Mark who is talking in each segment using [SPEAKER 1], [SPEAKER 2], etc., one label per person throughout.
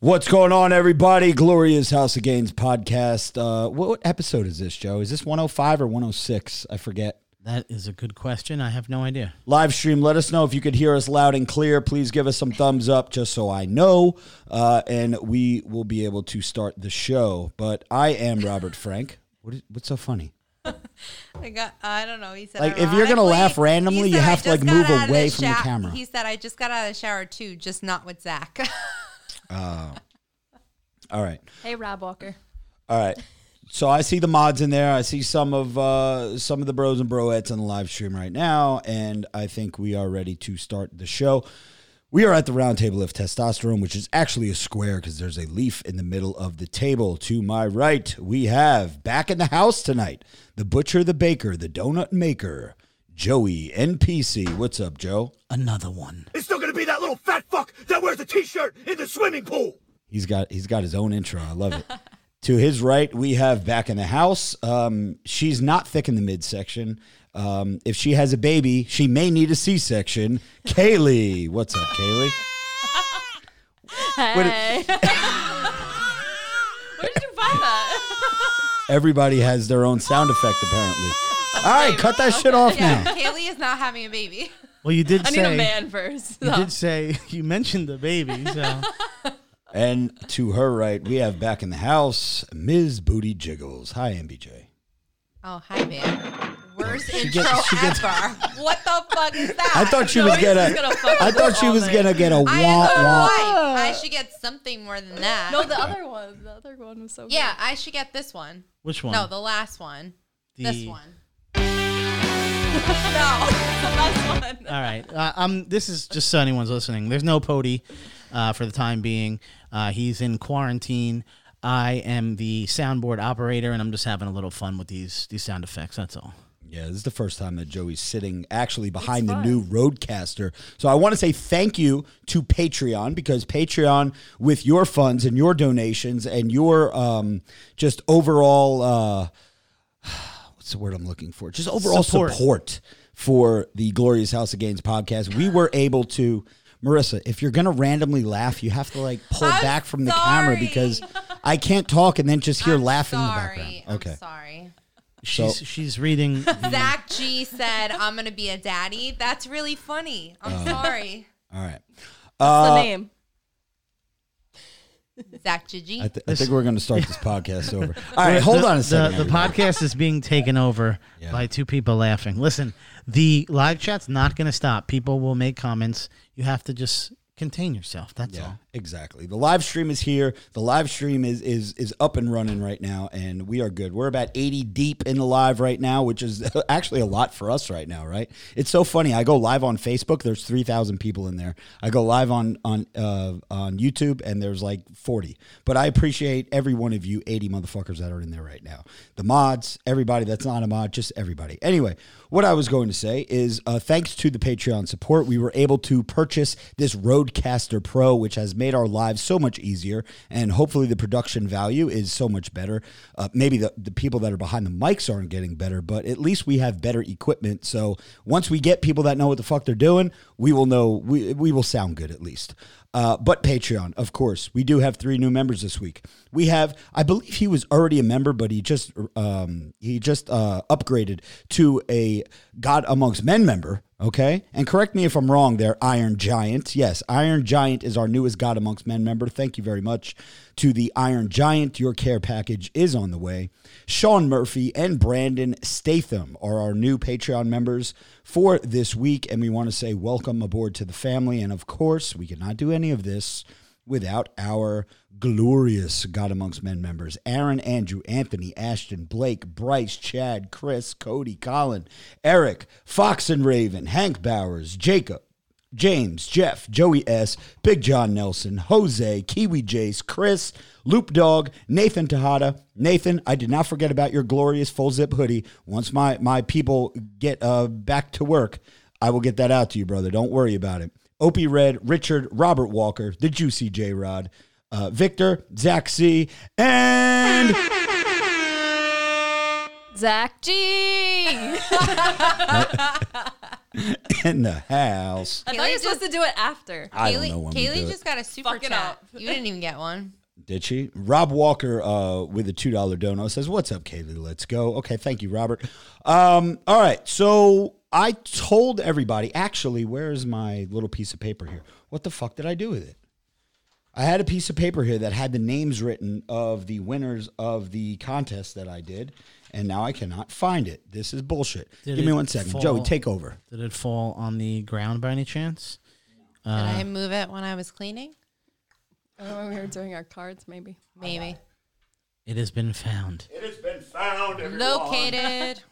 [SPEAKER 1] What's going on, everybody? Glorious House of Gains podcast. Uh, what, what episode is this, Joe? Is this 105 or 106? I forget.
[SPEAKER 2] That is a good question. I have no idea.
[SPEAKER 1] Live stream, let us know if you could hear us loud and clear. Please give us some thumbs up just so I know, uh, and we will be able to start the show. But I am Robert Frank. What is, what's so funny?
[SPEAKER 3] I got. I don't know. He said,
[SPEAKER 1] Like, if you're gonna laugh
[SPEAKER 3] ironically,
[SPEAKER 1] randomly,
[SPEAKER 3] he
[SPEAKER 1] you
[SPEAKER 3] said,
[SPEAKER 1] have
[SPEAKER 3] "I
[SPEAKER 1] to, like,
[SPEAKER 3] just got
[SPEAKER 1] move
[SPEAKER 3] out of the
[SPEAKER 1] away from the
[SPEAKER 3] show-
[SPEAKER 1] camera."
[SPEAKER 3] He said, "I just got out of the shower too, just not with Zach."
[SPEAKER 1] All right.
[SPEAKER 4] Hey, Rob Walker.
[SPEAKER 1] All right. So I see the mods in there. I see some of uh, some of the bros and broettes on the live stream right now, and I think we are ready to start the show. We are at the round table of testosterone, which is actually a square because there's a leaf in the middle of the table. To my right, we have back in the house tonight the butcher, the baker, the donut maker, Joey NPC. What's up, Joe?
[SPEAKER 2] Another one.
[SPEAKER 5] It's still gonna be that little fat fuck that wears a t-shirt in the swimming pool.
[SPEAKER 1] He's got he's got his own intro. I love it. to his right, we have back in the house. Um, she's not thick in the midsection. Um, if she has a baby, she may need a C-section. Kaylee, what's up, Kaylee?
[SPEAKER 4] Hey. Where did you find that?
[SPEAKER 1] Everybody has their own sound effect, apparently. All right, cut that shit off now.
[SPEAKER 3] Kaylee is not having a baby.
[SPEAKER 2] Well, you did
[SPEAKER 4] I need
[SPEAKER 2] say
[SPEAKER 4] a man first.
[SPEAKER 2] you did say you mentioned the baby, so
[SPEAKER 1] And to her right, we have back in the house, Ms. Booty Jiggles. Hi, MBJ.
[SPEAKER 3] Oh, hi, man. Worst intro
[SPEAKER 1] gets- she gets-
[SPEAKER 3] ever. what the fuck is that?
[SPEAKER 1] I thought she was
[SPEAKER 4] Joey's
[SPEAKER 1] gonna.
[SPEAKER 4] just gonna fuck
[SPEAKER 1] I
[SPEAKER 4] with
[SPEAKER 1] thought she
[SPEAKER 4] all
[SPEAKER 1] was
[SPEAKER 4] night.
[SPEAKER 1] gonna get a wah
[SPEAKER 3] I am a
[SPEAKER 1] wah.
[SPEAKER 3] wife. I should get something more than that.
[SPEAKER 4] No, the other one. The other one was so good.
[SPEAKER 3] yeah, I should get this one.
[SPEAKER 2] which one?
[SPEAKER 3] No, the last one. This
[SPEAKER 2] The-
[SPEAKER 3] one. no.
[SPEAKER 4] the best one.
[SPEAKER 2] All right. Uh, um, this is just so anyone's listening. There's no Pody uh, for the time being. Uh, he's in quarantine. I am the soundboard operator, and I'm just having a little fun with these these sound effects. That's all.
[SPEAKER 1] Yeah, this is the first time that Joey's sitting actually behind the new Roadcaster. So I want to say thank you to Patreon because Patreon, with your funds and your donations and your um, just overall, uh, what's the word I'm looking for? Just overall support.
[SPEAKER 2] Support.
[SPEAKER 1] for the Glorious House of Gains podcast, we were able to. Marissa, if you're gonna randomly laugh, you have to like pull
[SPEAKER 3] I'm
[SPEAKER 1] back from the camera
[SPEAKER 3] sorry.
[SPEAKER 1] because I can't talk and then just hear
[SPEAKER 3] I'm
[SPEAKER 1] laughing in
[SPEAKER 3] sorry.
[SPEAKER 1] the
[SPEAKER 3] I'm
[SPEAKER 1] background. Okay.
[SPEAKER 3] sorry.
[SPEAKER 2] She's she's reading. the-
[SPEAKER 3] Zach G said, I'm going to be a daddy. That's really funny. I'm
[SPEAKER 1] Uh.
[SPEAKER 3] sorry.
[SPEAKER 1] All right.
[SPEAKER 4] What's the name?
[SPEAKER 3] Zach Gigi.
[SPEAKER 1] I, th- I think we're going to start this podcast over. All right, hold
[SPEAKER 2] the-
[SPEAKER 1] on a second.
[SPEAKER 2] The, the
[SPEAKER 1] everybody.
[SPEAKER 2] podcast is being taken over by two people laughing. Listen, the live chat's not going to stop. People will make comments. You have to just contain yourself. That's
[SPEAKER 1] yeah,
[SPEAKER 2] all.
[SPEAKER 1] exactly. The live stream is here. The live stream is is is up and running right now, and we are good. We're about eighty deep in the live right now, which is actually a lot for us right now. Right? It's so funny. I go live on Facebook. There's three thousand people in there. I go live on on uh, on YouTube, and there's like forty. But I appreciate every one of you eighty motherfuckers that are in there right now. The mods, everybody that's not a mod, just everybody. Anyway, what I was going to say is uh, thanks to the Patreon support, we were able to purchase this Roadcaster Pro, which has made our lives so much easier. And hopefully, the production value is so much better. Uh, maybe the, the people that are behind the mics aren't getting better, but at least we have better equipment. So once we get people that know what the fuck they're doing, we will know, we, we will sound good at least. Uh, but Patreon, of course, we do have three new members this week. We have, I believe he was already a member, but he just um, he just uh, upgraded to a God Amongst Men member. Okay, and correct me if I'm wrong. There, Iron Giant. Yes, Iron Giant is our newest God Amongst Men member. Thank you very much to the Iron Giant. Your care package is on the way. Sean Murphy and Brandon Statham are our new Patreon members for this week, and we want to say welcome aboard to the family. And of course, we cannot do any of this without our glorious God Amongst Men members Aaron, Andrew, Anthony, Ashton, Blake, Bryce, Chad, Chris, Cody, Colin, Eric, Fox and Raven, Hank Bowers, Jacob, James, Jeff, Joey S, Big John Nelson, Jose, Kiwi Jace, Chris, Loop Dog, Nathan Tejada. Nathan, I did not forget about your glorious full zip hoodie. Once my my people get uh, back to work, I will get that out to you, brother. Don't worry about it. Opie Red, Richard, Robert Walker, the Juicy J Rod, uh, Victor, Zach C, and
[SPEAKER 4] Zach G. I
[SPEAKER 1] in the house.
[SPEAKER 4] thought you were
[SPEAKER 3] Kaylee
[SPEAKER 4] supposed to do it after.
[SPEAKER 1] I don't
[SPEAKER 3] Kaylee-
[SPEAKER 1] know when we do
[SPEAKER 3] Kaylee
[SPEAKER 1] it.
[SPEAKER 3] just got a super
[SPEAKER 4] Fuck it
[SPEAKER 3] chat.
[SPEAKER 4] up.
[SPEAKER 3] You didn't even get one.
[SPEAKER 1] Did she? Rob Walker uh, with a two dollar dono says, "What's up, Kaylee? Let's go." Okay, thank you, Robert. Um, all right, so I told everybody. Actually, where is my little piece of paper here? What the fuck did I do with it? I had a piece of paper here that had the names written of the winners of the contest that I did, and now I cannot find it. This is bullshit.
[SPEAKER 2] Did
[SPEAKER 1] Give me
[SPEAKER 2] it
[SPEAKER 1] one second,
[SPEAKER 2] fall-
[SPEAKER 1] Joey. Take over.
[SPEAKER 2] Did it fall on the ground by any chance?
[SPEAKER 1] Uh.
[SPEAKER 3] Did I move it when I was cleaning?
[SPEAKER 4] I don't know when we were doing our cards, maybe.
[SPEAKER 3] Maybe.
[SPEAKER 2] It has been found.
[SPEAKER 3] Located.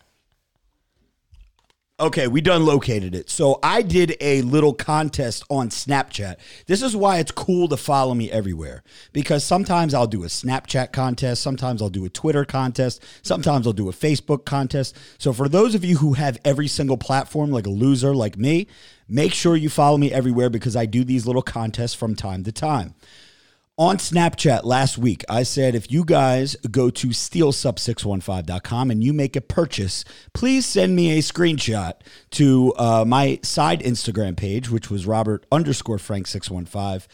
[SPEAKER 1] Okay, we done located it. So I did a little contest on Snapchat. This is why it's cool to follow me everywhere because sometimes I'll do a Snapchat contest, sometimes I'll do a Twitter contest, sometimes I'll do a Facebook contest. So for those of you who have every single platform like a loser like me, make sure you follow me everywhere because I do these little contests from time to time on Snapchat last week, I said if you guys go to steelsub615.com and you make a purchase, please send me a screenshot to uh, my side Instagram page, which was Robert underscore Frank 615,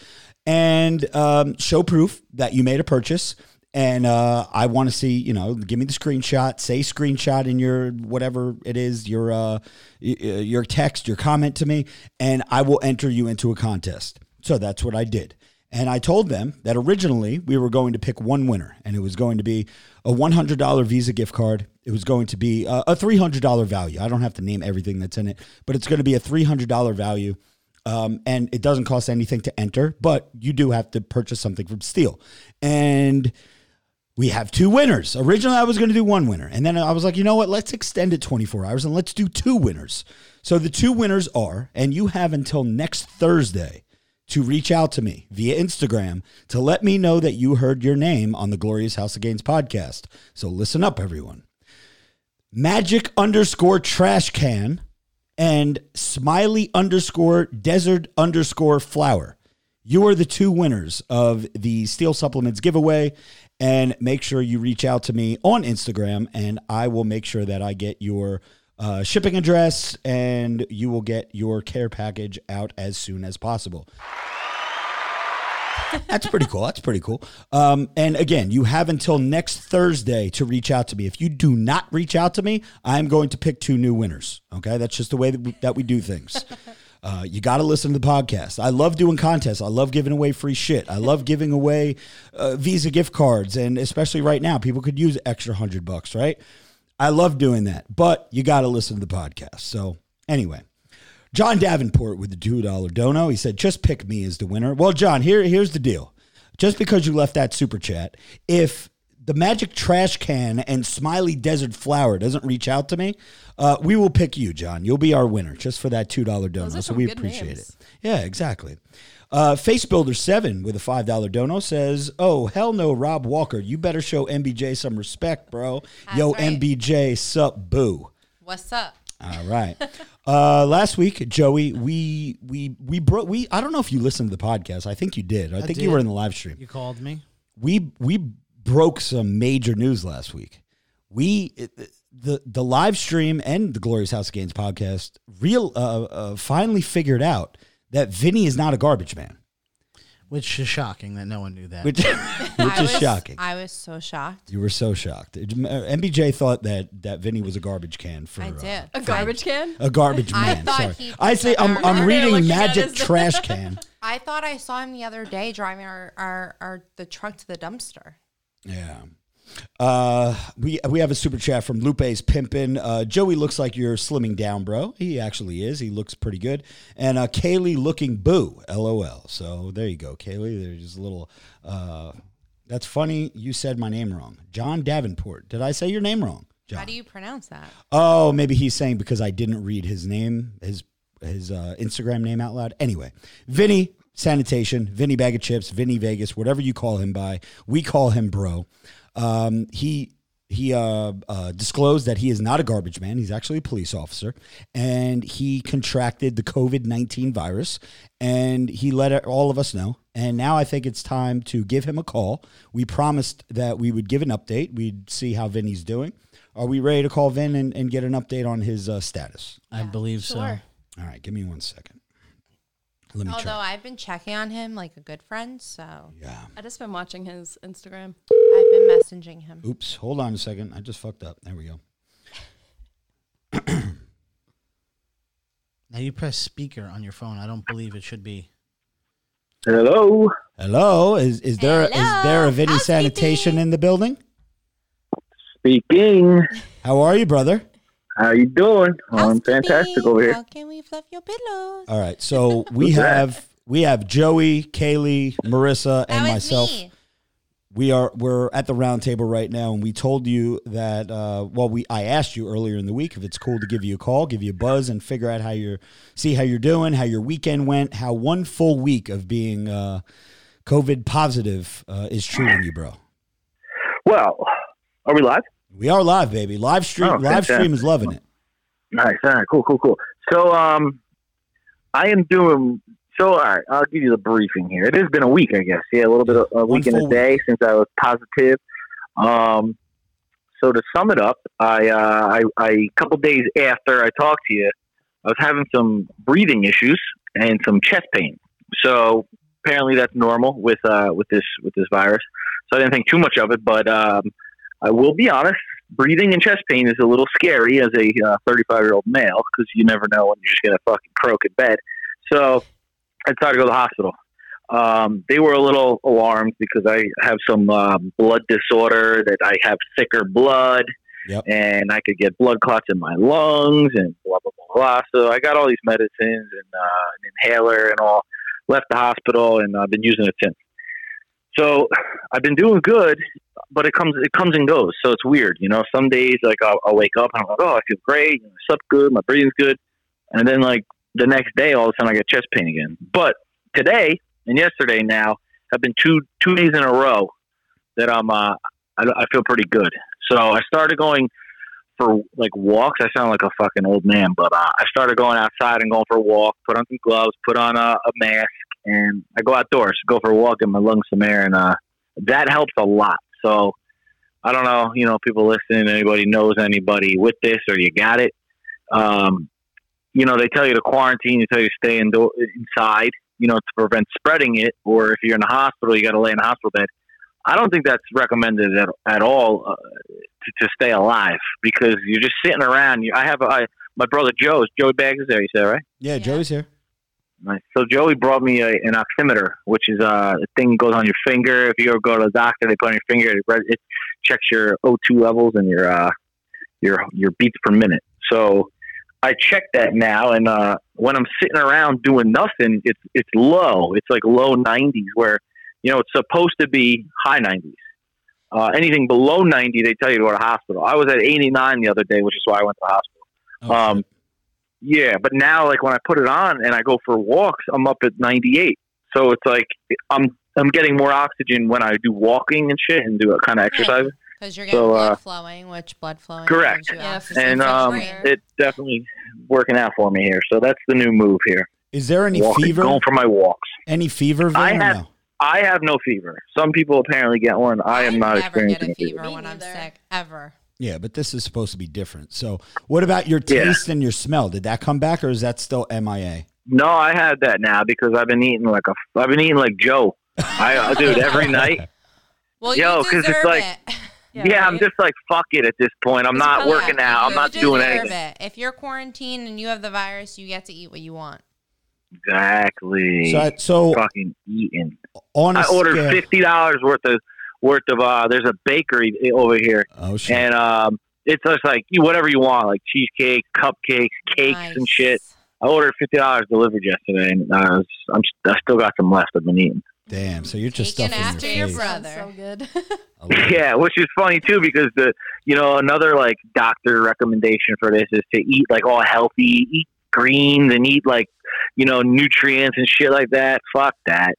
[SPEAKER 1] and um, show proof that you made a purchase. And uh, I want to see, you know, give me the screenshot. Say screenshot in your whatever it is, your uh, y- y- your text, your comment to me, and I will enter you into a contest. So that's what I did. And I told them that originally we were going to pick one winner, and it was going to be a $100 Visa gift card. It was going to be uh, a $300 value. I don't have to name everything that's in it, but it's going to be a $300 value. Um, and it doesn't cost anything to enter, but you do have to purchase something from Steel. And we have two winners. Originally, I was going to do one winner. And then I was like, you know what? Let's extend it 24 hours and let's do two winners. So the two winners are, and you have until next Thursday to reach out to me via Instagram to let me know that you heard your name on the Glorious House of Gains podcast. So listen up, everyone. Magic underscore trash can and smiley underscore desert underscore flower. You are the two winners of the steel supplements giveaway. And make sure you reach out to me on Instagram, and I will make sure that I get your uh, shipping address and you will get your care package out as soon as possible. That's pretty cool. That's pretty cool. Um, and again, you have until next Thursday to reach out to me. If you do not reach out to me, I'm going to pick two new winners. Okay, that's just the way that we, that we do things. Uh, you got to listen to the podcast. I love doing contests. I love giving away free shit. I love giving away uh, Visa gift cards, and especially right now, people could use extra hundred bucks, right? I love doing that, but you got to listen to the podcast. So anyway. John Davenport with the two dollar dono. He said, "Just pick me as the winner." Well, John, here here's the deal. Just because you left that super chat, if the magic trash can and smiley desert flower doesn't reach out to me, uh, we will pick you, John. You'll be our winner just for that two dollar dono.
[SPEAKER 4] Those are
[SPEAKER 1] So
[SPEAKER 4] some
[SPEAKER 1] we
[SPEAKER 4] good
[SPEAKER 1] appreciate
[SPEAKER 4] names.
[SPEAKER 1] it. Yeah, exactly. Uh, Face Builder Seven with a five dollar dono says, "Oh hell no, Rob Walker, you better show MBJ some respect, bro. Yo,
[SPEAKER 3] right.
[SPEAKER 1] MBJ, sup, boo."
[SPEAKER 3] What's up?
[SPEAKER 1] All right. Uh, last week, Joey, we we we broke. We I don't know if you listened to the podcast. I think you did. I, think you
[SPEAKER 2] did.
[SPEAKER 1] were in the live stream.
[SPEAKER 2] You called me.
[SPEAKER 1] We we broke some major news last week. We it- the the live stream and the Glorious House of Gains podcast real uh, uh, finally figured out that Vinny is not a garbage man,
[SPEAKER 2] Which is shocking that no one knew that.
[SPEAKER 1] which which
[SPEAKER 3] I
[SPEAKER 1] is
[SPEAKER 3] was,
[SPEAKER 1] shocking.
[SPEAKER 3] I was so shocked.
[SPEAKER 1] you were so shocked. It- uh, MBJ thought that that Vinny was a garbage can for
[SPEAKER 3] I
[SPEAKER 1] uh,
[SPEAKER 3] did.
[SPEAKER 4] A garbage can?
[SPEAKER 1] a garbage
[SPEAKER 3] I
[SPEAKER 1] man.
[SPEAKER 3] thought
[SPEAKER 1] Sorry,
[SPEAKER 3] he
[SPEAKER 1] I say
[SPEAKER 3] took
[SPEAKER 1] I'm,
[SPEAKER 3] our-
[SPEAKER 1] I'm
[SPEAKER 3] They're
[SPEAKER 1] reading
[SPEAKER 4] looking at
[SPEAKER 1] magic
[SPEAKER 4] us.
[SPEAKER 1] trash can.
[SPEAKER 3] I thought I saw him the other day driving our, our, our the truck to the dumpster.
[SPEAKER 1] Yeah. Uh, we we have a super chat from Lupe's Pimpin. Uh, Joey looks like you're slimming down, bro. He actually is. He looks pretty good. And uh, Kaylee looking boo, lol. So there you go, Kaylee. There's a little. Uh, that's funny. You said my name wrong, John Davenport. Did I say your name wrong, John?
[SPEAKER 3] How do you pronounce that?
[SPEAKER 1] oh, maybe he's saying because I didn't read his name, his his uh, Instagram name out loud. Anyway, Vinny Sanitation, Vinny Bag of Chips, Vinny Vegas, whatever you call him by, we call him Bro. Um, he he uh, uh, disclosed that he is not a garbage man. He's actually a police officer, and he contracted the COVID nineteen virus, and he let all of us know. And now I think it's time to give him a call. We promised that we would give an update. We'd see how Vinny's doing. Are we ready to call Vin and, and get an update on his uh, status?
[SPEAKER 2] I believe so.
[SPEAKER 4] sure.
[SPEAKER 1] All right, give me one second. Let me
[SPEAKER 3] Although
[SPEAKER 1] try.
[SPEAKER 3] I've been checking on him like a good friend, so
[SPEAKER 1] Yeah.
[SPEAKER 4] I just been watching his Instagram.
[SPEAKER 3] I've been messaging
[SPEAKER 6] Oh,
[SPEAKER 3] him.
[SPEAKER 1] Oops. Hold on a second. I just fucked up. There we go.
[SPEAKER 2] Now you press speaker on your phone. I don't believe it should be.
[SPEAKER 6] Hello.
[SPEAKER 1] Hello. Is is there is there a
[SPEAKER 3] Hello,
[SPEAKER 1] Vinny sanitation
[SPEAKER 3] housekeeping.
[SPEAKER 1] in the building?
[SPEAKER 6] Speaking.
[SPEAKER 1] How are you, brother?
[SPEAKER 6] How you doing? Oh, I'm
[SPEAKER 3] Housekeeping,
[SPEAKER 6] fantastic over here.
[SPEAKER 3] How can we fluff your pillows?
[SPEAKER 1] All right. So we
[SPEAKER 6] Who's that?
[SPEAKER 1] have we have Joey, Kaylee, Marissa, and
[SPEAKER 3] that was
[SPEAKER 1] myself.
[SPEAKER 3] me.
[SPEAKER 1] We are we're at the round table right now, and we told you that. Uh, well, we I asked you earlier in the week if it's cool to give you a call, give you a buzz, and figure out how you're see how you're doing, how your weekend went, how one full week of being uh, COVID positive uh, is treating you, bro.
[SPEAKER 6] Well, are we live?
[SPEAKER 1] We are live, baby. Live stream.
[SPEAKER 6] Oh,
[SPEAKER 1] live stream is
[SPEAKER 6] fantastic.
[SPEAKER 1] loving it.
[SPEAKER 6] Nice. All right. Cool. Cool. Cool. So, um, I am doing. So, all right. I'll give you the briefing here. It has been a week, I guess. Yeah, a little bit of a week and
[SPEAKER 1] full
[SPEAKER 6] a day since I was positive. Um, so to sum it up, I, uh, I, I, a couple days after I talked to you, I was having some breathing issues and some chest pain. So apparently that's normal with, uh, with this, with this virus. So I didn't think too much of it, but, um, I will be honest breathing and chest pain is a little scary as a uh, 35 year old male because you never know when you're just going to fucking croak in bed. So I decided to go to the hospital. Um, they were a little alarmed because I have some um, blood disorder that I have thicker blood
[SPEAKER 1] Yep.
[SPEAKER 6] and I could get blood clots in my lungs and blah, blah, blah, blah. So I got all these medicines and uh, an inhaler and all. Left the hospital and I've been using it since. So I've been doing good but it comes it comes and goes. So it's weird, you know. Some days, like I'll, I'll wake up and I'm like, oh, I feel great, I slept good, my breathing's good, and then like the next day, all of a sudden, I get chest pain again. But today and yesterday now have been two two days in a row that I'm uh I, I feel pretty good. So I started going for like walks. I sound like a fucking old man, but uh, I started going outside and going for a walk. Put on some gloves, put on a, a mask, and I go outdoors, go for a walk, get my lungs some air, and uh that helps a lot. So I don't know, you know, people listening, anybody knows anybody with this or you got it. Um, you know, they tell you to quarantine, they tell you to stay indo- inside, you know, to prevent spreading it. Or if you're in a hospital, you got to lay in a hospital bed. I don't think that's recommended at, at all uh, to, to stay alive because you're just sitting around. You, I have a, I, my brother Joe's Joey Bags is there. You said right.
[SPEAKER 1] Yeah,
[SPEAKER 3] Yeah.
[SPEAKER 1] Joey's here.
[SPEAKER 6] Nice. So Joey brought me a, an oximeter, which is uh, a thing that goes on your finger. If you ever go to the doctor, they put on your finger. It, re- it checks your O2 levels and your uh, your your beats per minute. So I check that now, and uh, when I'm sitting around doing nothing, it's it's low. It's like low 90s, where you know it's supposed to be high 90s. Uh, anything below 90, they tell you to go to the hospital. I was at 89 the other day, which is why I went to the hospital.
[SPEAKER 1] Oh,
[SPEAKER 6] Um, yeah, but now like when I put it on and I go for walks, I'm up at 98. So it's like I'm I'm getting more oxygen when I do walking and shit and do a kind of exercise.
[SPEAKER 3] Because you're getting
[SPEAKER 6] So,
[SPEAKER 3] blood
[SPEAKER 6] uh,
[SPEAKER 3] flowing, which blood flowing.
[SPEAKER 6] correct.
[SPEAKER 3] gives you
[SPEAKER 4] Yeah,
[SPEAKER 3] oxygen
[SPEAKER 6] And
[SPEAKER 3] for your
[SPEAKER 6] um,
[SPEAKER 3] brain.
[SPEAKER 6] it's definitely working out for me here. So that's the new move here.
[SPEAKER 1] is there any
[SPEAKER 6] Walking,
[SPEAKER 1] fever?
[SPEAKER 6] Going for my walks.
[SPEAKER 1] Any fever? Vin,
[SPEAKER 6] I
[SPEAKER 1] or
[SPEAKER 6] have-
[SPEAKER 1] no?
[SPEAKER 6] I have no fever. Some people apparently get one. I am not
[SPEAKER 3] never get
[SPEAKER 6] experiencing
[SPEAKER 3] a
[SPEAKER 6] a fever.
[SPEAKER 3] fever
[SPEAKER 4] Me
[SPEAKER 3] when I'm
[SPEAKER 4] neither.
[SPEAKER 3] sick ever.
[SPEAKER 1] Yeah, but this is supposed to be different. So, what about your
[SPEAKER 6] Yeah.
[SPEAKER 1] taste and your smell? Did that come back, or is that still MIA?
[SPEAKER 6] No, I had that now because I've been eating like a I've been eating like Joe. I uh, dude every night.
[SPEAKER 3] Well,
[SPEAKER 6] Yo,
[SPEAKER 3] you
[SPEAKER 6] 'cause it's
[SPEAKER 3] deserve
[SPEAKER 6] like-
[SPEAKER 3] it.
[SPEAKER 6] Yeah, I'm
[SPEAKER 4] right?
[SPEAKER 6] just like fuck it at this point. I'm
[SPEAKER 4] It's
[SPEAKER 6] not
[SPEAKER 4] probably-
[SPEAKER 6] working out. I'm
[SPEAKER 3] You
[SPEAKER 6] not
[SPEAKER 3] do
[SPEAKER 6] doing
[SPEAKER 3] deserve
[SPEAKER 6] anything.
[SPEAKER 3] it. If you're quarantined and you have the virus, you get to eat what you want.
[SPEAKER 6] Exactly.
[SPEAKER 1] So, I- so
[SPEAKER 6] fucking eating.
[SPEAKER 1] on a
[SPEAKER 6] I ordered
[SPEAKER 1] scale,
[SPEAKER 6] fifty dollars worth of worth of uh there's a bakery over here
[SPEAKER 1] oh shit,
[SPEAKER 6] and um it's just like you whatever you want, like cheesecake, cupcakes, cakes and
[SPEAKER 3] Nice.
[SPEAKER 6] shit. I ordered fifty dollars delivered yesterday and I was, I'm I still got some left I've been eating.
[SPEAKER 1] damn! So you're just
[SPEAKER 3] Taken
[SPEAKER 1] stuffing your
[SPEAKER 3] after your
[SPEAKER 1] face.
[SPEAKER 3] breath.
[SPEAKER 4] Sounds So good.
[SPEAKER 1] I love it.
[SPEAKER 6] Yeah, which is funny too because the you know another like doctor recommendation for this is to eat like all healthy, eat greens and eat like, you know, nutrients and shit like that. Fuck that.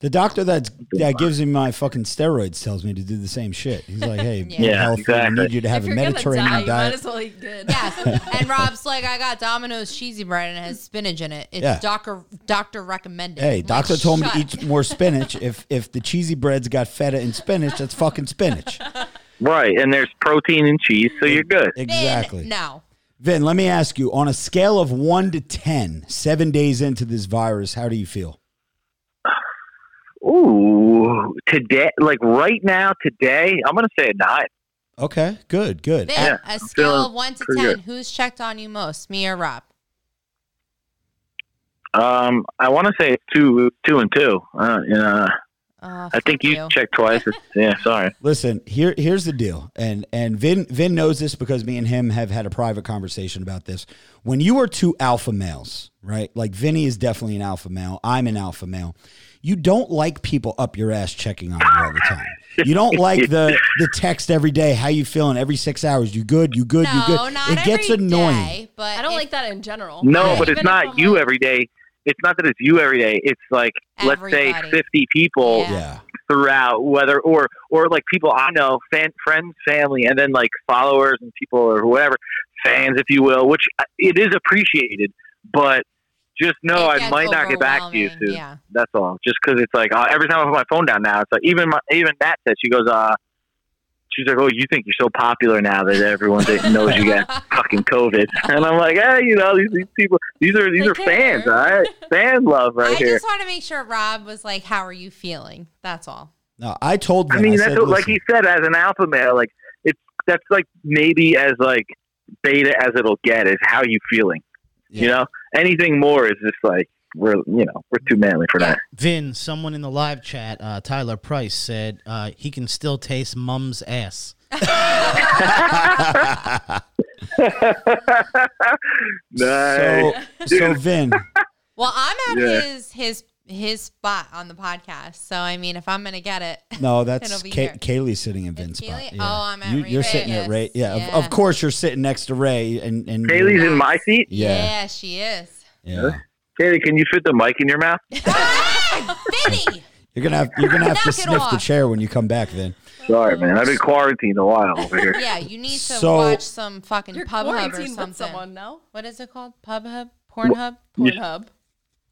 [SPEAKER 1] The doctor that's, that gives me my fucking steroids tells me to do the same shit. He's like, hey,
[SPEAKER 3] Yeah.
[SPEAKER 1] you're
[SPEAKER 6] Yeah,
[SPEAKER 1] healthy.
[SPEAKER 6] exactly.
[SPEAKER 1] I need you to have
[SPEAKER 4] if
[SPEAKER 1] a
[SPEAKER 4] you're
[SPEAKER 1] Mediterranean
[SPEAKER 4] gonna die, you might
[SPEAKER 1] diet.
[SPEAKER 4] as well eat good.
[SPEAKER 3] Yes. And Rob's like, I got Domino's cheesy bread and it has spinach in it. It's
[SPEAKER 1] Yeah.
[SPEAKER 3] doctor doctor recommended.
[SPEAKER 1] Hey,
[SPEAKER 3] I'm like,
[SPEAKER 1] doctor told me
[SPEAKER 3] "Shut
[SPEAKER 1] to eat more spinach. If if the cheesy bread's got feta and spinach, that's fucking spinach.
[SPEAKER 6] Right. And there's protein in cheese, so you're good.
[SPEAKER 3] in
[SPEAKER 1] Exactly.
[SPEAKER 3] No.
[SPEAKER 1] Vin, let me ask you, on a scale of one to ten, seven days into this virus, how do you feel?
[SPEAKER 6] Ooh, today, like right now, today, I'm going to say a nine.
[SPEAKER 1] Okay, good, good.
[SPEAKER 3] Vic,
[SPEAKER 6] Yeah,
[SPEAKER 3] a scale
[SPEAKER 6] feeling
[SPEAKER 3] of one to ten,
[SPEAKER 6] pretty good.
[SPEAKER 3] who's checked on you most, me or Rob?
[SPEAKER 6] Um, I want to say it's two, two and two. Uh, yeah.
[SPEAKER 3] Oh,
[SPEAKER 6] I think
[SPEAKER 3] fuck
[SPEAKER 6] you, checked twice. It's- yeah, sorry.
[SPEAKER 1] Listen, here here's the deal, and and Vin Vin knows this because me and him have had a private conversation about this. When you are two alpha males, right? Like Vinny is definitely an alpha male. I'm an alpha male. You don't like people up your ass checking on you all the time. You don't like the the text every day. How you feeling? Every six hours, you good? You good?
[SPEAKER 3] No,
[SPEAKER 1] you good?
[SPEAKER 3] not
[SPEAKER 1] it gets
[SPEAKER 3] every
[SPEAKER 1] annoying.
[SPEAKER 3] day, but
[SPEAKER 4] I don't
[SPEAKER 3] if-
[SPEAKER 4] like that in general.
[SPEAKER 6] No,
[SPEAKER 1] Yeah.
[SPEAKER 6] but
[SPEAKER 4] Even
[SPEAKER 6] it's
[SPEAKER 4] if
[SPEAKER 6] not
[SPEAKER 4] I'm
[SPEAKER 6] you
[SPEAKER 4] like-
[SPEAKER 6] every day. It's not that it's you every day. It's like let's
[SPEAKER 3] Everybody.
[SPEAKER 6] say 50 people
[SPEAKER 3] Yeah.
[SPEAKER 1] Yeah.
[SPEAKER 6] throughout, whether or or like people I know, fan, friends, family, and then like followers and people or whatever fans, if you will. Which uh, it is appreciated, but just
[SPEAKER 3] it
[SPEAKER 6] know I
[SPEAKER 3] gets
[SPEAKER 6] might not get back to you
[SPEAKER 3] overwhelming,
[SPEAKER 6] soon.
[SPEAKER 3] Yeah.
[SPEAKER 6] That's all. Just because it's like uh, every time I put my phone down now, it's like even my, even that said she goes, uh, she's like, oh, you think you're so popular now that everyone that knows you got fucking COVID, and I'm like, hey, you know, these, these people, these are these
[SPEAKER 4] They
[SPEAKER 6] are fans,
[SPEAKER 4] care.
[SPEAKER 6] all right, fan love right
[SPEAKER 3] I
[SPEAKER 6] here.
[SPEAKER 3] just want to make sure Rob was like, How are you feeling? That's all.
[SPEAKER 1] No, I told
[SPEAKER 6] I
[SPEAKER 1] Vin.
[SPEAKER 6] mean,
[SPEAKER 1] I
[SPEAKER 6] that's
[SPEAKER 1] said,
[SPEAKER 6] what, like
[SPEAKER 1] "Listen,
[SPEAKER 6] he said, as an alpha male, like it's that's like maybe as like beta as it'll get is how you feeling. You
[SPEAKER 3] Yeah.
[SPEAKER 6] know, anything more is just like we're you know we're too manly for that.
[SPEAKER 2] Vin, someone in the live chat, uh, Tyler Price said uh, he can still taste mum's ass.
[SPEAKER 6] nice.
[SPEAKER 1] So, so Vin,
[SPEAKER 3] Well, I'm at
[SPEAKER 6] Yeah.
[SPEAKER 3] his his his spot on the podcast. So I mean if I'm gonna get it.
[SPEAKER 1] no, that's
[SPEAKER 3] It'll be
[SPEAKER 1] Kay- Kaylee sitting in
[SPEAKER 3] It's
[SPEAKER 1] Vin's spot.
[SPEAKER 3] Kaylee?
[SPEAKER 1] yeah.
[SPEAKER 3] Oh, I'm at
[SPEAKER 1] you,
[SPEAKER 3] Ray's.
[SPEAKER 1] You're sitting at Ray.
[SPEAKER 3] Yes,
[SPEAKER 1] Yeah,
[SPEAKER 3] yeah.
[SPEAKER 1] Of, of course you're sitting next to Ray. And, and
[SPEAKER 6] Kaylee's in my seat.
[SPEAKER 1] Yeah.
[SPEAKER 3] yeah she is.
[SPEAKER 1] Yeah.
[SPEAKER 6] Kaylee, can you fit the mic in your mouth?
[SPEAKER 3] Ah, Vinny!
[SPEAKER 1] You're gonna have you're gonna have to
[SPEAKER 3] Knock it
[SPEAKER 1] sniff the
[SPEAKER 3] off.
[SPEAKER 1] chair when you come back, Vin.
[SPEAKER 6] Sorry, man. I've been quarantined a while over here.
[SPEAKER 3] Yeah, you need to
[SPEAKER 1] So-
[SPEAKER 3] watch some fucking
[SPEAKER 4] You're
[SPEAKER 3] Pub Hub or
[SPEAKER 4] quarantined
[SPEAKER 3] something.
[SPEAKER 4] with someone now.
[SPEAKER 3] What is it called? Pub Hub? Porn Hub?
[SPEAKER 4] Pornhub.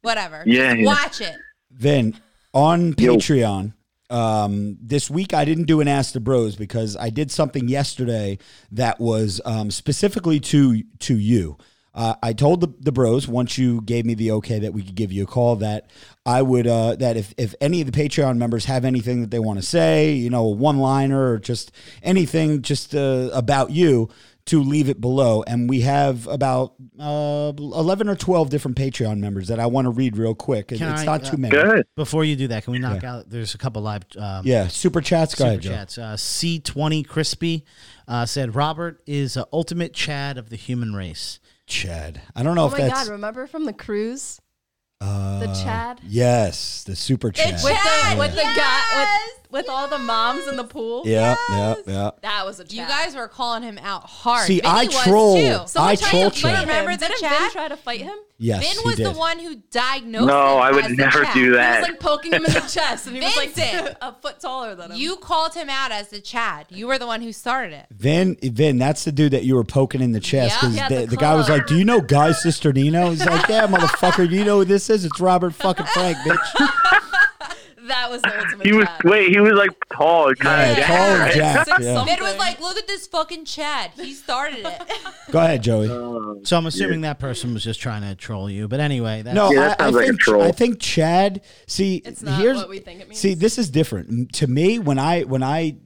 [SPEAKER 3] Whatever.
[SPEAKER 6] Yeah,
[SPEAKER 3] Just
[SPEAKER 6] yeah.
[SPEAKER 3] Watch it.
[SPEAKER 1] Vin, on
[SPEAKER 6] Yo.
[SPEAKER 1] Patreon, um, this week I didn't do an Ask the Bros because I did something yesterday that was um, specifically to to you. Uh, I told the, the bros once you gave me the okay that we could give you a call that I would uh, that if, if any of the Patreon members have anything that they want to say, you know, a one liner or just anything just uh, about you, to leave it below. And we have about uh, 11 or 12 different Patreon members that I want to read real quick. It-
[SPEAKER 2] Can
[SPEAKER 1] it's
[SPEAKER 2] I,
[SPEAKER 1] not
[SPEAKER 2] uh,
[SPEAKER 1] too many.
[SPEAKER 6] Go ahead.
[SPEAKER 2] Before you do that, can we knock out? There's a couple live um,
[SPEAKER 1] Yeah, super chats,
[SPEAKER 2] super
[SPEAKER 1] guy. Joe.
[SPEAKER 2] chats. Uh, C20 Crispy uh, said Robert is uh, ultimate Chad of the human race.
[SPEAKER 1] Chad. I don't know
[SPEAKER 4] Oh
[SPEAKER 1] if
[SPEAKER 4] my
[SPEAKER 1] that's
[SPEAKER 4] god! Remember from the cruise?
[SPEAKER 1] uh,
[SPEAKER 4] The Chad.
[SPEAKER 1] Yes, the super chat.
[SPEAKER 4] With
[SPEAKER 3] Chad,
[SPEAKER 4] the with the guy
[SPEAKER 3] yes,
[SPEAKER 4] with, with all the moms in the pool.
[SPEAKER 1] Yeah, yeah, yeah.
[SPEAKER 4] That was a Chad.
[SPEAKER 3] You guys were calling him out hard.
[SPEAKER 1] See,
[SPEAKER 3] Vinny
[SPEAKER 1] I
[SPEAKER 3] was
[SPEAKER 1] troll.
[SPEAKER 3] Too.
[SPEAKER 1] I troll
[SPEAKER 3] tried to fight
[SPEAKER 1] Chad.
[SPEAKER 3] him. Remember the
[SPEAKER 4] Didn't Vin
[SPEAKER 3] chat?
[SPEAKER 4] try to fight him?
[SPEAKER 1] Yes,
[SPEAKER 3] Vin
[SPEAKER 1] he
[SPEAKER 3] was the
[SPEAKER 1] did.
[SPEAKER 3] one who diagnosed.
[SPEAKER 6] No,
[SPEAKER 3] him
[SPEAKER 6] I
[SPEAKER 3] as
[SPEAKER 6] would
[SPEAKER 3] the
[SPEAKER 6] never
[SPEAKER 3] Chad.
[SPEAKER 6] do
[SPEAKER 4] He was
[SPEAKER 6] that.
[SPEAKER 4] like poking him in the chest, and he was like
[SPEAKER 3] Vincent.
[SPEAKER 4] a foot taller than him.
[SPEAKER 3] You called him out as the Chad. You were the one who started it.
[SPEAKER 1] Vin, Vin, that's the dude that you were poking in the chest
[SPEAKER 3] Yeah.
[SPEAKER 1] because
[SPEAKER 4] Yeah,
[SPEAKER 1] the,
[SPEAKER 4] the
[SPEAKER 1] the guy was
[SPEAKER 4] club.
[SPEAKER 1] like, "Do you know Guy Sister Nino?" He's like, "Yeah, motherfucker, you know who this is? It's Robert fucking Frank, bitch."
[SPEAKER 4] that was the ultimate
[SPEAKER 6] He was
[SPEAKER 4] Chad.
[SPEAKER 6] wait. He was like tall, kind
[SPEAKER 1] Yeah,
[SPEAKER 6] of.
[SPEAKER 1] tall and jacked.
[SPEAKER 4] Said
[SPEAKER 1] yeah.
[SPEAKER 3] Vin was like, "Look at this fucking Chad. He started it."
[SPEAKER 1] Go ahead, Joey.
[SPEAKER 2] So I'm assuming that person was just trying to troll you. But anyway, that's,
[SPEAKER 1] No,
[SPEAKER 6] Yeah, that
[SPEAKER 1] I, I
[SPEAKER 6] sounds like a
[SPEAKER 1] think
[SPEAKER 6] troll.
[SPEAKER 1] I think Chad. See,
[SPEAKER 4] It's not
[SPEAKER 1] here's
[SPEAKER 4] what we think it means.
[SPEAKER 1] see. This is different M- to me when I when I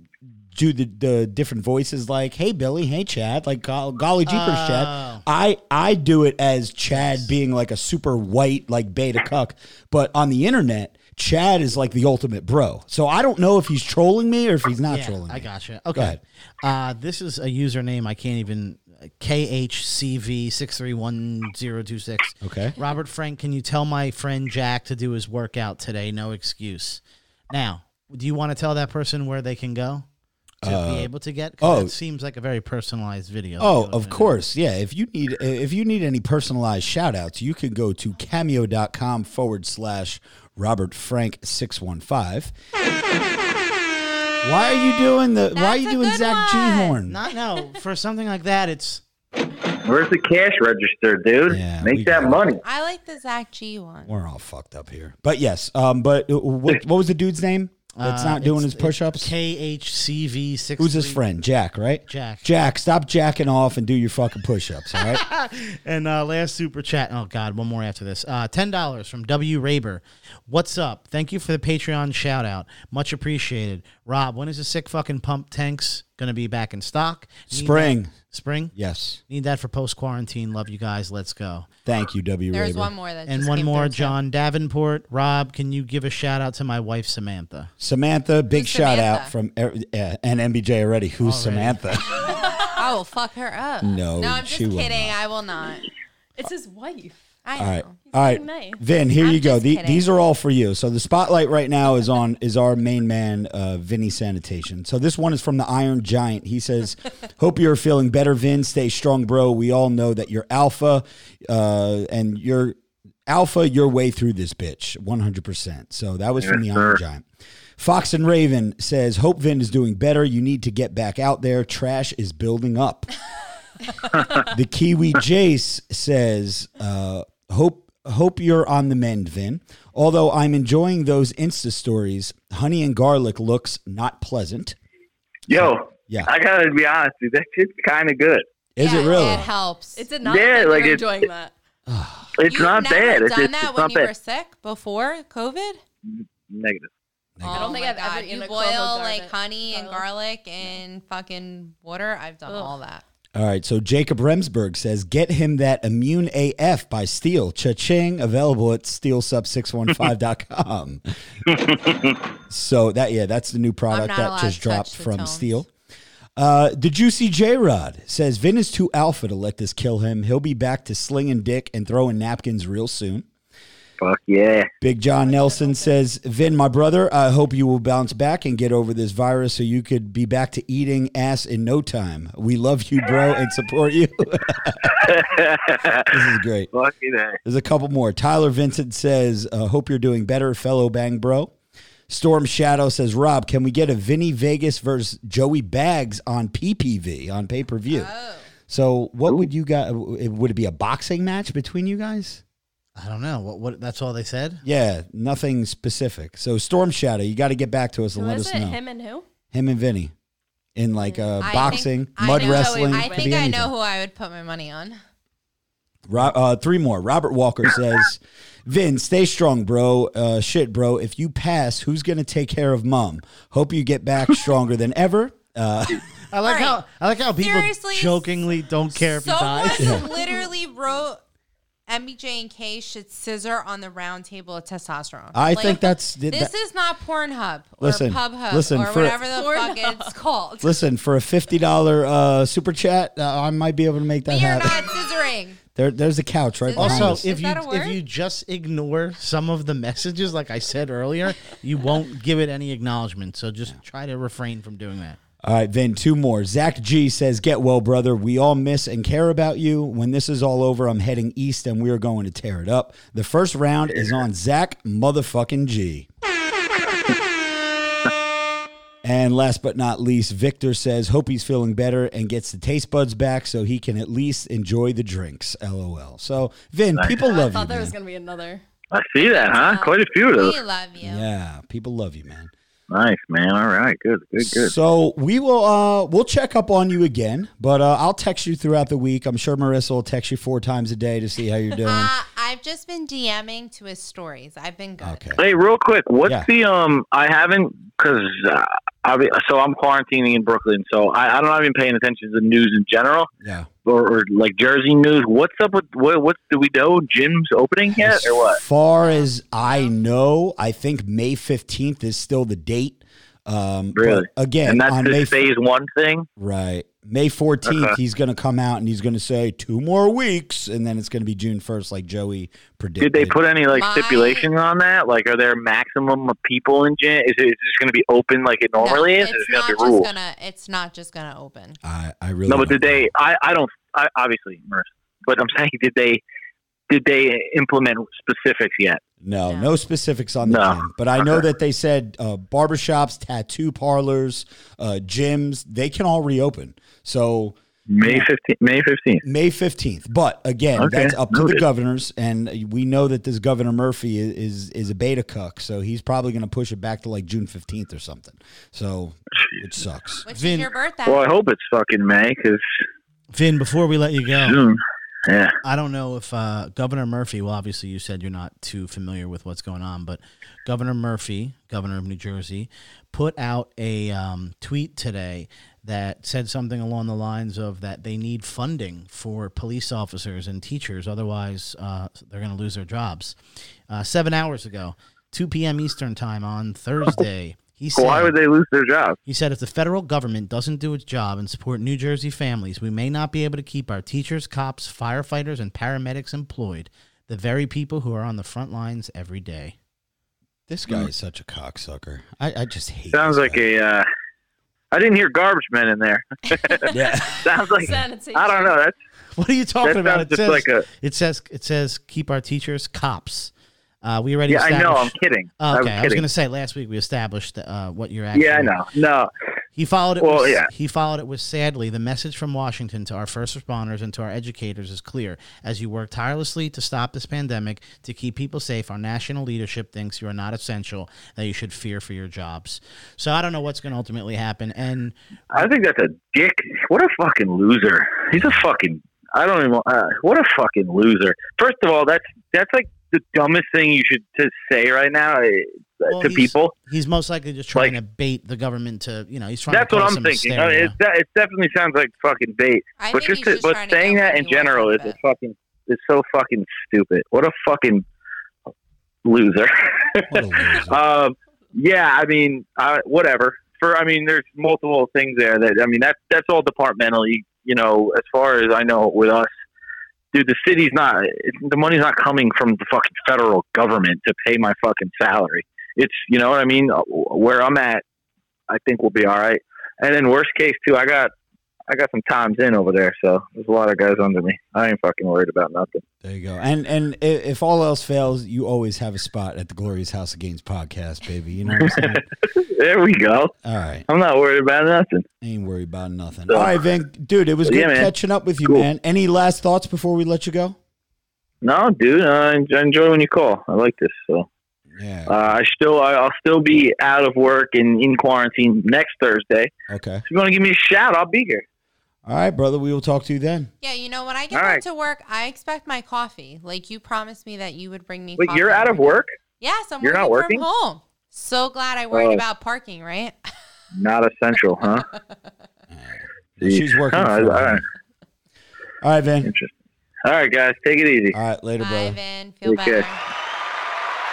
[SPEAKER 1] do the, the different voices like hey billy hey chad like go- golly jeepers chad
[SPEAKER 2] Oh.
[SPEAKER 1] i i do it as chad being like a super white like beta cuck but on the internet chad is like the ultimate bro so i don't know if he's trolling me or if he's not
[SPEAKER 2] yeah,
[SPEAKER 1] trolling
[SPEAKER 2] I
[SPEAKER 1] me
[SPEAKER 2] gotcha.
[SPEAKER 1] Go
[SPEAKER 2] Okay.
[SPEAKER 1] ahead.
[SPEAKER 2] Uh, this is a username I can't even uh, KHCV631026.
[SPEAKER 1] Okay.
[SPEAKER 2] Robert Frank, can you tell my friend Jack to do his workout today? No excuse. Now, do you want to tell that person where they can go? to
[SPEAKER 1] Uh,
[SPEAKER 2] be able to get?
[SPEAKER 1] oh.
[SPEAKER 2] Oh, it seems like a very personalized video.
[SPEAKER 1] Oh, of course. Yeah. If you need eh, if you need any personalized shout outs, you can go to cameo.com forward slash Robert Frank six one five. Why are you doing the why are you
[SPEAKER 3] That's a
[SPEAKER 1] doing
[SPEAKER 3] good
[SPEAKER 1] Zach
[SPEAKER 3] one.
[SPEAKER 1] G horn?
[SPEAKER 2] Not no for something like that. It's
[SPEAKER 6] Where's the cash register, dude?
[SPEAKER 1] Yeah, we
[SPEAKER 6] Make that
[SPEAKER 1] got-
[SPEAKER 6] money.
[SPEAKER 3] I like the Zach G one.
[SPEAKER 1] We're all fucked up here. But yes, um but what, what was the dude's name? That's
[SPEAKER 2] uh,
[SPEAKER 1] not doing his
[SPEAKER 2] it's-
[SPEAKER 1] push ups.
[SPEAKER 2] KHCV six.
[SPEAKER 1] Who's his friend? Jack, right?
[SPEAKER 2] Jack.
[SPEAKER 1] Jack, stop jacking off and do your fucking push ups, all right?
[SPEAKER 2] And uh, last super chat. Oh God, one more after this. Uh, Ten dollars from W Raber. What's up? Thank you for the Patreon shout out. Much appreciated. Rob, when is the sick fucking pump tanks gonna be back in stock? Need
[SPEAKER 1] Spring.
[SPEAKER 2] that- Spring.
[SPEAKER 1] Yes.
[SPEAKER 2] Need that for post quarantine. Love you guys. Let's go.
[SPEAKER 1] Thank you, W.
[SPEAKER 3] There's
[SPEAKER 1] Raber.
[SPEAKER 3] one more that
[SPEAKER 2] And
[SPEAKER 3] just
[SPEAKER 2] one
[SPEAKER 3] came
[SPEAKER 2] more,
[SPEAKER 3] through, too.
[SPEAKER 2] John Davenport. Rob, can you give a shout out to my wife Samantha?
[SPEAKER 1] Samantha, big
[SPEAKER 3] Who's
[SPEAKER 1] shout out
[SPEAKER 3] Samantha?
[SPEAKER 1] from er- uh, and MBJ already. Who's Samantha?
[SPEAKER 3] I will fuck her up.
[SPEAKER 1] No,
[SPEAKER 3] no, I'm just
[SPEAKER 1] she will
[SPEAKER 3] kidding.
[SPEAKER 1] not.
[SPEAKER 3] I will not.
[SPEAKER 4] It's his wife.
[SPEAKER 3] I
[SPEAKER 1] all right,
[SPEAKER 3] know.
[SPEAKER 1] all right,
[SPEAKER 4] nice.
[SPEAKER 1] Vin. Here
[SPEAKER 3] I'm
[SPEAKER 1] you go.
[SPEAKER 3] just
[SPEAKER 1] The-
[SPEAKER 3] kidding.
[SPEAKER 1] these are all for you. So the spotlight right now is on is our main man, uh, Vinny Sanitation. So this one is from the Iron Giant. He says, "Hope you're feeling better, Vin. Stay strong, bro. We all know that you're alpha, uh, and you're alpha your way through this bitch, 100." percent So that was from the
[SPEAKER 6] Yes,
[SPEAKER 1] Iron
[SPEAKER 6] sir.
[SPEAKER 1] Giant. Fox and Raven says, Hope Vin is doing better. You need to get back out there. Trash is building up. the Kiwi Jace says, uh, "Hope hope you're on the mend, Vin. Although I'm enjoying those Insta stories, honey and garlic looks not pleasant.
[SPEAKER 6] Yo,
[SPEAKER 1] Yeah,
[SPEAKER 6] I gotta be honest, dude. That shit's kind of good.
[SPEAKER 1] is
[SPEAKER 3] Yeah,
[SPEAKER 1] it really?
[SPEAKER 3] It helps.
[SPEAKER 4] Is it not?
[SPEAKER 6] Yeah,
[SPEAKER 4] Yeah,
[SPEAKER 6] like
[SPEAKER 4] like
[SPEAKER 6] it-
[SPEAKER 4] enjoying that.
[SPEAKER 6] It's
[SPEAKER 3] You've
[SPEAKER 6] not
[SPEAKER 3] never
[SPEAKER 6] bad. It's,
[SPEAKER 3] done
[SPEAKER 6] it's,
[SPEAKER 3] that
[SPEAKER 6] it's
[SPEAKER 3] when
[SPEAKER 6] not
[SPEAKER 3] you were
[SPEAKER 6] bad.
[SPEAKER 3] sick before COVID?
[SPEAKER 6] Negative.
[SPEAKER 3] I
[SPEAKER 4] don't think I've ever eaten
[SPEAKER 3] You
[SPEAKER 4] a clove of
[SPEAKER 3] boil like
[SPEAKER 4] garlic-
[SPEAKER 3] honey and
[SPEAKER 4] garlic.
[SPEAKER 3] garlic and fucking water. I've done
[SPEAKER 4] Ugh.
[SPEAKER 3] all that.
[SPEAKER 1] All right, so Jacob Remsburg says, "Get him that immune AF by Steel. Cha-ching! Available at steelsub615.com." so that yeah, that's the new product
[SPEAKER 3] not
[SPEAKER 1] that
[SPEAKER 3] allowed
[SPEAKER 1] just
[SPEAKER 3] to
[SPEAKER 1] dropped
[SPEAKER 3] touch the
[SPEAKER 1] from
[SPEAKER 3] tones.
[SPEAKER 1] Steel. Uh, the juicy J Rod says, "Vin is too alpha to let this kill him. He'll be back to slinging dick and throwing napkins real soon."
[SPEAKER 6] Fuck yeah.
[SPEAKER 1] Big John Nelson says, Vin, my brother, I hope you will bounce back and get over this virus so you could be back to eating ass in no time. We love you, bro, and support you. this is great.
[SPEAKER 6] Fuck yeah.
[SPEAKER 1] There's a couple more. Tyler Vincent says, uh, Hope you're doing better, fellow bang bro. Storm Shadow says, Rob, can we get a Vinny Vegas versus Joey Bags on PPV, on pay per view? So, what would you guys, would it be a boxing match between you guys?
[SPEAKER 2] I don't know. What? What? That's all they said.
[SPEAKER 1] Yeah, nothing specific. So Storm Shadow, you got to get back to us and
[SPEAKER 4] Who
[SPEAKER 1] let
[SPEAKER 4] is
[SPEAKER 1] us
[SPEAKER 4] it?
[SPEAKER 1] know. Him?
[SPEAKER 4] Him and who?
[SPEAKER 1] and Vinny in like uh,
[SPEAKER 3] I think-
[SPEAKER 1] boxing,
[SPEAKER 3] I
[SPEAKER 1] mud
[SPEAKER 3] think-
[SPEAKER 1] wrestling.
[SPEAKER 3] I
[SPEAKER 1] could
[SPEAKER 3] think
[SPEAKER 1] be
[SPEAKER 3] I
[SPEAKER 1] anything.
[SPEAKER 3] know who I would put my money on.
[SPEAKER 1] Ro- uh, three more. Robert Walker says, "Vin, stay strong, bro. Uh, shit, bro. If you pass, who's gonna take care of mom? Hope you get back stronger than ever." Uh,
[SPEAKER 2] I like
[SPEAKER 3] Right.
[SPEAKER 2] how I like how people
[SPEAKER 3] Seriously,
[SPEAKER 2] jokingly don't care if he
[SPEAKER 3] Someone
[SPEAKER 2] dies.
[SPEAKER 3] literally wrote MBJ and K should scissor on the round table of testosterone.
[SPEAKER 1] I
[SPEAKER 3] Like,
[SPEAKER 1] think that's
[SPEAKER 3] This
[SPEAKER 1] that,
[SPEAKER 3] is not Pornhub or
[SPEAKER 1] Listen,
[SPEAKER 3] PubHub
[SPEAKER 1] listen,
[SPEAKER 3] or
[SPEAKER 1] for-
[SPEAKER 3] whatever the fuck
[SPEAKER 4] Pornhub.
[SPEAKER 3] it's called.
[SPEAKER 1] listen for a fifty dollar uh, super chat. Uh, I might be able to make that
[SPEAKER 3] We are
[SPEAKER 1] happen.
[SPEAKER 3] not scissoring.
[SPEAKER 1] There, there's a couch right behind
[SPEAKER 2] Also,
[SPEAKER 1] us.
[SPEAKER 2] if you
[SPEAKER 3] that a
[SPEAKER 2] if
[SPEAKER 3] word?
[SPEAKER 2] you just ignore some of the messages, like I said earlier, you won't give it any acknowledgement. So just try to refrain from doing that.
[SPEAKER 1] All right, then two more. Zach G says, Get well, brother. We all miss and care about you. When this is all over, I'm heading east and we are going to tear it up. The first round is on Zach motherfucking G. and last but not least, Victor says, Hope he's feeling better and gets the taste buds back so he can at least enjoy the drinks. LOL. So, Vin, people
[SPEAKER 4] I
[SPEAKER 1] love you.
[SPEAKER 4] thought there
[SPEAKER 1] Man.
[SPEAKER 4] was gonna be another.
[SPEAKER 6] I see that,
[SPEAKER 3] Uh,
[SPEAKER 6] huh? Quite a few of those.
[SPEAKER 3] We love you.
[SPEAKER 1] Yeah, people love you, man.
[SPEAKER 6] Nice, man. All right. Good, good, good.
[SPEAKER 1] So we will uh we'll check up on you again, but uh, I'll text you throughout the week. I'm sure Marissa will text you four times a day to see how you're doing.
[SPEAKER 3] Uh, I've just been DMing to his stories. I've been good.
[SPEAKER 1] Okay.
[SPEAKER 6] Hey, real quick, what's
[SPEAKER 1] Yeah.
[SPEAKER 6] the um? I haven't because uh, I be- so I'm quarantining in Brooklyn, so I, I don't have been paying attention to the news in general
[SPEAKER 1] Yeah.
[SPEAKER 6] or, or like Jersey news. What's up with what? What's do we know? Gyms opening yet or what?
[SPEAKER 1] As far as I know, I think May 15th is still the date. Um but
[SPEAKER 6] Really?
[SPEAKER 1] again
[SPEAKER 6] And that's
[SPEAKER 1] on May
[SPEAKER 6] this phase one thing.
[SPEAKER 1] Right. May 14th, he's going to come out and he's going to say two more weeks, and then it's going to be June 1st, like Joey predicted.
[SPEAKER 6] Did they put any like
[SPEAKER 3] My-
[SPEAKER 6] stipulations on that? Like, are there maximum of people in gym? Is it is this going to be open like it normally
[SPEAKER 3] No,
[SPEAKER 6] is? Is
[SPEAKER 3] it's
[SPEAKER 6] it going
[SPEAKER 3] not
[SPEAKER 6] to
[SPEAKER 3] just
[SPEAKER 6] be rules?
[SPEAKER 3] gonna. It's not just gonna open.
[SPEAKER 1] I, I really
[SPEAKER 6] No, but
[SPEAKER 1] don't
[SPEAKER 6] did they? I, I don't. I, obviously, Merce, but I'm saying, did they? Did they implement specifics yet?
[SPEAKER 1] No, no,
[SPEAKER 3] No.
[SPEAKER 1] specifics on the
[SPEAKER 6] No.
[SPEAKER 1] gym. But I know that they said uh, barbershops, tattoo parlors, uh, gyms, they can all reopen. So
[SPEAKER 6] May fifteenth. May fifteenth.
[SPEAKER 1] May 15th. But again,
[SPEAKER 6] Okay,
[SPEAKER 1] that's up to the
[SPEAKER 6] noted.
[SPEAKER 1] governors. And we know that this Governor Murphy is, is, is a beta cuck. So he's probably going to push it back to like June 15th or something. So it sucks.
[SPEAKER 3] Which
[SPEAKER 2] Vin-
[SPEAKER 3] is your birthday?
[SPEAKER 6] Well, I hope it's fucking May because
[SPEAKER 2] Vin, before we let you go,
[SPEAKER 6] soon. Yeah.
[SPEAKER 2] I don't know if uh, Governor Murphy, well, obviously you said you're not too familiar with what's going on, but Governor Murphy, governor of New Jersey, put out a um, tweet today that said something along the lines of that they need funding for police officers and teachers, otherwise, uh, they're going to lose their jobs. Uh, seven hours ago, 2 p.m. Eastern Time on Thursday. He said,
[SPEAKER 6] Why would they lose their job?
[SPEAKER 2] He said if the federal government doesn't do its job and support New Jersey families, we may not be able to keep our teachers, cops, firefighters, and paramedics employed, the very people who are on the front lines every day.
[SPEAKER 1] This
[SPEAKER 6] Hmm.
[SPEAKER 1] guy is such a cocksucker. I, I just hate
[SPEAKER 6] Sounds
[SPEAKER 1] this
[SPEAKER 6] like
[SPEAKER 1] guy.
[SPEAKER 6] a. Uh, I didn't hear garbage men in there.
[SPEAKER 1] Yeah.
[SPEAKER 6] Sounds like
[SPEAKER 4] Sanitation.
[SPEAKER 6] I don't know. That's
[SPEAKER 2] What are you talking
[SPEAKER 6] That
[SPEAKER 2] about?
[SPEAKER 6] sounds just like a-
[SPEAKER 2] it says it says keep our teachers, cops. Uh, we already
[SPEAKER 6] yeah. I know. I'm
[SPEAKER 2] established-
[SPEAKER 6] kidding.
[SPEAKER 2] Oh, okay, I
[SPEAKER 6] I'm
[SPEAKER 2] was
[SPEAKER 6] kidding.
[SPEAKER 2] going to say last week we established uh, what your actual
[SPEAKER 6] yeah, I know. No,
[SPEAKER 2] He followed it.
[SPEAKER 6] Well,
[SPEAKER 2] with,
[SPEAKER 6] yeah.
[SPEAKER 2] He followed it with sadly, the message from Washington to our first responders and to our educators is clear. As you work tirelessly to stop this pandemic, to keep people safe, our national leadership thinks you are not essential, that you should fear for your jobs. So I don't know what's going to ultimately happen. And
[SPEAKER 6] I think that's a dick. What a fucking loser. He's a fucking. I don't even. Uh, what a fucking loser. First of all, that's that's like the dumbest thing you should to say right now uh,
[SPEAKER 2] Well,
[SPEAKER 6] to
[SPEAKER 2] he's
[SPEAKER 6] people.
[SPEAKER 2] he's most likely just trying
[SPEAKER 6] Like-
[SPEAKER 2] to bait the government to, you know, he's trying.
[SPEAKER 6] That's
[SPEAKER 2] to
[SPEAKER 6] what
[SPEAKER 2] cause
[SPEAKER 6] I'm
[SPEAKER 2] them to
[SPEAKER 6] thinking.
[SPEAKER 2] stare,
[SPEAKER 6] I mean,
[SPEAKER 2] you
[SPEAKER 6] it,
[SPEAKER 2] know?
[SPEAKER 6] de- it definitely sounds like fucking bait.
[SPEAKER 3] I
[SPEAKER 6] But
[SPEAKER 3] think
[SPEAKER 6] just,
[SPEAKER 3] he's
[SPEAKER 6] to- but
[SPEAKER 3] trying to
[SPEAKER 6] saying
[SPEAKER 3] get
[SPEAKER 6] that in
[SPEAKER 3] what he wants
[SPEAKER 6] general
[SPEAKER 3] out
[SPEAKER 6] is
[SPEAKER 3] of
[SPEAKER 6] a
[SPEAKER 3] it.
[SPEAKER 6] fucking is so fucking stupid. What a fucking loser.
[SPEAKER 1] What a loser.
[SPEAKER 6] Um, yeah, I mean, uh, whatever. For I mean, there's multiple things there that I mean that's that's all departmentally. You know, as far as I know, with us, dude, the city's not it, the money's not coming from the fucking federal government to pay my fucking salary. It's you know what I mean. Uh, Where I'm at, I think we'll be all right. And then worst case too, I got I got some times in over there, so there's a lot of guys under me. I ain't fucking worried about nothing.
[SPEAKER 1] There you go. And and i- if all else fails, you always have a spot at the Glorious House of Games podcast, baby. You know what I'm saying?
[SPEAKER 6] There we go.
[SPEAKER 1] All right.
[SPEAKER 6] I'm not worried about nothing.
[SPEAKER 1] Ain't worried about nothing.
[SPEAKER 6] So-
[SPEAKER 1] All right, Vin. Dude, it was good
[SPEAKER 6] Yeah, man.
[SPEAKER 1] catching up with you,
[SPEAKER 6] Cool.
[SPEAKER 1] man. Any last thoughts before we let you go?
[SPEAKER 6] No, dude, I I enjoy when you call. I like this. So.
[SPEAKER 1] Yeah.
[SPEAKER 6] Uh, I still, I- I'll still be out of work and in quarantine next Thursday. If
[SPEAKER 1] Okay.
[SPEAKER 6] you want to give me a shout, I'll be here.
[SPEAKER 1] All right, brother. We will talk to you then.
[SPEAKER 3] Yeah, you know when I get
[SPEAKER 6] All
[SPEAKER 3] back
[SPEAKER 6] right.
[SPEAKER 3] to work, I expect my coffee. Like you promised me that you would bring me.
[SPEAKER 6] Wait,
[SPEAKER 3] coffee
[SPEAKER 6] you're out of
[SPEAKER 3] every-
[SPEAKER 6] work?
[SPEAKER 3] Yes, I'm
[SPEAKER 6] You're not
[SPEAKER 3] working
[SPEAKER 6] working?
[SPEAKER 3] from home. So glad I worried
[SPEAKER 6] Oh.
[SPEAKER 3] about parking. Right?
[SPEAKER 6] Not essential, huh? Jeez.
[SPEAKER 1] She's working.
[SPEAKER 6] Oh,
[SPEAKER 1] for
[SPEAKER 6] all
[SPEAKER 1] him.
[SPEAKER 6] right,
[SPEAKER 1] All right, Vin.
[SPEAKER 6] interesting. All right, guys, take it easy.
[SPEAKER 1] All right, later, brother.
[SPEAKER 3] Bye, Vin. Feel
[SPEAKER 6] Take care.
[SPEAKER 3] better.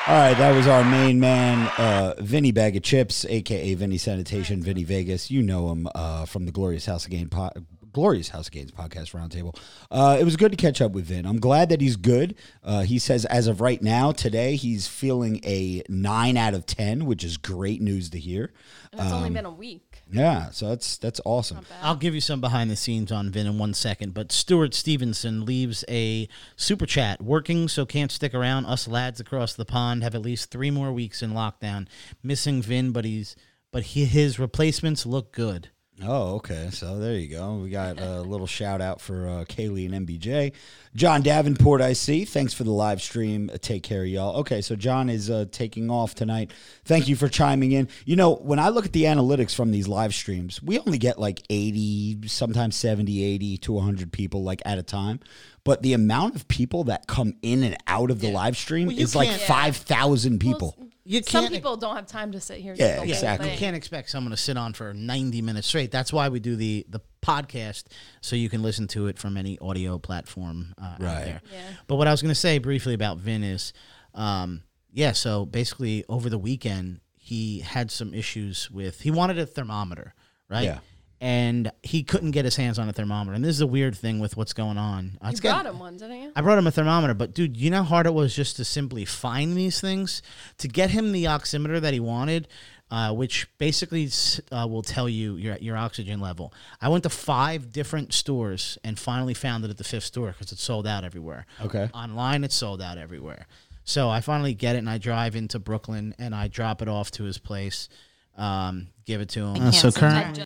[SPEAKER 1] All right, that was our main man, uh, Vinny Bag of Chips, aka Vinny Sanitation, Vinny Vegas. You know him uh, from the Glorious House of Games, po- Glorious House of Games podcast roundtable. Uh, it was good to catch up with Vin. I'm glad that he's good. Uh, he says as of right now, today he's feeling a nine out of ten, which is great news to hear.
[SPEAKER 4] And it's only been a week.
[SPEAKER 1] Yeah, so that's that's awesome.
[SPEAKER 2] I'll give you some behind the scenes on Vin in one second, but Stuart Stevenson leaves a super chat. Working, so can't stick around. Us lads across the pond have at least three more weeks in lockdown. Missing Vin, but he's but he, his replacements look good.
[SPEAKER 1] Oh, okay. So there you go. We got a little shout out for uh, Kaylee and MBJ. John Davenport, I see. Thanks for the live stream. Uh, Take care, y'all. Okay, so John is uh, taking off tonight. Thank you for chiming in. You know, when I look at the analytics from these live streams, we only get like 80, sometimes 70, 80 to 100 people like at a time. But the amount of people that come in and out of the live stream
[SPEAKER 2] Well, you
[SPEAKER 1] is like
[SPEAKER 2] can't-
[SPEAKER 1] 5,000 people.
[SPEAKER 2] You
[SPEAKER 4] Some
[SPEAKER 2] can't-
[SPEAKER 4] people don't have time to sit here. and
[SPEAKER 1] Yeah,
[SPEAKER 4] do the whole
[SPEAKER 1] exactly.
[SPEAKER 2] You
[SPEAKER 4] thing.
[SPEAKER 2] can't expect someone to sit on for 90 minutes straight. That's why we do the the podcast so you can listen to it from any audio platform uh, out
[SPEAKER 1] Right.
[SPEAKER 2] there. But what I was going to say briefly about Vin is, um, yeah, so basically over the weekend, he had some issues with, he wanted a thermometer, right?
[SPEAKER 1] Yeah.
[SPEAKER 2] and he couldn't get his hands on a thermometer. And this is a weird thing with what's going on. It's
[SPEAKER 4] You
[SPEAKER 2] getting-
[SPEAKER 4] brought him one, didn't you?
[SPEAKER 2] I brought him a thermometer, but dude, you know how hard it was just to simply find these things to get him the oximeter that he wanted, uh, which basically s- uh, will tell you your your oxygen level. I went to five different stores and finally found it at the fifth store because it's sold out everywhere.
[SPEAKER 1] Okay.
[SPEAKER 2] online it's sold out everywhere. So I finally get it and I drive into Brooklyn and I drop it off to his place, um, give it to him.
[SPEAKER 3] I
[SPEAKER 2] so
[SPEAKER 3] can't
[SPEAKER 2] current
[SPEAKER 3] sometimes.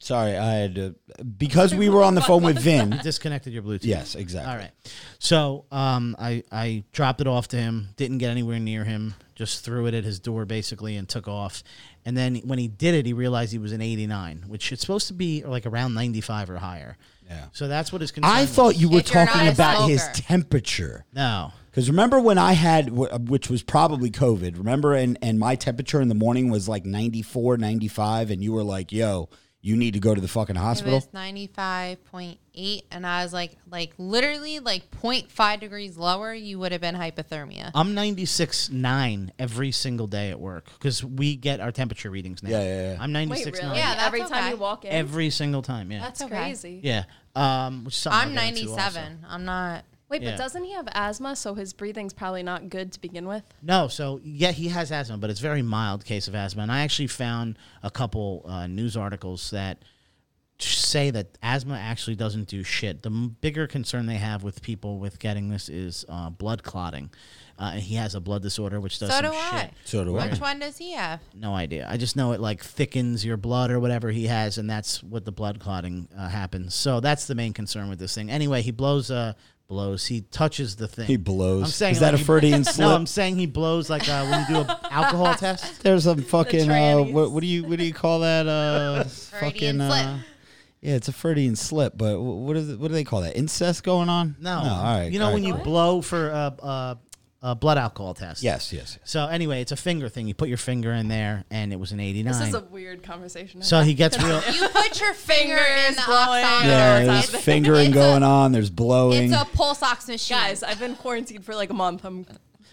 [SPEAKER 1] Sorry, I had to, because we were on the phone with Vin.
[SPEAKER 2] disconnected your Bluetooth.
[SPEAKER 1] Yes, exactly.
[SPEAKER 2] All right. So um, I I dropped it off to him. Didn't get anywhere near him. Just threw it at his door basically and took off. And then when he did it, he realized he was an 89, which it's supposed to be like around 95 or higher.
[SPEAKER 1] Yeah.
[SPEAKER 2] So that's what his concern.
[SPEAKER 1] I thought
[SPEAKER 2] was.
[SPEAKER 1] you were
[SPEAKER 3] If you're
[SPEAKER 1] talking
[SPEAKER 3] not a
[SPEAKER 1] about his
[SPEAKER 3] smoker.
[SPEAKER 1] temperature.
[SPEAKER 2] no.
[SPEAKER 1] Because remember when I had, wh- which was probably COVID, remember, and, and my temperature in the morning was like 94, 95, and you were like, yo, you need to go to the fucking
[SPEAKER 3] It
[SPEAKER 1] hospital?
[SPEAKER 3] was 95.8, and I was like, like literally like 0.5 degrees lower, you would have been hypothermia.
[SPEAKER 2] I'm 96.9 every single day at work because we get our temperature readings now.
[SPEAKER 1] Yeah, yeah, yeah.
[SPEAKER 2] I'm 96.9
[SPEAKER 3] Yeah, that's
[SPEAKER 4] Every time
[SPEAKER 3] okay.
[SPEAKER 4] you walk in,
[SPEAKER 2] every single time. Yeah.
[SPEAKER 4] that's
[SPEAKER 3] okay.
[SPEAKER 4] crazy.
[SPEAKER 2] yeah. Um, which is something
[SPEAKER 3] I'm
[SPEAKER 2] I'll get into also.
[SPEAKER 3] 97. I'm not.
[SPEAKER 4] Wait,
[SPEAKER 2] Yeah.
[SPEAKER 4] but doesn't he have asthma? So his breathing's probably not good to begin with.
[SPEAKER 2] No, so yeah, he has asthma, but it's a very mild case of asthma. And I actually found a couple uh, news articles that say that asthma actually doesn't do shit. The m- bigger concern they have with people with getting this is uh, blood clotting. Uh, and he has a blood disorder, which does
[SPEAKER 3] So
[SPEAKER 2] some
[SPEAKER 3] do
[SPEAKER 2] shit.
[SPEAKER 3] I.
[SPEAKER 1] So do I.
[SPEAKER 3] Which one does he have?
[SPEAKER 2] No idea. I just know it like thickens your blood or whatever he has, and that's what the blood clotting uh, happens. So that's the main concern with this thing. Anyway, he blows. Uh, blows. He touches the thing.
[SPEAKER 1] He blows.
[SPEAKER 2] I'm saying
[SPEAKER 1] Is that
[SPEAKER 2] like
[SPEAKER 1] a
[SPEAKER 2] he-
[SPEAKER 1] Freudian slip?
[SPEAKER 2] No, I'm saying he blows like uh, when you do an alcohol test.
[SPEAKER 1] There's some fucking, uh,
[SPEAKER 4] trannies.
[SPEAKER 1] what, what, do you, what do you call that? Uh, fucking,
[SPEAKER 3] Freudian
[SPEAKER 1] uh,
[SPEAKER 3] slip.
[SPEAKER 1] yeah, it's a Freudian slip, but wh- what, is it, what do they call that? Incest going on?
[SPEAKER 2] No,
[SPEAKER 1] all right.
[SPEAKER 2] You know
[SPEAKER 1] all
[SPEAKER 2] when
[SPEAKER 1] right.
[SPEAKER 2] you blow for a, a, a blood alcohol test.
[SPEAKER 1] Yes, yes.
[SPEAKER 2] So anyway, it's a finger thing. You put your finger in there, and it was an 89.
[SPEAKER 4] This is a weird conversation.
[SPEAKER 2] so he gets real.
[SPEAKER 3] You put your finger in
[SPEAKER 4] Fingers
[SPEAKER 3] the
[SPEAKER 4] blowing.
[SPEAKER 3] oximeter.
[SPEAKER 1] Yeah,
[SPEAKER 3] It's-
[SPEAKER 1] there's fingering
[SPEAKER 3] it's a-
[SPEAKER 1] going on, there's blowing.
[SPEAKER 3] It's a pulse ox machine.
[SPEAKER 4] guys, I've been quarantined for like a month. I'm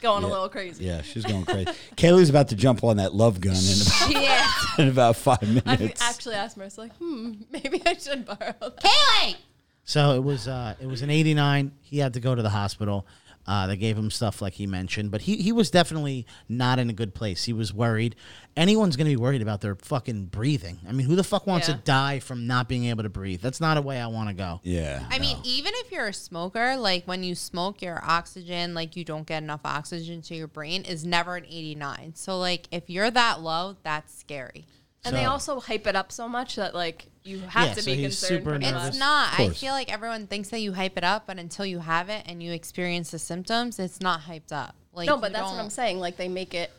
[SPEAKER 4] going a little crazy.
[SPEAKER 1] yeah, she's going crazy. Kaylee's about to jump on that love gun in about,
[SPEAKER 3] yeah.
[SPEAKER 1] in about five
[SPEAKER 4] I've
[SPEAKER 1] minutes.
[SPEAKER 4] actually asked Marissa, like, hmm, maybe I should borrow.
[SPEAKER 3] Kaylee!
[SPEAKER 2] So it was uh, it was an 89. He had to go to the hospital. Uh, they gave him stuff like he mentioned, but he, he was definitely not in a good place. He was worried. Anyone's gonna be worried about their fucking breathing. I mean, who the fuck wants
[SPEAKER 4] Yeah.
[SPEAKER 2] to die from not being able to breathe? That's not a way I want to go.
[SPEAKER 1] yeah.
[SPEAKER 3] I mean, even if you're a smoker, like when you smoke, your oxygen, like you don't get enough oxygen to your brain, is never an 89. So, like, if you're that low, that's scary.
[SPEAKER 4] And they also hype it up so much that like you have
[SPEAKER 2] Yeah,
[SPEAKER 4] to
[SPEAKER 2] so
[SPEAKER 4] be
[SPEAKER 2] he's
[SPEAKER 4] concerned.
[SPEAKER 2] super
[SPEAKER 4] for
[SPEAKER 2] nervous.
[SPEAKER 4] that.
[SPEAKER 3] It's not. I
[SPEAKER 1] course.
[SPEAKER 3] feel like everyone thinks that you hype it up, but until you have it and you experience the symptoms, it's not hyped up. Like,
[SPEAKER 4] No,
[SPEAKER 3] you
[SPEAKER 4] but that's what
[SPEAKER 3] don't-
[SPEAKER 4] I'm saying. Like they make it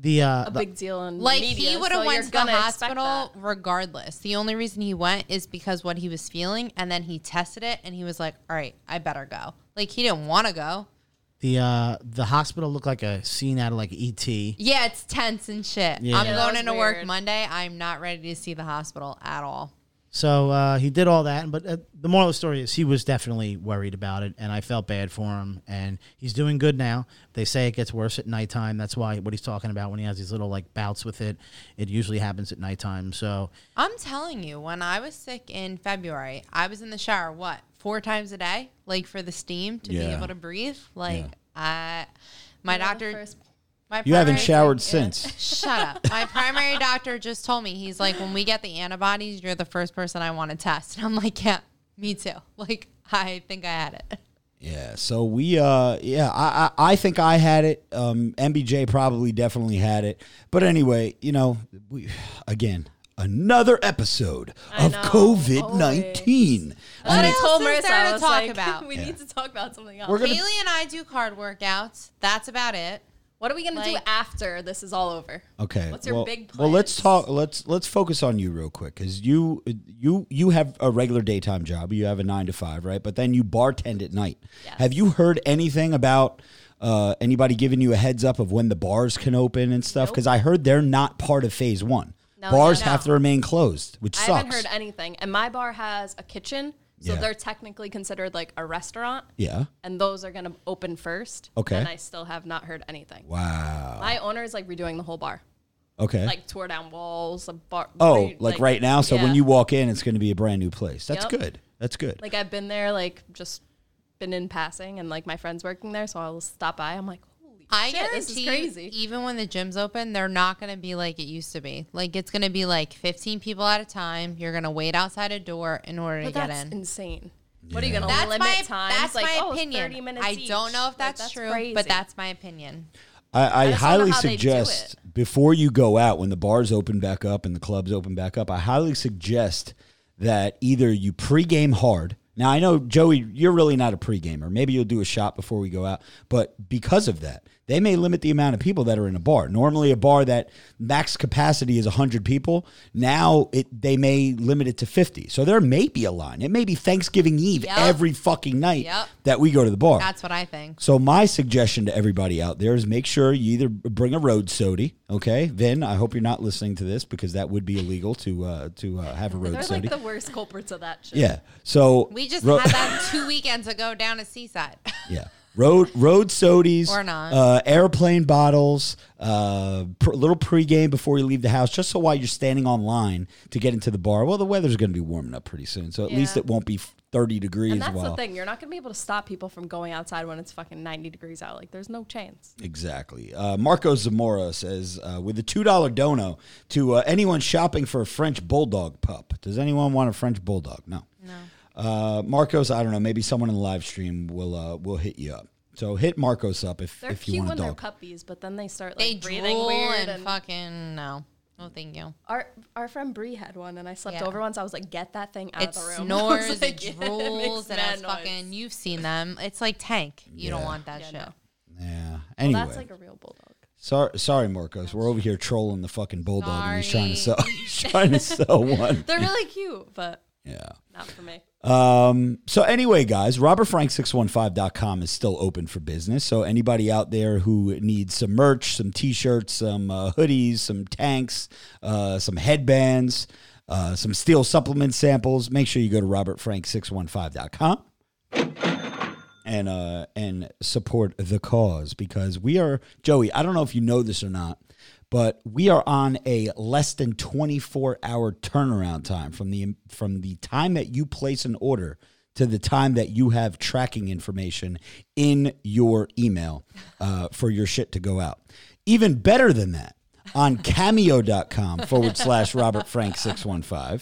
[SPEAKER 2] The uh,
[SPEAKER 4] a
[SPEAKER 2] the-
[SPEAKER 4] big deal in
[SPEAKER 3] Like
[SPEAKER 4] media,
[SPEAKER 3] he would have
[SPEAKER 4] so
[SPEAKER 3] went
[SPEAKER 4] you're
[SPEAKER 3] to the
[SPEAKER 4] gonna expect
[SPEAKER 3] hospital
[SPEAKER 4] that.
[SPEAKER 3] regardless. The only reason he went is because what he was feeling, and then he tested it, and he was like, "All right, I better go." Like he didn't want to go.
[SPEAKER 2] the uh, the hospital looked like a scene out of like E ET.
[SPEAKER 3] Yeah, it's tense and shit.
[SPEAKER 2] Yeah.
[SPEAKER 3] I'm
[SPEAKER 2] Yeah,
[SPEAKER 4] that
[SPEAKER 3] going
[SPEAKER 4] was
[SPEAKER 3] into work
[SPEAKER 4] weird.
[SPEAKER 3] Monday. I'm not ready to see the hospital at all.
[SPEAKER 2] So uh, he did all that, but uh, the moral of the story is he was definitely worried about it, and I felt bad for him. And he's doing good now. They say it gets worse at nighttime. That's why what he's talking about when he has these little like bouts with it, it usually happens at nighttime. So
[SPEAKER 3] I'm telling you, when I was sick in February, I was in the shower what four times a day, like for the steam to be
[SPEAKER 1] Yeah.
[SPEAKER 3] able to breathe. Like I, my
[SPEAKER 4] Yeah,
[SPEAKER 3] doctor,
[SPEAKER 4] first-
[SPEAKER 3] my
[SPEAKER 1] You haven't
[SPEAKER 3] primary-
[SPEAKER 1] showered since.
[SPEAKER 3] Shut up. My primary doctor just told me, he's like, when we get the antibodies, you're the first person I want to test. And I'm like, yeah, me too. Like, I think I had it.
[SPEAKER 1] Yeah. So we, uh, yeah, I, I, I think I had it. Um, MBJ probably definitely had it. But anyway, you know, we, again, another episode of
[SPEAKER 4] know,
[SPEAKER 1] COVID 19.
[SPEAKER 4] When I
[SPEAKER 3] else
[SPEAKER 4] told
[SPEAKER 3] is there
[SPEAKER 4] Marissa,
[SPEAKER 3] to
[SPEAKER 4] I was
[SPEAKER 3] talk
[SPEAKER 4] like,
[SPEAKER 3] about?
[SPEAKER 4] we need to talk about something else.
[SPEAKER 1] We're going to.
[SPEAKER 3] Haley and I do card workouts. That's about it.
[SPEAKER 4] what are we gonna do
[SPEAKER 3] Like-
[SPEAKER 4] after this is all over?
[SPEAKER 1] Okay.
[SPEAKER 4] What's your
[SPEAKER 1] well,
[SPEAKER 4] big
[SPEAKER 1] Well, let's
[SPEAKER 4] plans?
[SPEAKER 1] talk. Let's let's focus on you real quick because you you you have a regular daytime job. You have a nine to five, right? But then you bartend at night. Have you heard anything about uh, anybody giving you a heads up of when the bars can open and stuff? Because I heard they're not part of phase one.
[SPEAKER 4] No,
[SPEAKER 1] bars
[SPEAKER 4] no, no.
[SPEAKER 1] have to remain closed, which
[SPEAKER 4] I
[SPEAKER 1] sucks.
[SPEAKER 4] haven't heard anything. And my bar has a kitchen, so
[SPEAKER 1] Yeah.
[SPEAKER 4] they're technically considered like a restaurant.
[SPEAKER 1] yeah.
[SPEAKER 4] And those are gonna open first.
[SPEAKER 1] Okay.
[SPEAKER 4] And I still have not heard anything.
[SPEAKER 1] Wow.
[SPEAKER 4] My owner is like redoing the whole bar.
[SPEAKER 1] Okay.
[SPEAKER 4] like tore down walls, a bar.
[SPEAKER 1] oh, like, right now. So
[SPEAKER 4] yeah.
[SPEAKER 1] when you walk in, it's going to be a brand new place. That's
[SPEAKER 4] Yep.
[SPEAKER 1] good. That's good.
[SPEAKER 4] like I've been there, like just been in passing, and like my friend's working there, so I'll stop by. I'm like, holy
[SPEAKER 3] I e,
[SPEAKER 4] shit,
[SPEAKER 3] guarantee
[SPEAKER 4] this is crazy.
[SPEAKER 3] You, even when the gym's open, they're not going to be like it used to be. Like it's going to be like 15 people at a time. You're going to wait outside a door in order
[SPEAKER 4] But
[SPEAKER 3] to get
[SPEAKER 4] that's
[SPEAKER 3] in.
[SPEAKER 4] insane. What are you gonna
[SPEAKER 3] That's
[SPEAKER 4] limit
[SPEAKER 3] my
[SPEAKER 4] times?
[SPEAKER 3] that's
[SPEAKER 4] like,
[SPEAKER 3] my
[SPEAKER 4] oh,
[SPEAKER 3] opinion.
[SPEAKER 4] 30 minutes
[SPEAKER 3] I don't
[SPEAKER 4] each.
[SPEAKER 3] know if
[SPEAKER 4] Like,
[SPEAKER 3] that's, true, but
[SPEAKER 4] crazy.
[SPEAKER 3] that's my opinion.
[SPEAKER 1] I, I
[SPEAKER 4] just don't know
[SPEAKER 1] highly
[SPEAKER 4] how they do
[SPEAKER 1] suggest before you go out, when the bars open back up and the clubs open back up, I highly suggest that either you pregame hard. Now, I know, Joey, you're really not a pregamer. Maybe you'll do a shot before we go out. But because of that, they may limit the amount of people that are in a bar. Normally, a bar that max capacity is 100 people, now it they may limit it to 50. So there may be a line. It may be Thanksgiving Eve
[SPEAKER 3] Yep.
[SPEAKER 1] every fucking night
[SPEAKER 3] Yep.
[SPEAKER 1] that we go to the bar.
[SPEAKER 3] That's what I think.
[SPEAKER 1] So my suggestion to everybody out there is make sure you either bring a road sody, okay? Vin, I hope you're not listening to this because that would be illegal to uh, to uh, have a road
[SPEAKER 4] They're
[SPEAKER 1] sody.
[SPEAKER 4] like the worst culprits of that shit.
[SPEAKER 1] yeah. So
[SPEAKER 3] We just
[SPEAKER 1] ro-
[SPEAKER 3] had that two weekends ago down at Seaside.
[SPEAKER 1] yeah. Road road sodies,
[SPEAKER 3] Or not.
[SPEAKER 1] Uh, airplane bottles, uh, pr- little pregame before you leave the house, just so while you're standing online to get into the bar. Well, the weather's going to be warming up pretty soon, so at least
[SPEAKER 4] Yeah.
[SPEAKER 1] it won't be 30 degrees.
[SPEAKER 4] And that's
[SPEAKER 1] while
[SPEAKER 4] the thing. You're not going to be able to stop people from going outside when it's fucking 90 degrees out. Like, there's no chance.
[SPEAKER 1] Exactly. Uh, Marco Zamora says, uh, with a $2 dono to uh, anyone shopping for a French bulldog pup. Does anyone want a French bulldog? No. No. Uh, Marcos, I don't know. Maybe someone in the live stream will uh, will hit you up. So hit Marcos up if,
[SPEAKER 4] They're
[SPEAKER 1] if you
[SPEAKER 4] cute
[SPEAKER 1] want a
[SPEAKER 4] when they're
[SPEAKER 1] dog.
[SPEAKER 4] puppies, but then they start like
[SPEAKER 3] they
[SPEAKER 4] breathing
[SPEAKER 3] drool
[SPEAKER 4] weird.
[SPEAKER 3] and,
[SPEAKER 4] And
[SPEAKER 3] fucking no. No, thank you.
[SPEAKER 4] our our friend Bree had one, and I slept
[SPEAKER 3] Yeah.
[SPEAKER 4] over once. I was like, get that thing out
[SPEAKER 3] It
[SPEAKER 4] of the room. I
[SPEAKER 3] snores,
[SPEAKER 4] was
[SPEAKER 3] it
[SPEAKER 4] like, yeah,
[SPEAKER 3] drools,
[SPEAKER 4] makes
[SPEAKER 3] and it's
[SPEAKER 4] mad noise.
[SPEAKER 3] fucking. You've seen them. It's like tank. You don't
[SPEAKER 1] Yeah.
[SPEAKER 3] want that shit.
[SPEAKER 1] yeah.
[SPEAKER 4] Well,
[SPEAKER 1] Anyway.
[SPEAKER 4] that's like a real bulldog.
[SPEAKER 1] sorry, sorry, Marcos. We're over here trolling the fucking bulldog and he's trying to
[SPEAKER 3] Sorry.
[SPEAKER 1] sell, he's trying to sell one.
[SPEAKER 4] They're really cute, but
[SPEAKER 1] Yeah.
[SPEAKER 4] not for me.
[SPEAKER 1] Um, so anyway, guys, robertfrank615.com is still open for business. So anybody out there who needs some merch, some t-shirts, some uh, hoodies, some tanks, uh, some headbands, uh, some steel supplement samples, make sure you go to robertfrank615.com and uh and support the cause because we are Joey, I don't know if you know this or not, but we are on a less than 24 hour turnaround time from the from the time that you place an order to the time that you have tracking information in your email uh, for your shit to go out. Even better than that, on cameo.com forward slash Robert Frank 615.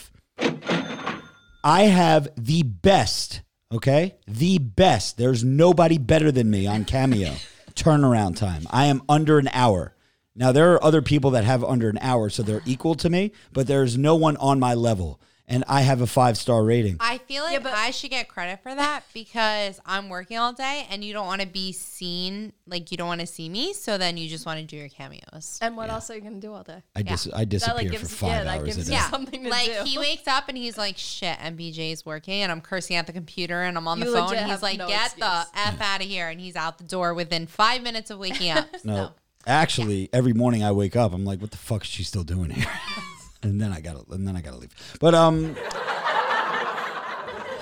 [SPEAKER 1] I have the best, okay? The best. There's nobody better than me on Cameo turnaround time. I am under an hour. Now, there are other people that have under an hour, so they're equal to me, but there's no one on my level. And I have a five star rating.
[SPEAKER 3] I feel like I should get credit for that because I'm working all day and you don't want to be seen, like you don't want to see me. So then you just want to do your cameos.
[SPEAKER 4] And what else are you going to do all day?
[SPEAKER 1] I, dis- I disappear
[SPEAKER 4] That like
[SPEAKER 1] for
[SPEAKER 4] gives yeah,
[SPEAKER 1] five
[SPEAKER 4] that
[SPEAKER 1] hours a
[SPEAKER 4] gives
[SPEAKER 1] day.
[SPEAKER 4] you
[SPEAKER 3] Yeah.
[SPEAKER 4] something to
[SPEAKER 3] like
[SPEAKER 4] do.
[SPEAKER 3] he wakes up and he's like, "Shit, MBJ's working," and I'm cursing at the computer and I'm on the
[SPEAKER 4] You
[SPEAKER 3] phone.
[SPEAKER 4] legit
[SPEAKER 3] And he's
[SPEAKER 4] have
[SPEAKER 3] like,
[SPEAKER 4] no
[SPEAKER 3] "Get the
[SPEAKER 4] excuse.
[SPEAKER 3] f out of here!" And he's out the door within five minutes of waking up.
[SPEAKER 1] No. Actually, every morning I wake up, I'm like, "What the fuck is she still doing here?" and then I gotta, and then I gotta leave. But um,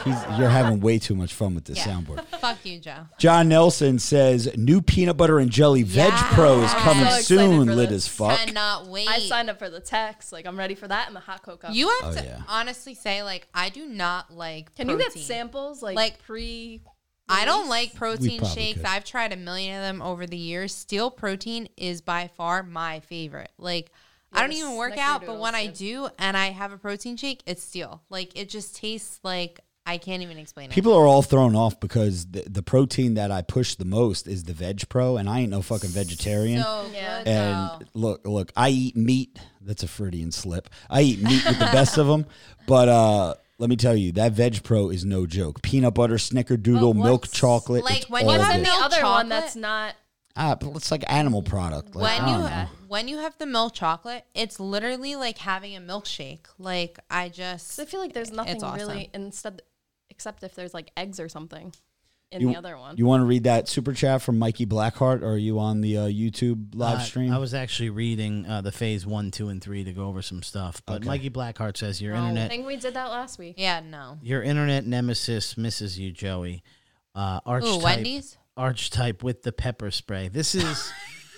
[SPEAKER 1] he's, you're having way too much fun with this
[SPEAKER 3] Yeah.
[SPEAKER 1] soundboard.
[SPEAKER 3] Fuck you, Joe.
[SPEAKER 1] John Nelson says new peanut butter and jelly veg pro is
[SPEAKER 3] Yes.
[SPEAKER 1] coming
[SPEAKER 4] I'm so excited
[SPEAKER 1] soon.
[SPEAKER 4] for
[SPEAKER 1] Lit
[SPEAKER 4] this.
[SPEAKER 1] as fuck.
[SPEAKER 3] Cannot wait.
[SPEAKER 4] I signed up for the text. Like, I'm ready for that and the hot cocoa.
[SPEAKER 3] you have
[SPEAKER 1] Oh,
[SPEAKER 3] to
[SPEAKER 1] yeah.
[SPEAKER 3] honestly say, like, I do not like.
[SPEAKER 4] Can you get
[SPEAKER 3] protein.
[SPEAKER 4] samples like,
[SPEAKER 3] Like-
[SPEAKER 4] pre?
[SPEAKER 3] I don't like
[SPEAKER 1] We
[SPEAKER 3] protein
[SPEAKER 1] probably
[SPEAKER 3] shakes.
[SPEAKER 1] could.
[SPEAKER 3] I've tried a million of them over the years. Steel protein is by far my favorite. Like I don't
[SPEAKER 4] the
[SPEAKER 3] even work out, but
[SPEAKER 4] snickerdoodles,
[SPEAKER 3] when I
[SPEAKER 4] yeah.
[SPEAKER 3] do and I have a protein shake, it's steel. Like it just tastes like I can't even explain
[SPEAKER 1] People are all thrown off because the, the protein that I push the most is the veg pro, and I ain't no fucking
[SPEAKER 3] it.
[SPEAKER 1] vegetarian.
[SPEAKER 3] So
[SPEAKER 4] Yeah.
[SPEAKER 3] good though.
[SPEAKER 1] And look, look, I eat meat. That's a Freudian slip. I eat meat with the best of them. But uh, let me tell you, that Veg Pro is no joke. Peanut butter, snickerdoodle,
[SPEAKER 4] But
[SPEAKER 1] milk
[SPEAKER 4] what's-
[SPEAKER 1] chocolate.
[SPEAKER 3] like,
[SPEAKER 1] it's
[SPEAKER 3] when
[SPEAKER 1] all
[SPEAKER 3] you
[SPEAKER 4] What's
[SPEAKER 3] have
[SPEAKER 4] in
[SPEAKER 1] good.
[SPEAKER 4] the
[SPEAKER 3] Milk
[SPEAKER 4] other
[SPEAKER 3] chocolate?
[SPEAKER 4] one that's not?
[SPEAKER 1] Ah, but it's like animal product. Like,
[SPEAKER 3] when
[SPEAKER 1] I don't
[SPEAKER 3] you
[SPEAKER 1] know.
[SPEAKER 3] when you have the milk chocolate, it's literally like having a milkshake. Like I just
[SPEAKER 4] 'cause I feel like there's nothing
[SPEAKER 3] awesome.
[SPEAKER 4] really instead, except if there's like eggs or something in
[SPEAKER 1] You-
[SPEAKER 4] the other one.
[SPEAKER 1] You want to read that super chat from Mikey Blackheart? Or are you on the uh, YouTube live
[SPEAKER 2] Uh,
[SPEAKER 1] stream?
[SPEAKER 2] I was actually reading uh, the phase one, two, and three to go over some stuff. But Mikey Blackheart says your
[SPEAKER 4] I
[SPEAKER 2] internet
[SPEAKER 4] think we did that last week.
[SPEAKER 3] yeah no.
[SPEAKER 2] your internet nemesis misses you, Joey. Uh, archetype,
[SPEAKER 3] Wendy's?
[SPEAKER 2] Archetype with the pepper spray. This is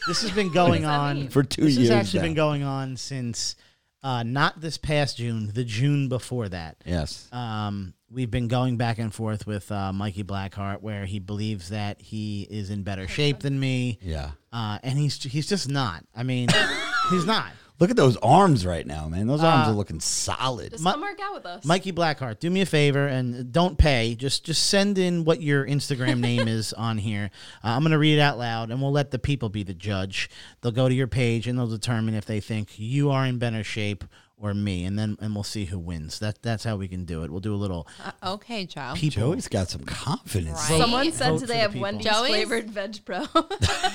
[SPEAKER 2] This has been going
[SPEAKER 4] does that
[SPEAKER 2] on
[SPEAKER 4] mean?
[SPEAKER 1] for two
[SPEAKER 2] this
[SPEAKER 1] years.
[SPEAKER 2] has actually
[SPEAKER 1] now.
[SPEAKER 2] been going on since uh, not this past June, the June before that.
[SPEAKER 1] Yes.
[SPEAKER 2] Um, we've been going back and forth with uh, Mikey Blackheart, where he believes that he is in better shape than me,
[SPEAKER 1] Yeah.
[SPEAKER 2] uh, and he's he's just not. I mean, he's not.
[SPEAKER 1] Look at those arms right now, man. Those
[SPEAKER 2] Uh,
[SPEAKER 1] arms are looking solid.
[SPEAKER 4] Just come work out with us.
[SPEAKER 2] Mikey Blackheart, do me a favor and don't pay. Just just send in what your Instagram name is on here. Uh, I'm gonna read it out loud, and we'll let the people be the judge. They'll go to your page and they'll determine if they think you are in better shape or me, and then and we'll see who wins. That that's how we can do it. We'll do a little
[SPEAKER 3] Uh, okay, Joe.
[SPEAKER 2] people.
[SPEAKER 1] Joey's got some confidence.
[SPEAKER 3] Right.
[SPEAKER 4] Someone
[SPEAKER 3] Vote
[SPEAKER 4] said
[SPEAKER 2] for
[SPEAKER 4] today
[SPEAKER 2] the
[SPEAKER 4] I have
[SPEAKER 2] people.
[SPEAKER 4] Wendy's
[SPEAKER 3] Joey's-
[SPEAKER 4] flavored veg pro.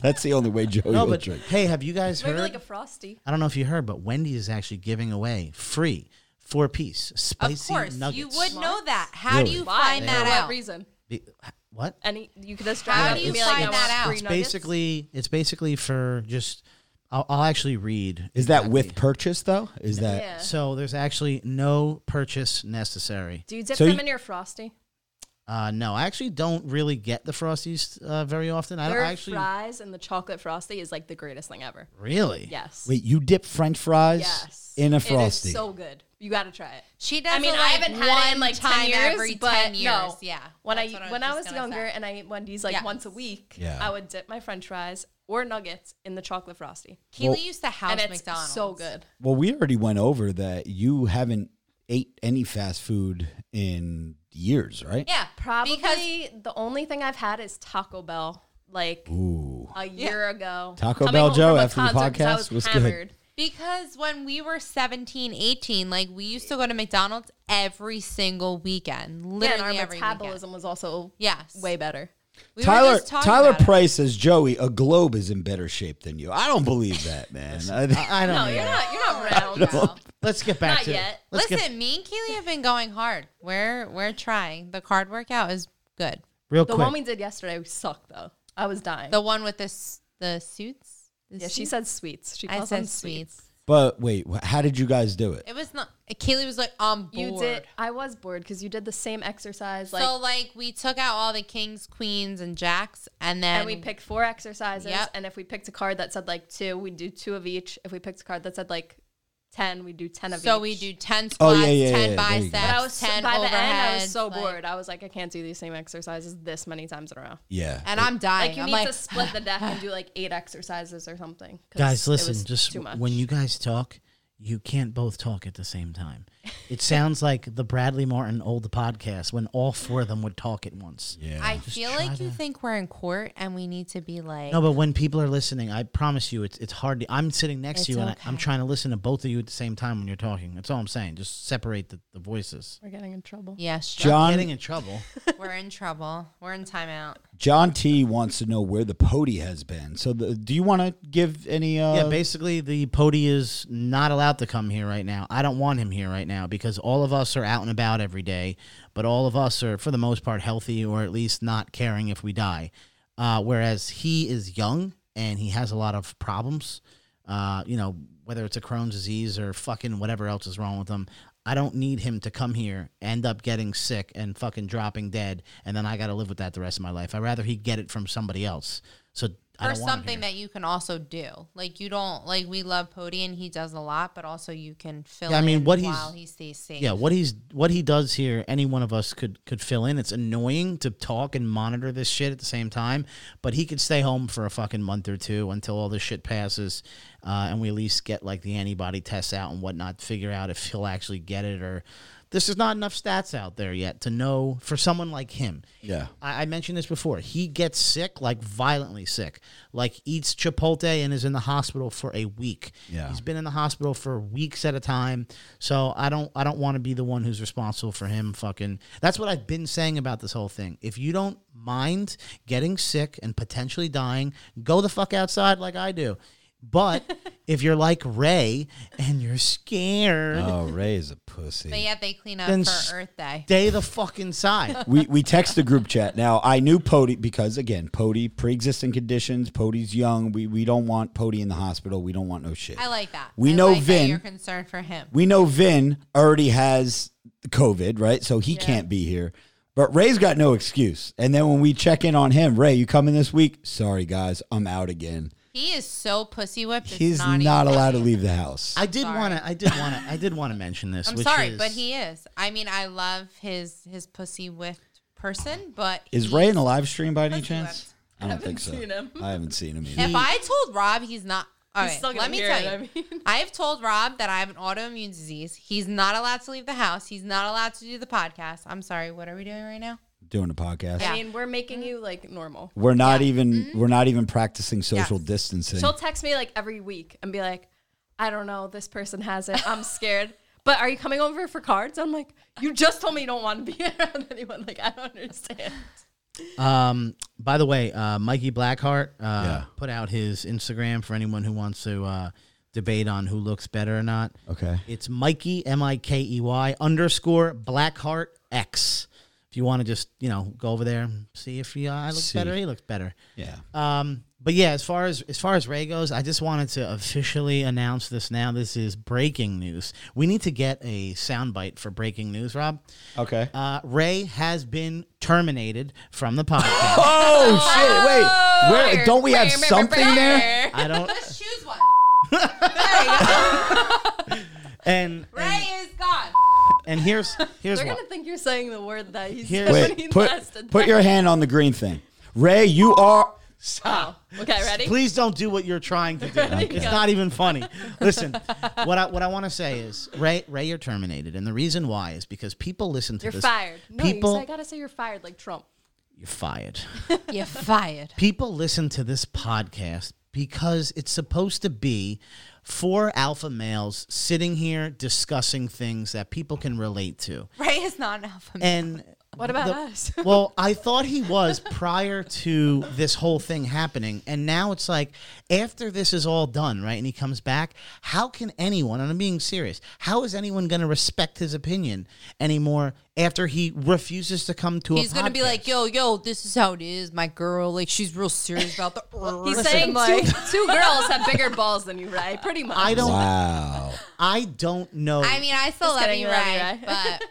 [SPEAKER 1] That's the only way Joey
[SPEAKER 2] No,
[SPEAKER 1] will
[SPEAKER 2] but
[SPEAKER 1] drink.
[SPEAKER 2] hey, have you guys
[SPEAKER 4] Maybe
[SPEAKER 2] heard?
[SPEAKER 4] like a frosty.
[SPEAKER 2] I don't know if you heard, but Wendy is actually giving away free four piece
[SPEAKER 3] Of
[SPEAKER 2] spicy
[SPEAKER 3] course,
[SPEAKER 2] nuggets.
[SPEAKER 3] you would know that. How
[SPEAKER 1] Really?
[SPEAKER 3] do you
[SPEAKER 4] Why?
[SPEAKER 3] find
[SPEAKER 4] For
[SPEAKER 3] that
[SPEAKER 4] what
[SPEAKER 3] out?
[SPEAKER 4] reason?
[SPEAKER 2] Be- what?
[SPEAKER 4] Any you could just
[SPEAKER 3] How
[SPEAKER 4] drop
[SPEAKER 3] do
[SPEAKER 4] it
[SPEAKER 3] you
[SPEAKER 4] and be like,
[SPEAKER 3] find
[SPEAKER 4] I
[SPEAKER 3] that
[SPEAKER 4] want
[SPEAKER 3] out?
[SPEAKER 4] free
[SPEAKER 3] It's
[SPEAKER 4] nuggets.
[SPEAKER 2] Basically, it's basically for just. I'll, I'll actually read.
[SPEAKER 1] Is that
[SPEAKER 2] exactly.
[SPEAKER 1] with purchase though? Is that
[SPEAKER 4] Yeah.
[SPEAKER 2] So there's actually no purchase necessary.
[SPEAKER 4] Do you dip
[SPEAKER 1] So
[SPEAKER 4] them
[SPEAKER 1] you-
[SPEAKER 4] in your frosty?
[SPEAKER 2] Uh, no, I actually don't really get the frosties uh, very often. I don't
[SPEAKER 4] Their
[SPEAKER 2] actually
[SPEAKER 4] fries and the chocolate frosty is like the greatest thing ever.
[SPEAKER 2] really.
[SPEAKER 4] Yes.
[SPEAKER 1] wait? You dip French fries
[SPEAKER 4] yes.
[SPEAKER 1] in a
[SPEAKER 4] It is
[SPEAKER 1] frosty?
[SPEAKER 4] so good. You got to try it.
[SPEAKER 3] She does.
[SPEAKER 4] I mean,
[SPEAKER 3] it,
[SPEAKER 4] I
[SPEAKER 3] like,
[SPEAKER 4] haven't had it in
[SPEAKER 3] one
[SPEAKER 4] like
[SPEAKER 3] time
[SPEAKER 4] ten years,
[SPEAKER 3] every
[SPEAKER 4] but
[SPEAKER 3] 10 years.
[SPEAKER 4] no.
[SPEAKER 3] Yeah,
[SPEAKER 4] When I
[SPEAKER 3] that's what
[SPEAKER 4] when I
[SPEAKER 3] just
[SPEAKER 4] was
[SPEAKER 3] gonna
[SPEAKER 4] younger
[SPEAKER 3] say.
[SPEAKER 4] and I ate Wendy's like
[SPEAKER 3] Yes.
[SPEAKER 4] once a week,
[SPEAKER 1] Yeah.
[SPEAKER 4] I would dip my French fries or nuggets in the chocolate frosty,
[SPEAKER 3] Keely
[SPEAKER 1] Well-
[SPEAKER 3] used to house
[SPEAKER 4] and it's
[SPEAKER 3] McDonald's.
[SPEAKER 4] so good.
[SPEAKER 1] Well, we already went over that you haven't ate any fast food in years, right?
[SPEAKER 3] Yeah,
[SPEAKER 4] Probably
[SPEAKER 3] because
[SPEAKER 4] the only thing I've had is Taco Bell, like
[SPEAKER 1] Ooh.
[SPEAKER 4] a year ago.
[SPEAKER 1] Taco
[SPEAKER 4] Coming
[SPEAKER 1] Bell
[SPEAKER 4] home
[SPEAKER 1] Joe
[SPEAKER 4] from a
[SPEAKER 1] after the
[SPEAKER 4] concert 'cause I
[SPEAKER 1] podcast
[SPEAKER 4] was,
[SPEAKER 1] was good.
[SPEAKER 4] hammered.
[SPEAKER 3] because when we were 17, 18, like we used to go to McDonald's every single weekend,
[SPEAKER 4] Yeah,
[SPEAKER 3] literally
[SPEAKER 4] and our
[SPEAKER 3] every
[SPEAKER 4] metabolism was also
[SPEAKER 3] Yes.
[SPEAKER 4] way better.
[SPEAKER 3] weekend. We were
[SPEAKER 1] Tyler
[SPEAKER 3] just talking
[SPEAKER 1] Tyler
[SPEAKER 3] about it.
[SPEAKER 1] Price says Joey, a globe is in better shape than you. I don't believe that, man. I
[SPEAKER 3] uh,
[SPEAKER 1] think-
[SPEAKER 2] I, I don't.
[SPEAKER 4] No,
[SPEAKER 2] know.
[SPEAKER 4] you're not. You're not round.
[SPEAKER 3] Wow.
[SPEAKER 2] Let's get back
[SPEAKER 4] Not
[SPEAKER 2] to
[SPEAKER 4] yet.
[SPEAKER 2] Let's get
[SPEAKER 3] Listen, me and Keely have been going hard. We're we're trying. The card workout is good.
[SPEAKER 2] real
[SPEAKER 4] The
[SPEAKER 2] quick.
[SPEAKER 4] one we did yesterday sucked though. I was dying.
[SPEAKER 3] The one with the s- the suits. The
[SPEAKER 4] yeah, she
[SPEAKER 3] suits?
[SPEAKER 4] said sweets. She
[SPEAKER 3] I
[SPEAKER 4] calls them
[SPEAKER 3] said
[SPEAKER 4] sweets.
[SPEAKER 3] sweets.
[SPEAKER 1] but wait, wh- how did you guys do it?
[SPEAKER 3] It was not. Keely was like on board.
[SPEAKER 4] You did. I was bored because you did the same exercise, like,
[SPEAKER 3] so like we took out all the kings, queens, and jacks, and then
[SPEAKER 4] and we picked four exercises.
[SPEAKER 3] Yep.
[SPEAKER 4] And if we picked a card that said like two, we'd do two of each. If we picked a card that said like ten, we'd do ten of each.
[SPEAKER 3] So we do ten
[SPEAKER 1] Oh,
[SPEAKER 3] squats,
[SPEAKER 1] yeah, yeah,
[SPEAKER 3] ten
[SPEAKER 1] yeah, there you go.
[SPEAKER 3] biceps,
[SPEAKER 1] But
[SPEAKER 4] But I was
[SPEAKER 3] ten
[SPEAKER 4] by
[SPEAKER 3] overheads.
[SPEAKER 4] the end, I was so
[SPEAKER 3] like-
[SPEAKER 4] bored. I was like, I can't do these same exercises this many times in a row.
[SPEAKER 1] Yeah.
[SPEAKER 3] and I'm dying.
[SPEAKER 4] Like you
[SPEAKER 3] I'm
[SPEAKER 4] need
[SPEAKER 3] like,
[SPEAKER 4] to split the deck and do like eight exercises or something. 'cause
[SPEAKER 2] guys
[SPEAKER 4] it
[SPEAKER 2] listen
[SPEAKER 4] was
[SPEAKER 2] just
[SPEAKER 4] too much.
[SPEAKER 2] when you guys talk you can't both talk at the same time it sounds like the bradley martin old podcast when all four of them would talk at once
[SPEAKER 1] yeah.
[SPEAKER 3] I feel like you think we're in court and we need to be like,
[SPEAKER 2] no but when people are listening i promise you it's, it's hard to, i'm sitting next to
[SPEAKER 3] It's
[SPEAKER 2] you and I, i'm
[SPEAKER 3] okay.
[SPEAKER 2] trying to listen to both of you at the same time when you're talking that's all i'm saying just separate the, the voices
[SPEAKER 4] we're getting in trouble.
[SPEAKER 3] yes,
[SPEAKER 2] Stop
[SPEAKER 1] John
[SPEAKER 2] getting in trouble
[SPEAKER 3] we're in trouble. We're in timeout.
[SPEAKER 1] John T wants to know where the pody has been. So the, do you want to give any uh
[SPEAKER 2] yeah, basically the Pody is not allowed to come here right now. I don't want him here right now because all of us are out and about every day, but all of us are for the most part healthy or at least not caring if we die. Uh, whereas he is young and he has a lot of problems. Uh, you know, whether it's a Crohn's disease or fucking whatever else is wrong with him. I don't need him to come here, end up getting sick and fucking dropping dead, and then I got to live with that the rest of my life. I'd rather he get it from somebody else. So I
[SPEAKER 3] Or
[SPEAKER 2] don't want him here.
[SPEAKER 3] something that you can also do. Like you don't like we love Pody and he does a lot, but also you can fill.
[SPEAKER 2] Yeah, I mean,
[SPEAKER 3] in
[SPEAKER 2] what he's-
[SPEAKER 3] while he stays safe.
[SPEAKER 2] Yeah, what he's what he does here, any one of us could could fill in. It's annoying to talk and monitor this shit at the same time, but he could stay home for a fucking month or two until all this shit passes, uh, and we at least get like the antibody tests out and whatnot, figure out if he'll actually get it or. This is not enough stats out there yet to know for someone like him.
[SPEAKER 1] Yeah.
[SPEAKER 2] I, I mentioned this before. He gets sick, like violently sick, like eats Chipotle and is in the hospital for a week.
[SPEAKER 1] Yeah.
[SPEAKER 2] He's been in the hospital for weeks at a time. So I don't I don't want to be the one who's responsible for him fucking that's what I've been saying about this whole thing. If you don't mind getting sick and potentially dying, go the fuck outside like I do. But if you're like Ray and you're scared,
[SPEAKER 1] Oh, Ray is a pussy.
[SPEAKER 3] But yet they clean up
[SPEAKER 2] Then
[SPEAKER 3] for
[SPEAKER 2] s-
[SPEAKER 3] Earth Day.
[SPEAKER 2] stay the fuck inside.
[SPEAKER 1] we we text the group chat now. I knew Pody because again, Pody pre-existing conditions. Pody's young. We we don't want Pody in the hospital. We don't want no shit.
[SPEAKER 3] I like that.
[SPEAKER 1] We
[SPEAKER 3] I
[SPEAKER 1] know
[SPEAKER 3] like that
[SPEAKER 1] Vin.
[SPEAKER 3] You're concerned for him.
[SPEAKER 1] we know Vin already has COVID, right? So he can't be here. But Ray's got no excuse. And then when we check in on him, Ray, you coming this week? Sorry, guys, I'm out again.
[SPEAKER 3] He is so pussy whipped. it's
[SPEAKER 1] He's not,
[SPEAKER 3] even
[SPEAKER 1] allowed to
[SPEAKER 3] funny.
[SPEAKER 1] leave the house.
[SPEAKER 2] I did
[SPEAKER 3] Sorry.
[SPEAKER 2] want to. I did want to. I did want to mention this.
[SPEAKER 3] I'm
[SPEAKER 2] which
[SPEAKER 3] sorry,
[SPEAKER 2] is-
[SPEAKER 3] but he is. I mean, I love his his pussy whipped person, but
[SPEAKER 1] Is
[SPEAKER 3] he's-
[SPEAKER 1] Ray in the live stream by any
[SPEAKER 3] Pussy
[SPEAKER 1] chance? I don't think so.
[SPEAKER 4] seen him.
[SPEAKER 1] I haven't seen him either.
[SPEAKER 3] If I told Rob he's not. All
[SPEAKER 4] He's
[SPEAKER 3] right,
[SPEAKER 4] still gonna
[SPEAKER 3] let me
[SPEAKER 4] hear
[SPEAKER 3] tell
[SPEAKER 4] it,
[SPEAKER 3] you.
[SPEAKER 4] I
[SPEAKER 3] I,
[SPEAKER 4] mean.
[SPEAKER 3] have told Rob that I have an autoimmune disease. He's not allowed to leave the house. He's not allowed to do the podcast. I'm sorry. What are we doing right now?
[SPEAKER 1] Doing a podcast.
[SPEAKER 3] Yeah.
[SPEAKER 4] I mean, we're making you like normal.
[SPEAKER 1] We're not even we're not even practicing social
[SPEAKER 3] Yeah.
[SPEAKER 1] distancing.
[SPEAKER 4] She'll text me like every week and be like, I don't know, this person has it. I'm scared. But are you coming over for cards? I'm like, you just told me you don't want to be around anyone. Like, I don't understand.
[SPEAKER 2] Um, by the way, uh, Mikey Blackheart uh,
[SPEAKER 1] Yeah.
[SPEAKER 2] put out his Instagram for anyone who wants to uh, debate on who looks better or not.
[SPEAKER 1] okay.
[SPEAKER 2] It's Mikey M I K E Y underscore Blackheart X. If you want to just you know go over there and see if he, uh, I look
[SPEAKER 1] See.
[SPEAKER 2] better, he looks better.
[SPEAKER 1] Yeah.
[SPEAKER 2] Um, but yeah, as far as as far as Ray goes, I just wanted to officially announce this now. This is breaking news. We need to get a soundbite for breaking news, Rob.
[SPEAKER 1] Okay.
[SPEAKER 2] Uh, Ray has been terminated from the podcast.
[SPEAKER 1] oh shit! Wait, where, don't we have something there?
[SPEAKER 2] I don't.
[SPEAKER 3] Let's choose one. there you go.
[SPEAKER 2] And
[SPEAKER 3] Ray is gone.
[SPEAKER 2] and here's here's
[SPEAKER 4] They're
[SPEAKER 2] what.
[SPEAKER 4] going to think you're saying the word that he's
[SPEAKER 2] Here's-
[SPEAKER 4] said when he
[SPEAKER 1] Wait, put
[SPEAKER 4] last did
[SPEAKER 1] put your hand on the green thing, Ray. You are
[SPEAKER 4] that. Oh, okay, ready?
[SPEAKER 2] Please don't do what you're trying to do. It's not even funny. Listen, what I what I want to say is Ray Ray, you're terminated, and the reason why is because people listen to
[SPEAKER 4] You're
[SPEAKER 2] this.
[SPEAKER 4] fired. No,
[SPEAKER 2] people,
[SPEAKER 4] you, I got to say you're fired like Trump.
[SPEAKER 2] you're fired.
[SPEAKER 3] You're fired.
[SPEAKER 2] people listen to this podcast because it's supposed to be four alpha males sitting here discussing things that people can relate to.
[SPEAKER 3] Ray is not an alpha. male.
[SPEAKER 2] And
[SPEAKER 4] What about
[SPEAKER 2] the-
[SPEAKER 4] us?
[SPEAKER 2] well, I thought he was prior to this whole thing happening. And now it's like, after this is all done, right? And he comes back, how can anyone, and I'm being serious, how is anyone going to respect his opinion anymore after he refuses to come to
[SPEAKER 3] He's
[SPEAKER 2] a
[SPEAKER 3] gonna be
[SPEAKER 2] podcast?
[SPEAKER 3] like, yo, yo, this is how it is, my girl. Like she's real serious about the.
[SPEAKER 4] He's
[SPEAKER 3] Listen,
[SPEAKER 4] saying two, two girls have bigger balls than you, Ray. Pretty much.
[SPEAKER 2] I don't,
[SPEAKER 1] wow.
[SPEAKER 2] I don't know.
[SPEAKER 3] I mean, I still
[SPEAKER 4] Just
[SPEAKER 3] love
[SPEAKER 4] kidding,
[SPEAKER 3] you,
[SPEAKER 4] we love you,
[SPEAKER 3] Ray,
[SPEAKER 4] Ray.
[SPEAKER 3] but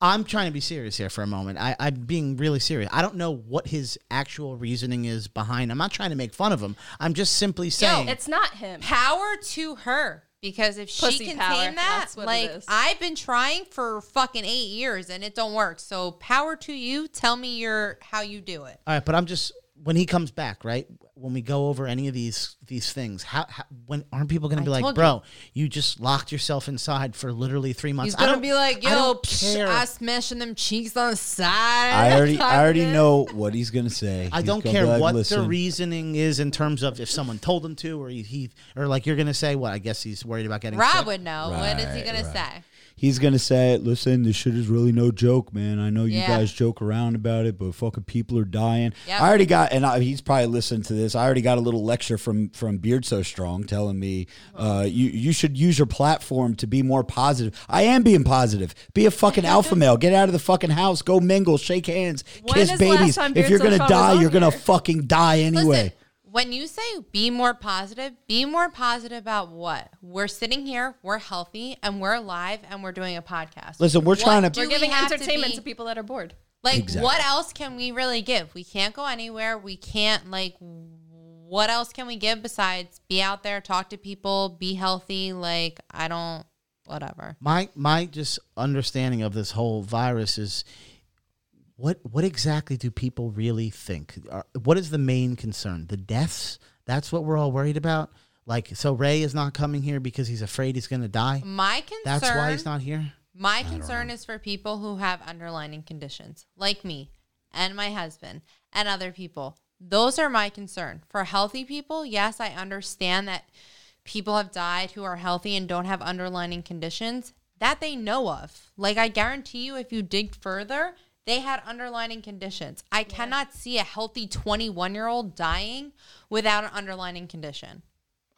[SPEAKER 2] I'm trying to be serious here for a moment. I, I'm being really serious. I don't know what his actual reasoning is behind. I'm not trying to make fun of him. I'm just simply saying.
[SPEAKER 4] It's not him.
[SPEAKER 3] power to her because if she
[SPEAKER 4] Pussy
[SPEAKER 3] can
[SPEAKER 4] power,
[SPEAKER 3] tame that,
[SPEAKER 4] that's what it
[SPEAKER 3] like
[SPEAKER 4] is.
[SPEAKER 3] I've been trying for fucking eight years and it don't work. So power to you. Tell me your how you do it.
[SPEAKER 2] All right, but I'm just when he comes back, right? When we go over any of these these things, how, how when aren't people going to be like,
[SPEAKER 3] told
[SPEAKER 2] bro, you. just locked yourself inside for literally three months?
[SPEAKER 3] He's gonna
[SPEAKER 2] I don't
[SPEAKER 3] be like,
[SPEAKER 2] I
[SPEAKER 3] yo,
[SPEAKER 2] don't
[SPEAKER 3] psh,
[SPEAKER 2] care.
[SPEAKER 3] I smashing them cheeks on the side.
[SPEAKER 1] I already I already
[SPEAKER 3] Fucking-
[SPEAKER 1] know what he's gonna say.
[SPEAKER 2] I
[SPEAKER 1] He's
[SPEAKER 2] don't
[SPEAKER 1] gonna
[SPEAKER 2] care
[SPEAKER 1] be like,
[SPEAKER 2] what the
[SPEAKER 1] "Listen,
[SPEAKER 2] reasoning is in terms of if someone told him to, or he, he or like you're going to say, what? I guess he's worried about getting
[SPEAKER 3] Rob
[SPEAKER 2] sick."
[SPEAKER 3] would know. what is he
[SPEAKER 1] Right,
[SPEAKER 3] gonna
[SPEAKER 1] right.
[SPEAKER 3] say?
[SPEAKER 1] He's gonna say, "Listen, this shit is really no joke, man. I know you
[SPEAKER 3] Yeah.
[SPEAKER 1] guys joke around about it, but fucking people are dying.
[SPEAKER 3] Yep.
[SPEAKER 1] I already got, and I, he's probably listened to this. I already got a little lecture from from Beard so strong telling me, uh, you you should use your platform to be more positive. I am being positive. Be a fucking alpha male. Get out of the fucking house. Go mingle. Shake hands.
[SPEAKER 4] When
[SPEAKER 1] kiss
[SPEAKER 4] is the last
[SPEAKER 1] babies.
[SPEAKER 4] time
[SPEAKER 1] If
[SPEAKER 4] Beard
[SPEAKER 1] you're
[SPEAKER 4] So
[SPEAKER 1] gonna
[SPEAKER 4] Strong was
[SPEAKER 1] die,
[SPEAKER 4] on
[SPEAKER 1] you're gonna
[SPEAKER 4] here?
[SPEAKER 1] fucking die anyway.
[SPEAKER 3] Listen, when you say be more positive, be more positive about what? We're sitting here, we're healthy, and we're alive, and we're doing a podcast.
[SPEAKER 1] Listen, we're
[SPEAKER 3] What
[SPEAKER 1] trying to-
[SPEAKER 3] do
[SPEAKER 4] We're
[SPEAKER 3] we
[SPEAKER 4] giving
[SPEAKER 3] have
[SPEAKER 4] entertainment
[SPEAKER 3] be-
[SPEAKER 4] to people that are bored.
[SPEAKER 3] Like,
[SPEAKER 1] Exactly.
[SPEAKER 3] what else can we really give? We can't go anywhere. We can't, like, what else can we give besides be out there, talk to people, be healthy? Like, I don't, whatever.
[SPEAKER 2] my my just understanding of this whole virus is what what exactly do people really think Are- what is the main concern the deaths that's what we're all worried about like so ray is not coming here because he's afraid he's going to die
[SPEAKER 3] My concern.
[SPEAKER 2] that's why he's not here
[SPEAKER 3] My concern is for people who have underlining conditions, like me and my husband and other people. Those are my concern. For healthy people, yes, I understand that people have died who are healthy and don't have underlining conditions that they know of. Like, I guarantee you, if you dig further, they had underlining conditions. I cannot see a healthy 21 year old dying without an underlining condition.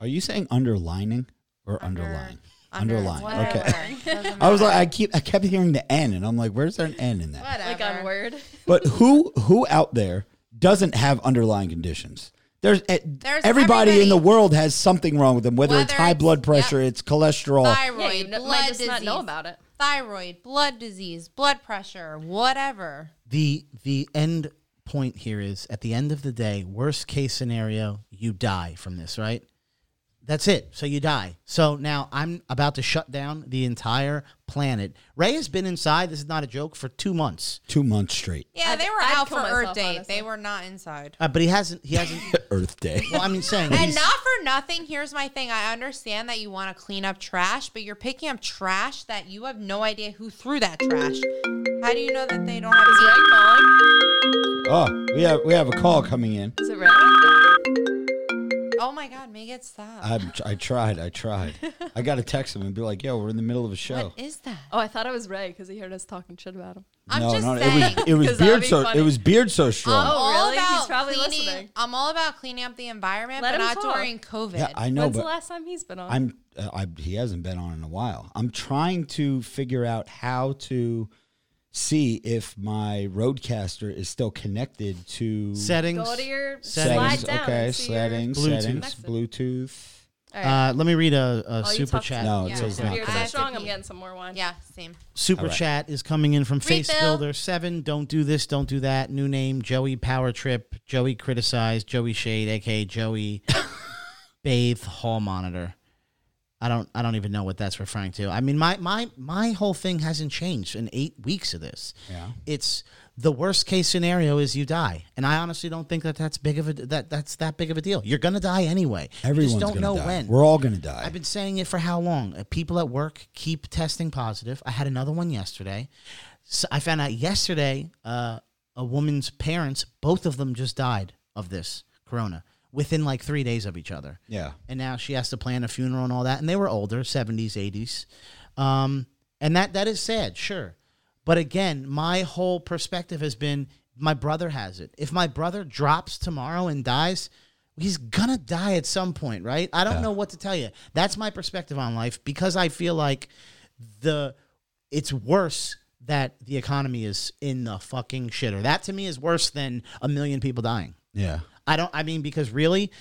[SPEAKER 1] Are you saying underlining or underline?
[SPEAKER 3] under-
[SPEAKER 1] Underline.
[SPEAKER 3] whatever.
[SPEAKER 1] Okay.
[SPEAKER 3] Doesn't
[SPEAKER 1] I was like, I keep, I kept hearing the N, and I'm like, where's there an N in that?
[SPEAKER 3] Whatever.
[SPEAKER 4] Like on Word.
[SPEAKER 1] But who, who out there doesn't have underlying conditions? There's, eh,
[SPEAKER 3] There's
[SPEAKER 1] everybody, in
[SPEAKER 3] everybody.
[SPEAKER 1] the world has something wrong with them, whether, it's
[SPEAKER 3] Whether
[SPEAKER 1] high
[SPEAKER 3] it's-
[SPEAKER 1] blood pressure,
[SPEAKER 3] yep.
[SPEAKER 1] it's cholesterol.
[SPEAKER 3] Thyroid,
[SPEAKER 4] Yeah, you kn-
[SPEAKER 3] blood
[SPEAKER 4] might just
[SPEAKER 3] disease.
[SPEAKER 4] not know about it.
[SPEAKER 3] thyroid, blood disease, blood pressure, whatever.
[SPEAKER 2] the the end point here is at the end of the day worst case scenario you die from this right that's it so you die so now i'm about to shut down the entire planet ray has been inside this is not a joke for two months
[SPEAKER 1] Two months straight.
[SPEAKER 3] Yeah,
[SPEAKER 4] I'd-
[SPEAKER 3] they were
[SPEAKER 4] I'd
[SPEAKER 3] out for
[SPEAKER 4] kill
[SPEAKER 3] Earth
[SPEAKER 4] myself,
[SPEAKER 3] Day.
[SPEAKER 4] honestly.
[SPEAKER 3] They were not inside.
[SPEAKER 2] uh, but he hasn't he hasn't
[SPEAKER 1] Earth Day.
[SPEAKER 2] well i mean saying
[SPEAKER 3] And
[SPEAKER 2] he's-
[SPEAKER 3] not for nothing, here's my thing. I understand that you want to clean up trash, but you're picking up trash that you have no idea who threw that trash. How do you know that they don't have
[SPEAKER 4] Is Ray calling?
[SPEAKER 1] Oh, we have we have a call coming in.
[SPEAKER 4] Is it Ray?
[SPEAKER 3] Oh my god, make it stop.
[SPEAKER 1] I I tried. I tried. I got to text him and be like, "Yo, we're in the middle of a show."
[SPEAKER 3] what is that?
[SPEAKER 4] Oh, I thought it was Ray because he heard us talking shit about him.
[SPEAKER 3] I'm
[SPEAKER 1] no,
[SPEAKER 3] just
[SPEAKER 1] no,
[SPEAKER 3] saying.
[SPEAKER 1] it was it was
[SPEAKER 4] 'Cause that'd
[SPEAKER 1] beard
[SPEAKER 4] be
[SPEAKER 1] so
[SPEAKER 4] funny.
[SPEAKER 1] it was beard so strong.
[SPEAKER 3] I'm
[SPEAKER 4] Oh,
[SPEAKER 3] all
[SPEAKER 4] really? He's
[SPEAKER 3] about
[SPEAKER 4] probably
[SPEAKER 3] cleaning,
[SPEAKER 4] listening.
[SPEAKER 3] I'm all about cleaning up the environment,
[SPEAKER 4] Let
[SPEAKER 3] but
[SPEAKER 4] him
[SPEAKER 3] not
[SPEAKER 4] talk.
[SPEAKER 3] during COVID.
[SPEAKER 1] yeah, I know,
[SPEAKER 4] When's
[SPEAKER 1] but
[SPEAKER 4] the last time he's been on?
[SPEAKER 1] I'm uh, I he hasn't been on in a while. I'm trying to figure out how to see if my roadcaster is still connected to
[SPEAKER 2] settings
[SPEAKER 4] Go to your
[SPEAKER 2] Settings,
[SPEAKER 4] slide down.
[SPEAKER 1] okay,
[SPEAKER 4] and see your-
[SPEAKER 1] settings,
[SPEAKER 2] Bluetooth.
[SPEAKER 1] settings, Bluetooth.
[SPEAKER 4] All right.
[SPEAKER 2] uh, let me read a, a
[SPEAKER 4] Oh, you
[SPEAKER 2] super
[SPEAKER 4] talked to
[SPEAKER 2] chat
[SPEAKER 4] him.
[SPEAKER 1] No,
[SPEAKER 3] Yeah.
[SPEAKER 1] it says
[SPEAKER 3] Yeah.
[SPEAKER 1] not.
[SPEAKER 3] Beard
[SPEAKER 4] Beard's
[SPEAKER 3] I have
[SPEAKER 4] so
[SPEAKER 1] connected.
[SPEAKER 3] to
[SPEAKER 4] strong. I'm
[SPEAKER 3] pee.
[SPEAKER 4] getting some more wine.
[SPEAKER 3] yeah, same.
[SPEAKER 2] Super
[SPEAKER 1] All right.
[SPEAKER 2] chat is coming in from
[SPEAKER 3] Refill.
[SPEAKER 2] Face Builder. Seven, don't do this, don't do that. New name, Joey Power Trip, Joey Criticized, Joey Shade, aka Joey Bathe Hall Monitor. I don't I don't even know what that's referring to. I mean my my my whole thing hasn't changed in eight weeks of this.
[SPEAKER 1] Yeah.
[SPEAKER 2] It's the worst case scenario is you die. And I honestly don't think that that's big of a that that's that big of a deal. You're gonna die anyway.
[SPEAKER 1] Everyone's
[SPEAKER 2] you just don't
[SPEAKER 1] gonna
[SPEAKER 2] know
[SPEAKER 1] die.
[SPEAKER 2] when.
[SPEAKER 1] We're all gonna die.
[SPEAKER 2] I've been saying it for how long? Uh, People at work keep testing positive. I had another one yesterday. So I found out yesterday uh, a woman's parents, both of them just died of this corona within like three days of each other.
[SPEAKER 1] yeah.
[SPEAKER 2] And now she has to plan a funeral and all that. And they were older, 70s, 80s. Um, and that that is sad, sure. But again, my whole perspective has been my brother has it. If my brother drops tomorrow and dies, he's gonna die at some point, right? I don't know what to tell you. That's my perspective on life because I feel like the it's worse that the economy is in the fucking shitter. That to me is worse than a million people dying.
[SPEAKER 1] Yeah.
[SPEAKER 2] I don't I mean because really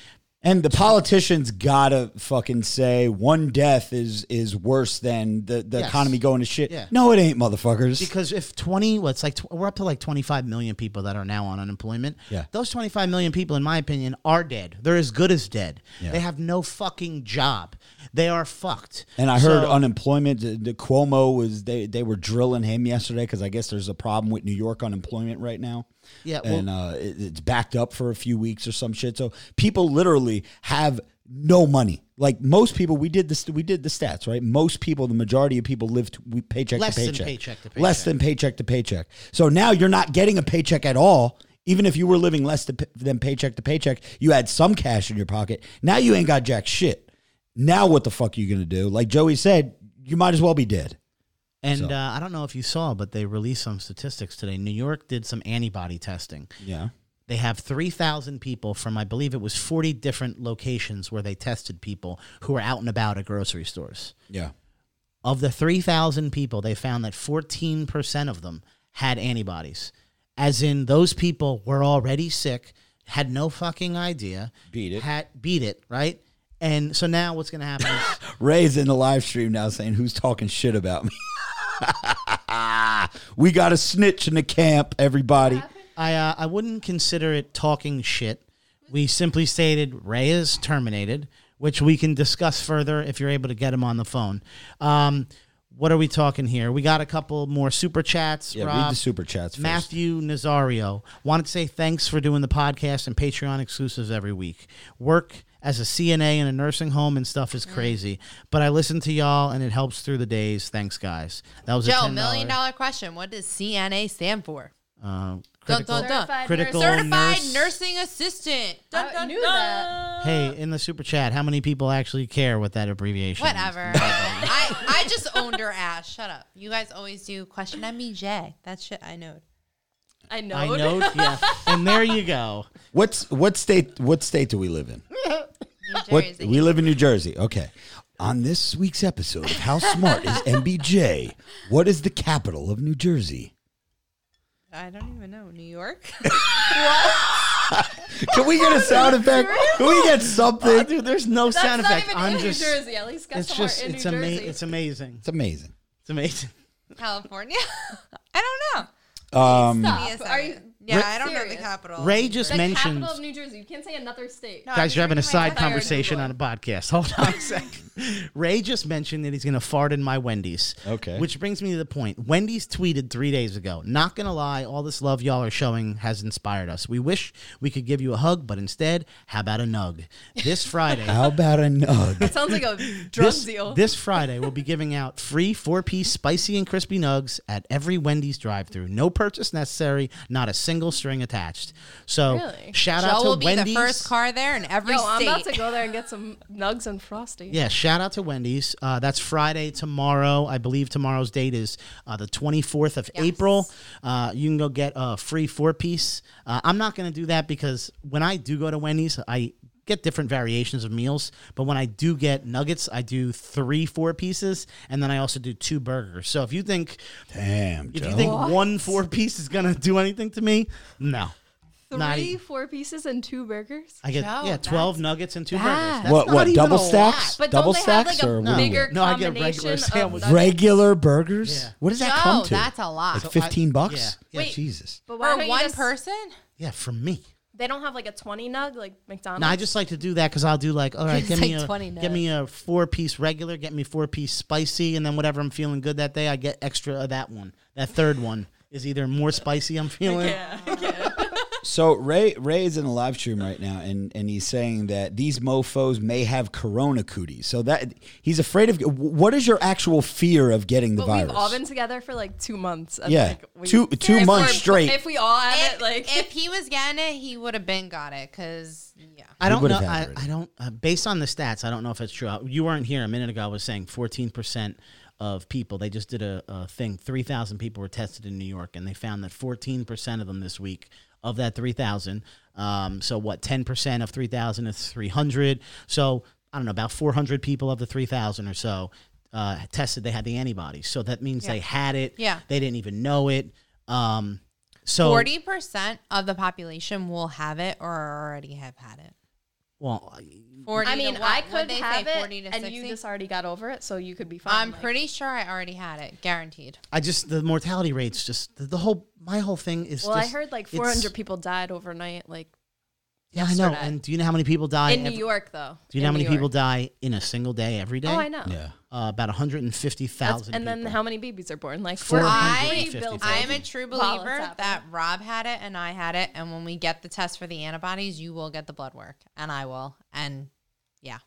[SPEAKER 1] And the politicians gotta fucking say one death is is worse than the, the
[SPEAKER 2] Yes.
[SPEAKER 1] economy going to shit.
[SPEAKER 2] Yeah.
[SPEAKER 1] No, it ain't, motherfuckers.
[SPEAKER 2] Because if 20, what's like, tw- we're up to like 25 million people that are now on unemployment.
[SPEAKER 1] Yeah.
[SPEAKER 2] Those 25 million people, in my opinion, are dead. They're as good as dead.
[SPEAKER 1] Yeah.
[SPEAKER 2] They have no fucking job. They are fucked.
[SPEAKER 1] and I heard
[SPEAKER 2] So-
[SPEAKER 1] unemployment. The, the Cuomo was they they were drilling him yesterday because I guess there's a problem with New York unemployment right now.
[SPEAKER 2] Yeah, well-
[SPEAKER 1] and uh, it, it's backed up for a few weeks or some shit. So people literally have no money. Like most people, we did this. We did the stats right. Most people, the majority of people, live to, we paycheck
[SPEAKER 2] Less
[SPEAKER 1] to
[SPEAKER 2] than
[SPEAKER 1] paycheck,
[SPEAKER 2] paycheck to
[SPEAKER 1] less
[SPEAKER 2] paycheck.
[SPEAKER 1] than paycheck to paycheck. So now you're not getting a paycheck at all. Even if you were living less to, p- than paycheck to paycheck, you had some cash in your pocket. Now you ain't got jack shit. Now what the fuck are you gonna do? Like Joey said, you might as well be dead.
[SPEAKER 2] And
[SPEAKER 1] So-
[SPEAKER 2] uh, I don't know if you saw, but they released some statistics today. New York did some antibody testing.
[SPEAKER 1] Yeah.
[SPEAKER 2] They have 3,000 people from, I believe it was 40 different locations where they tested people who were out and about at grocery stores.
[SPEAKER 1] Yeah.
[SPEAKER 2] of the 3,000 people, they found that 14% of them had antibodies. As in, those people were already sick, had no fucking idea.
[SPEAKER 1] Beat it.
[SPEAKER 2] Had, beat it, right? And so now what's going to happen is
[SPEAKER 1] Ray's in the live stream now saying, Who's talking shit about me? we got a snitch in the camp, everybody.
[SPEAKER 2] I, uh, I wouldn't consider it talking shit. We simply stated Ray is terminated, which we can discuss further if you're able to get him on the phone. Um, what are we talking here? We got a couple more super chats.
[SPEAKER 1] Yeah,
[SPEAKER 2] Rob.
[SPEAKER 1] read the super chats first.
[SPEAKER 2] Matthew Nazario wanted to say thanks for doing the podcast and Patreon exclusives every week. Work as a CNA in a nursing home and stuff is crazy, but I listen to y'all and it helps through the days. Thanks, guys. That was a
[SPEAKER 3] Joe,
[SPEAKER 2] $10.
[SPEAKER 3] million dollar question. What does CNA stand for?
[SPEAKER 2] Uh,
[SPEAKER 3] Dun,
[SPEAKER 2] critical,
[SPEAKER 3] dun, dun.
[SPEAKER 4] Certified
[SPEAKER 2] critical
[SPEAKER 4] nurse.
[SPEAKER 3] Certified
[SPEAKER 2] nurse-
[SPEAKER 3] nursing assistant. Dun,
[SPEAKER 4] I
[SPEAKER 3] dun,
[SPEAKER 4] knew
[SPEAKER 3] dun.
[SPEAKER 4] that.
[SPEAKER 2] Hey, in the super chat, how many people actually care what that abbreviation? is?
[SPEAKER 3] Whatever. I, I just owned her ass. Shut up. You guys always do question at me, Jay. That shit I know.
[SPEAKER 4] I know.
[SPEAKER 2] I know. Yeah, and there you go.
[SPEAKER 1] What's what state what state do we live in?
[SPEAKER 3] New
[SPEAKER 1] What,
[SPEAKER 3] Jersey.
[SPEAKER 1] we live in New Jersey. Okay. On this week's episode of How Smart is MBJ? What is the capital of New Jersey?
[SPEAKER 3] I don't even know. New York?
[SPEAKER 1] Can we get a sound effect? Can we
[SPEAKER 4] Uh,
[SPEAKER 1] get something?
[SPEAKER 2] Dude, there's no
[SPEAKER 4] That's
[SPEAKER 2] sound
[SPEAKER 4] not
[SPEAKER 2] effect.
[SPEAKER 4] even
[SPEAKER 2] I'm
[SPEAKER 4] in
[SPEAKER 2] just.
[SPEAKER 4] New Jersey. At least got
[SPEAKER 2] It's
[SPEAKER 4] somewhere
[SPEAKER 2] just.
[SPEAKER 4] in
[SPEAKER 2] It's
[SPEAKER 4] New Jersey.
[SPEAKER 2] amazing. It's amazing.
[SPEAKER 1] It's amazing.
[SPEAKER 2] It's amazing.
[SPEAKER 3] California? I don't know.
[SPEAKER 1] Um,
[SPEAKER 3] Give me a
[SPEAKER 4] Are you-
[SPEAKER 3] second. yeah, I don't know the
[SPEAKER 4] Serious.
[SPEAKER 3] capital.
[SPEAKER 2] Ray just
[SPEAKER 4] The
[SPEAKER 2] mentioned.
[SPEAKER 4] capital of New Jersey. You can't say another state.
[SPEAKER 3] No, I'm
[SPEAKER 2] Guys, you're having a
[SPEAKER 3] drinking my
[SPEAKER 2] side
[SPEAKER 3] entire
[SPEAKER 2] conversation on a
[SPEAKER 3] Kool-Aid.
[SPEAKER 2] podcast. Hold on a second. Ray just mentioned that he's going to fart in my Wendy's.
[SPEAKER 1] Okay.
[SPEAKER 2] Which brings me to the point. Wendy's tweeted three days ago, not going to lie, all this love y'all are showing has inspired us. We wish we could give you a hug, but instead, how about a nug? This Friday.
[SPEAKER 1] How about a nug?
[SPEAKER 4] It sounds like a drug
[SPEAKER 2] This,
[SPEAKER 4] deal.
[SPEAKER 2] this Friday, we'll be giving out free four piece spicy and crispy nugs at every Wendy's drive through. No purchase necessary, not a single string attached. So,
[SPEAKER 4] Really?
[SPEAKER 2] shout
[SPEAKER 3] Joe
[SPEAKER 2] out to
[SPEAKER 3] will be
[SPEAKER 2] Wendy's.
[SPEAKER 3] the first car there in every
[SPEAKER 4] Yo,
[SPEAKER 3] state.
[SPEAKER 4] I'm about to go there and get some nugs and frosty.
[SPEAKER 2] Yeah, shout out to Wendy's. Uh, that's Friday tomorrow. I believe tomorrow's date is uh, the 24th of April. Uh, you can go get a free four piece. Uh, I'm not going to do that because when I do go to Wendy's, I get different variations of meals. But when I do get nuggets, I do three four pieces and then I also do two burgers. So if you think
[SPEAKER 1] Damn,
[SPEAKER 2] if
[SPEAKER 1] Joe.
[SPEAKER 2] you think one four piece is going to do anything to me, no. Not
[SPEAKER 4] Three,
[SPEAKER 2] e-
[SPEAKER 4] four pieces and two burgers.
[SPEAKER 2] I get
[SPEAKER 3] Joe,
[SPEAKER 2] yeah, 12 nuggets and two burgers. That's
[SPEAKER 1] what?
[SPEAKER 2] not
[SPEAKER 1] What?
[SPEAKER 2] even
[SPEAKER 1] Double
[SPEAKER 2] a lot.
[SPEAKER 1] stacks?
[SPEAKER 4] But
[SPEAKER 1] double
[SPEAKER 4] don't they have
[SPEAKER 1] stacks
[SPEAKER 4] like a
[SPEAKER 1] or
[SPEAKER 2] No.
[SPEAKER 4] bigger
[SPEAKER 2] No, I get regular
[SPEAKER 4] combination of
[SPEAKER 2] sandwich.
[SPEAKER 4] nuggets?
[SPEAKER 1] regular burgers?
[SPEAKER 2] Yeah.
[SPEAKER 1] What does that
[SPEAKER 3] Joe,
[SPEAKER 1] come to?
[SPEAKER 3] that's a lot.
[SPEAKER 1] Like
[SPEAKER 3] So I-
[SPEAKER 1] fifteen
[SPEAKER 2] yeah,
[SPEAKER 1] bucks.
[SPEAKER 2] yeah.
[SPEAKER 4] Wait.
[SPEAKER 1] Jesus.
[SPEAKER 4] But why
[SPEAKER 3] For
[SPEAKER 4] don't you
[SPEAKER 3] one
[SPEAKER 4] just-
[SPEAKER 3] person?
[SPEAKER 2] Yeah, for me.
[SPEAKER 4] They don't have like a twenty nug like McDonald's.
[SPEAKER 2] No, I just like to do that because I'll do like, all right,
[SPEAKER 3] It's
[SPEAKER 2] give me
[SPEAKER 3] like
[SPEAKER 2] a
[SPEAKER 3] 20
[SPEAKER 2] give me a four piece regular, get me four piece spicy, and then whatever I'm feeling good that day, I get extra of that one. That third one is either more spicy I'm feeling.
[SPEAKER 1] So Ray Ray is in a live stream right now, and and he's saying that these mofo's may have corona cooties. So that he's afraid of. What is your actual fear of getting the
[SPEAKER 4] But
[SPEAKER 1] virus?
[SPEAKER 4] we've all been together for like two months. and,
[SPEAKER 1] yeah,
[SPEAKER 4] like, we-
[SPEAKER 1] two two
[SPEAKER 4] If
[SPEAKER 1] months
[SPEAKER 4] we're-
[SPEAKER 1] straight.
[SPEAKER 4] If we all
[SPEAKER 3] If,
[SPEAKER 4] have it, like
[SPEAKER 3] if he was getting it, he would have been got it. Cause yeah,
[SPEAKER 2] I don't
[SPEAKER 1] would
[SPEAKER 2] know.
[SPEAKER 1] have
[SPEAKER 2] I,
[SPEAKER 1] had it.
[SPEAKER 2] I don't. Uh, based on the stats, I don't know if it's true. Uh, You weren't here a minute ago. I was saying 14 percent of people. They just did a, a thing. 3,000 people were tested in New York, and they found that 14 percent of them this week. Of that 3,000, um, so what? 10 percent of 3,000 is 300. So I don't know about 400 people of the 3,000 or so uh, tested. They had the antibodies, so that means they had it.
[SPEAKER 3] Yeah.
[SPEAKER 2] they didn't even know it. Um, so
[SPEAKER 3] forty percent of the population will have it or already have had it.
[SPEAKER 2] Well,
[SPEAKER 3] Forty.
[SPEAKER 4] I
[SPEAKER 3] to
[SPEAKER 4] mean,
[SPEAKER 3] what-
[SPEAKER 4] I
[SPEAKER 3] what'd
[SPEAKER 4] could
[SPEAKER 3] they say,
[SPEAKER 4] have it,
[SPEAKER 3] 40 to
[SPEAKER 4] and
[SPEAKER 3] 60?
[SPEAKER 4] you just already got over it, so you could be fine.
[SPEAKER 3] I'm
[SPEAKER 4] like-
[SPEAKER 3] pretty sure I already had it, guaranteed.
[SPEAKER 2] I just the mortality rates just the, the whole my whole thing is.
[SPEAKER 4] Well,
[SPEAKER 2] just-
[SPEAKER 4] I heard like
[SPEAKER 2] it's-
[SPEAKER 4] 400 people died overnight, like
[SPEAKER 2] Yeah, I know.
[SPEAKER 4] yesterday.
[SPEAKER 2] And do you know how many people die?
[SPEAKER 4] in New
[SPEAKER 2] every-
[SPEAKER 4] York, though.
[SPEAKER 2] Do you know how
[SPEAKER 4] in
[SPEAKER 2] many
[SPEAKER 4] New
[SPEAKER 2] people
[SPEAKER 4] York.
[SPEAKER 2] die in a single day every day?
[SPEAKER 4] Oh, I know.
[SPEAKER 1] yeah.
[SPEAKER 2] Uh, about one hundred and fifty
[SPEAKER 4] That's,
[SPEAKER 2] thousand.
[SPEAKER 4] and then how many babies are born? Like
[SPEAKER 2] Four
[SPEAKER 4] we're
[SPEAKER 3] hundred
[SPEAKER 4] already
[SPEAKER 3] and
[SPEAKER 2] fifty
[SPEAKER 4] built
[SPEAKER 3] I am
[SPEAKER 4] up.
[SPEAKER 3] a true
[SPEAKER 4] While it's
[SPEAKER 3] believer
[SPEAKER 4] happening.
[SPEAKER 3] that Rob had it and I had it, and when we get the test for the antibodies, you will get the blood work, and I will, and yeah,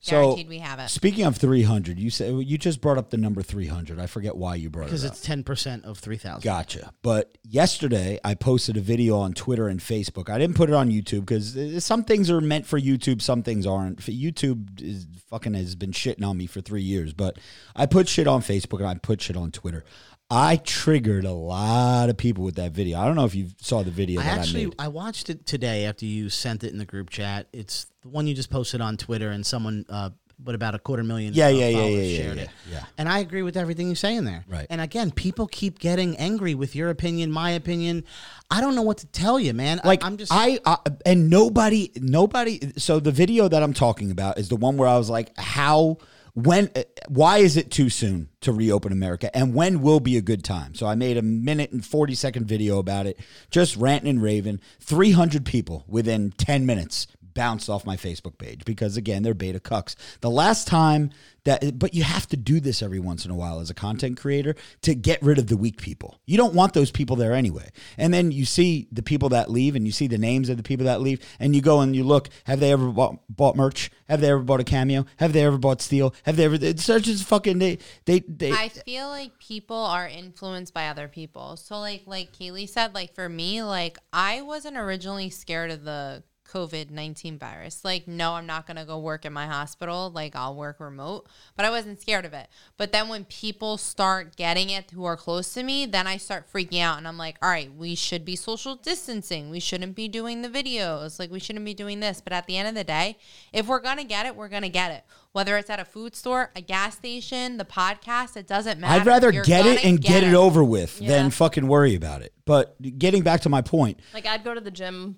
[SPEAKER 1] So
[SPEAKER 3] guaranteed we have it.
[SPEAKER 1] speaking of three hundred, you said you just brought up the number three hundred. I forget why you brought it up.
[SPEAKER 2] Because it's ten percent of three thousand.
[SPEAKER 1] Gotcha. But yesterday, I posted a video on Twitter and Facebook. I didn't put it on YouTube because some things are meant for YouTube, some things aren't. F- YouTube is fucking has been shitting on me for three years, but I put shit on Facebook and I put shit on Twitter. I triggered a lot of people with that video. I don't know if you saw the video
[SPEAKER 2] I
[SPEAKER 1] that I
[SPEAKER 2] actually
[SPEAKER 1] made.
[SPEAKER 2] I watched it today after you sent it in the group chat. It's the one you just posted on Twitter, and someone uh, but about a quarter million.
[SPEAKER 1] Yeah,
[SPEAKER 2] uh,
[SPEAKER 1] yeah, yeah,
[SPEAKER 2] followers
[SPEAKER 1] yeah, yeah,
[SPEAKER 2] shared
[SPEAKER 1] yeah,
[SPEAKER 2] it.
[SPEAKER 1] yeah.
[SPEAKER 2] And I agree with everything you say in there.
[SPEAKER 1] Right.
[SPEAKER 2] And again, people keep getting angry with your opinion, my opinion. I don't know what to tell you, man.
[SPEAKER 1] Like
[SPEAKER 2] I,
[SPEAKER 1] I,
[SPEAKER 2] am just
[SPEAKER 1] I, uh, and nobody, nobody. So the video that I'm talking about is the one where I was like, how, when, uh, why is it too soon to reopen America, and when will be a good time? So I made a minute and forty second video about it, just ranting and raving. Three hundred people within ten minutes bounced off my Facebook page because again, they're beta cucks. The last time that, but you have to do this every once in a while as a content creator to get rid of the weak people. You don't want those people there anyway. And then you see the people that leave and you see the names of the people that leave and you go and you look, have they ever bought, bought merch? Have they ever bought a cameo? Have they ever bought steel? Have they ever, it's such as fucking, they, they, they,
[SPEAKER 3] I feel like people are influenced by other people. So like like Kaylee said, like for me, like I wasn't originally scared of the COVID nineteen virus. Like, no, I'm not gonna go work in my hospital. Like I'll work remote. But I wasn't scared of it. But then when people start getting it who are close to me, then I start freaking out and I'm like, all right, we should be social distancing. We shouldn't be doing the videos. Like we shouldn't be doing this. But at the end of the day, if we're gonna get it, we're gonna get it. Whether it's at a food store, a gas station, the podcast, it doesn't matter.
[SPEAKER 1] I'd rather
[SPEAKER 3] You're
[SPEAKER 1] get it
[SPEAKER 3] gonna
[SPEAKER 1] and get, it. over with
[SPEAKER 4] Yeah.
[SPEAKER 1] than fucking worry about it. But getting back to my point,
[SPEAKER 4] Like I'd go to the gym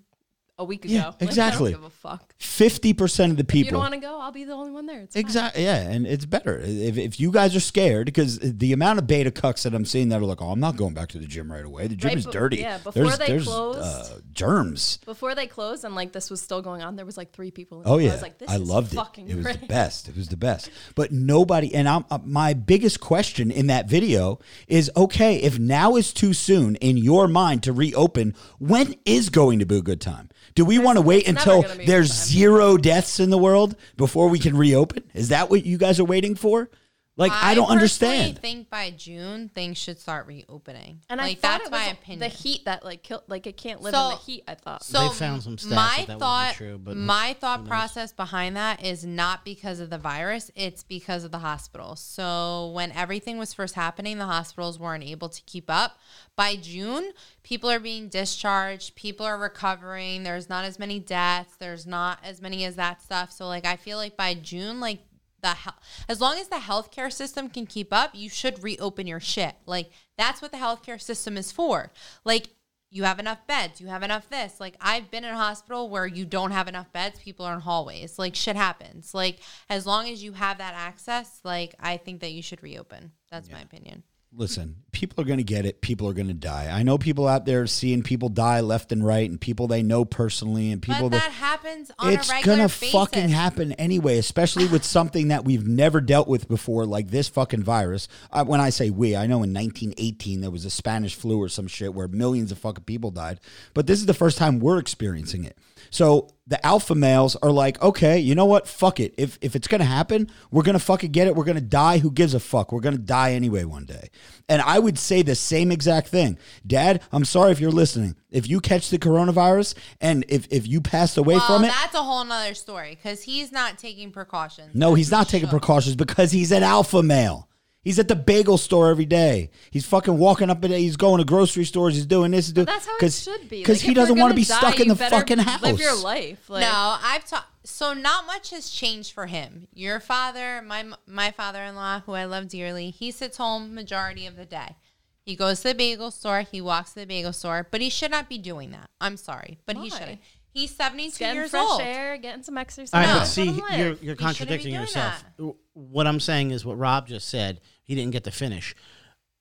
[SPEAKER 4] a week ago.
[SPEAKER 1] Yeah,
[SPEAKER 4] Like, I don't
[SPEAKER 1] exactly.
[SPEAKER 4] give a fuck.
[SPEAKER 1] Fifty percent of the
[SPEAKER 4] If you don't
[SPEAKER 1] people.
[SPEAKER 4] want to go, I'll be the only one there. It's fine.
[SPEAKER 1] Exactly. Yeah, and it's better if, if you guys are scared because the amount of beta cucks that I'm seeing that are like, "Oh, I'm not going back to the gym right away. The gym
[SPEAKER 4] Right,
[SPEAKER 1] is
[SPEAKER 4] but-
[SPEAKER 1] dirty.
[SPEAKER 4] yeah, before
[SPEAKER 1] there's,
[SPEAKER 4] they
[SPEAKER 1] there's,
[SPEAKER 4] closed-
[SPEAKER 1] uh, germs."
[SPEAKER 4] Before they closed and like this was still going on, there was like three people. In
[SPEAKER 1] Oh
[SPEAKER 4] the-
[SPEAKER 1] yeah,
[SPEAKER 4] I was like, this is
[SPEAKER 1] loved it.
[SPEAKER 4] fucking
[SPEAKER 1] It was the
[SPEAKER 4] great.
[SPEAKER 1] best. It was the best. But nobody. And I'm uh, my biggest question in that video is: okay, if now is too soon in your mind to reopen, when is going to be a good time? Do we want to wait
[SPEAKER 4] never
[SPEAKER 1] until
[SPEAKER 4] gonna be a good
[SPEAKER 1] there's
[SPEAKER 4] time.
[SPEAKER 1] zero deaths in the world before we can reopen? Is that what you guys are waiting for? Like I, don't
[SPEAKER 3] personally
[SPEAKER 1] understand.
[SPEAKER 3] think by June things should start reopening.
[SPEAKER 4] And I
[SPEAKER 3] like
[SPEAKER 4] thought
[SPEAKER 3] that's
[SPEAKER 4] it
[SPEAKER 3] my
[SPEAKER 4] was
[SPEAKER 3] opinion.
[SPEAKER 4] The heat that like killed, like it can't live in
[SPEAKER 3] So-
[SPEAKER 4] the heat. I thought.
[SPEAKER 3] So
[SPEAKER 2] They found some stats
[SPEAKER 3] my
[SPEAKER 2] that that wasn't
[SPEAKER 3] thought,
[SPEAKER 2] true, but
[SPEAKER 3] my thought process behind that is not because of the virus; it's because of the hospitals. So when everything was first happening, the hospitals weren't able to keep up. By June, people are being discharged, people are recovering. There's not as many deaths. There's not as many as that stuff. So like, I feel like by June, like the hel- as long as the healthcare system can keep up, you should reopen your shit. Like that's what the healthcare system is for. Like you have enough beds, you have enough this. Like I've been in a hospital where you don't have enough beds, people are in hallways. Like shit happens. Like as long as you have that access, like I think that you should reopen. That's my opinion.
[SPEAKER 1] Listen, people are going to get it. People are going to die. I know people out there seeing people die left and right, and people they know personally, and people
[SPEAKER 3] but
[SPEAKER 1] that
[SPEAKER 3] that happens on
[SPEAKER 1] it's
[SPEAKER 3] a regular
[SPEAKER 1] gonna
[SPEAKER 3] basis.
[SPEAKER 1] fucking happen anyway, especially with something that we've never dealt with before, like this fucking virus. Uh, when I say we, I know in 1918 there was a Spanish flu or some shit where millions of fucking people died, but this is the first time we're experiencing it. So the alpha males are like, okay, you know what? Fuck it. If if it's gonna happen, we're gonna fucking get it. We're gonna die. Who gives a fuck? We're gonna die anyway one day. And I would say the same exact thing, Dad. I'm sorry if you're listening. If you catch the coronavirus and if if you passed away
[SPEAKER 3] Well,
[SPEAKER 1] from it,
[SPEAKER 3] Oh, that's a whole nother story because he's not taking precautions.
[SPEAKER 1] no, he's not taking precautions because he's an alpha male. He's at the bagel store every day. He's fucking walking up and he's going to grocery stores. He's doing this. He's doing
[SPEAKER 4] That's how it
[SPEAKER 1] cause,
[SPEAKER 4] should be.
[SPEAKER 1] Because
[SPEAKER 4] Like,
[SPEAKER 1] he
[SPEAKER 4] if you're
[SPEAKER 1] doesn't want to
[SPEAKER 4] gonna
[SPEAKER 1] be
[SPEAKER 4] die,
[SPEAKER 1] stuck in
[SPEAKER 4] you
[SPEAKER 1] the
[SPEAKER 4] better
[SPEAKER 1] fucking house.
[SPEAKER 4] Live your life. Like,
[SPEAKER 3] no, I've talked. So not much has changed for him. Your father, my my father-in-law, who I love dearly, he sits home majority of the day. He goes to the bagel store. He walks to the bagel store, but he should not be doing that. I'm sorry, but he
[SPEAKER 4] Why?
[SPEAKER 3] shouldn't. He's 72
[SPEAKER 4] Getting
[SPEAKER 3] years
[SPEAKER 4] fresh
[SPEAKER 3] old.
[SPEAKER 4] air, getting some exercise.
[SPEAKER 2] All right,
[SPEAKER 3] No.
[SPEAKER 2] but
[SPEAKER 4] Let
[SPEAKER 2] see,
[SPEAKER 4] them live.
[SPEAKER 2] you're, you're
[SPEAKER 3] be
[SPEAKER 2] contradicting
[SPEAKER 3] doing
[SPEAKER 2] yourself.
[SPEAKER 3] that.
[SPEAKER 2] W- What I'm saying is what Rob just said. He didn't get to finish.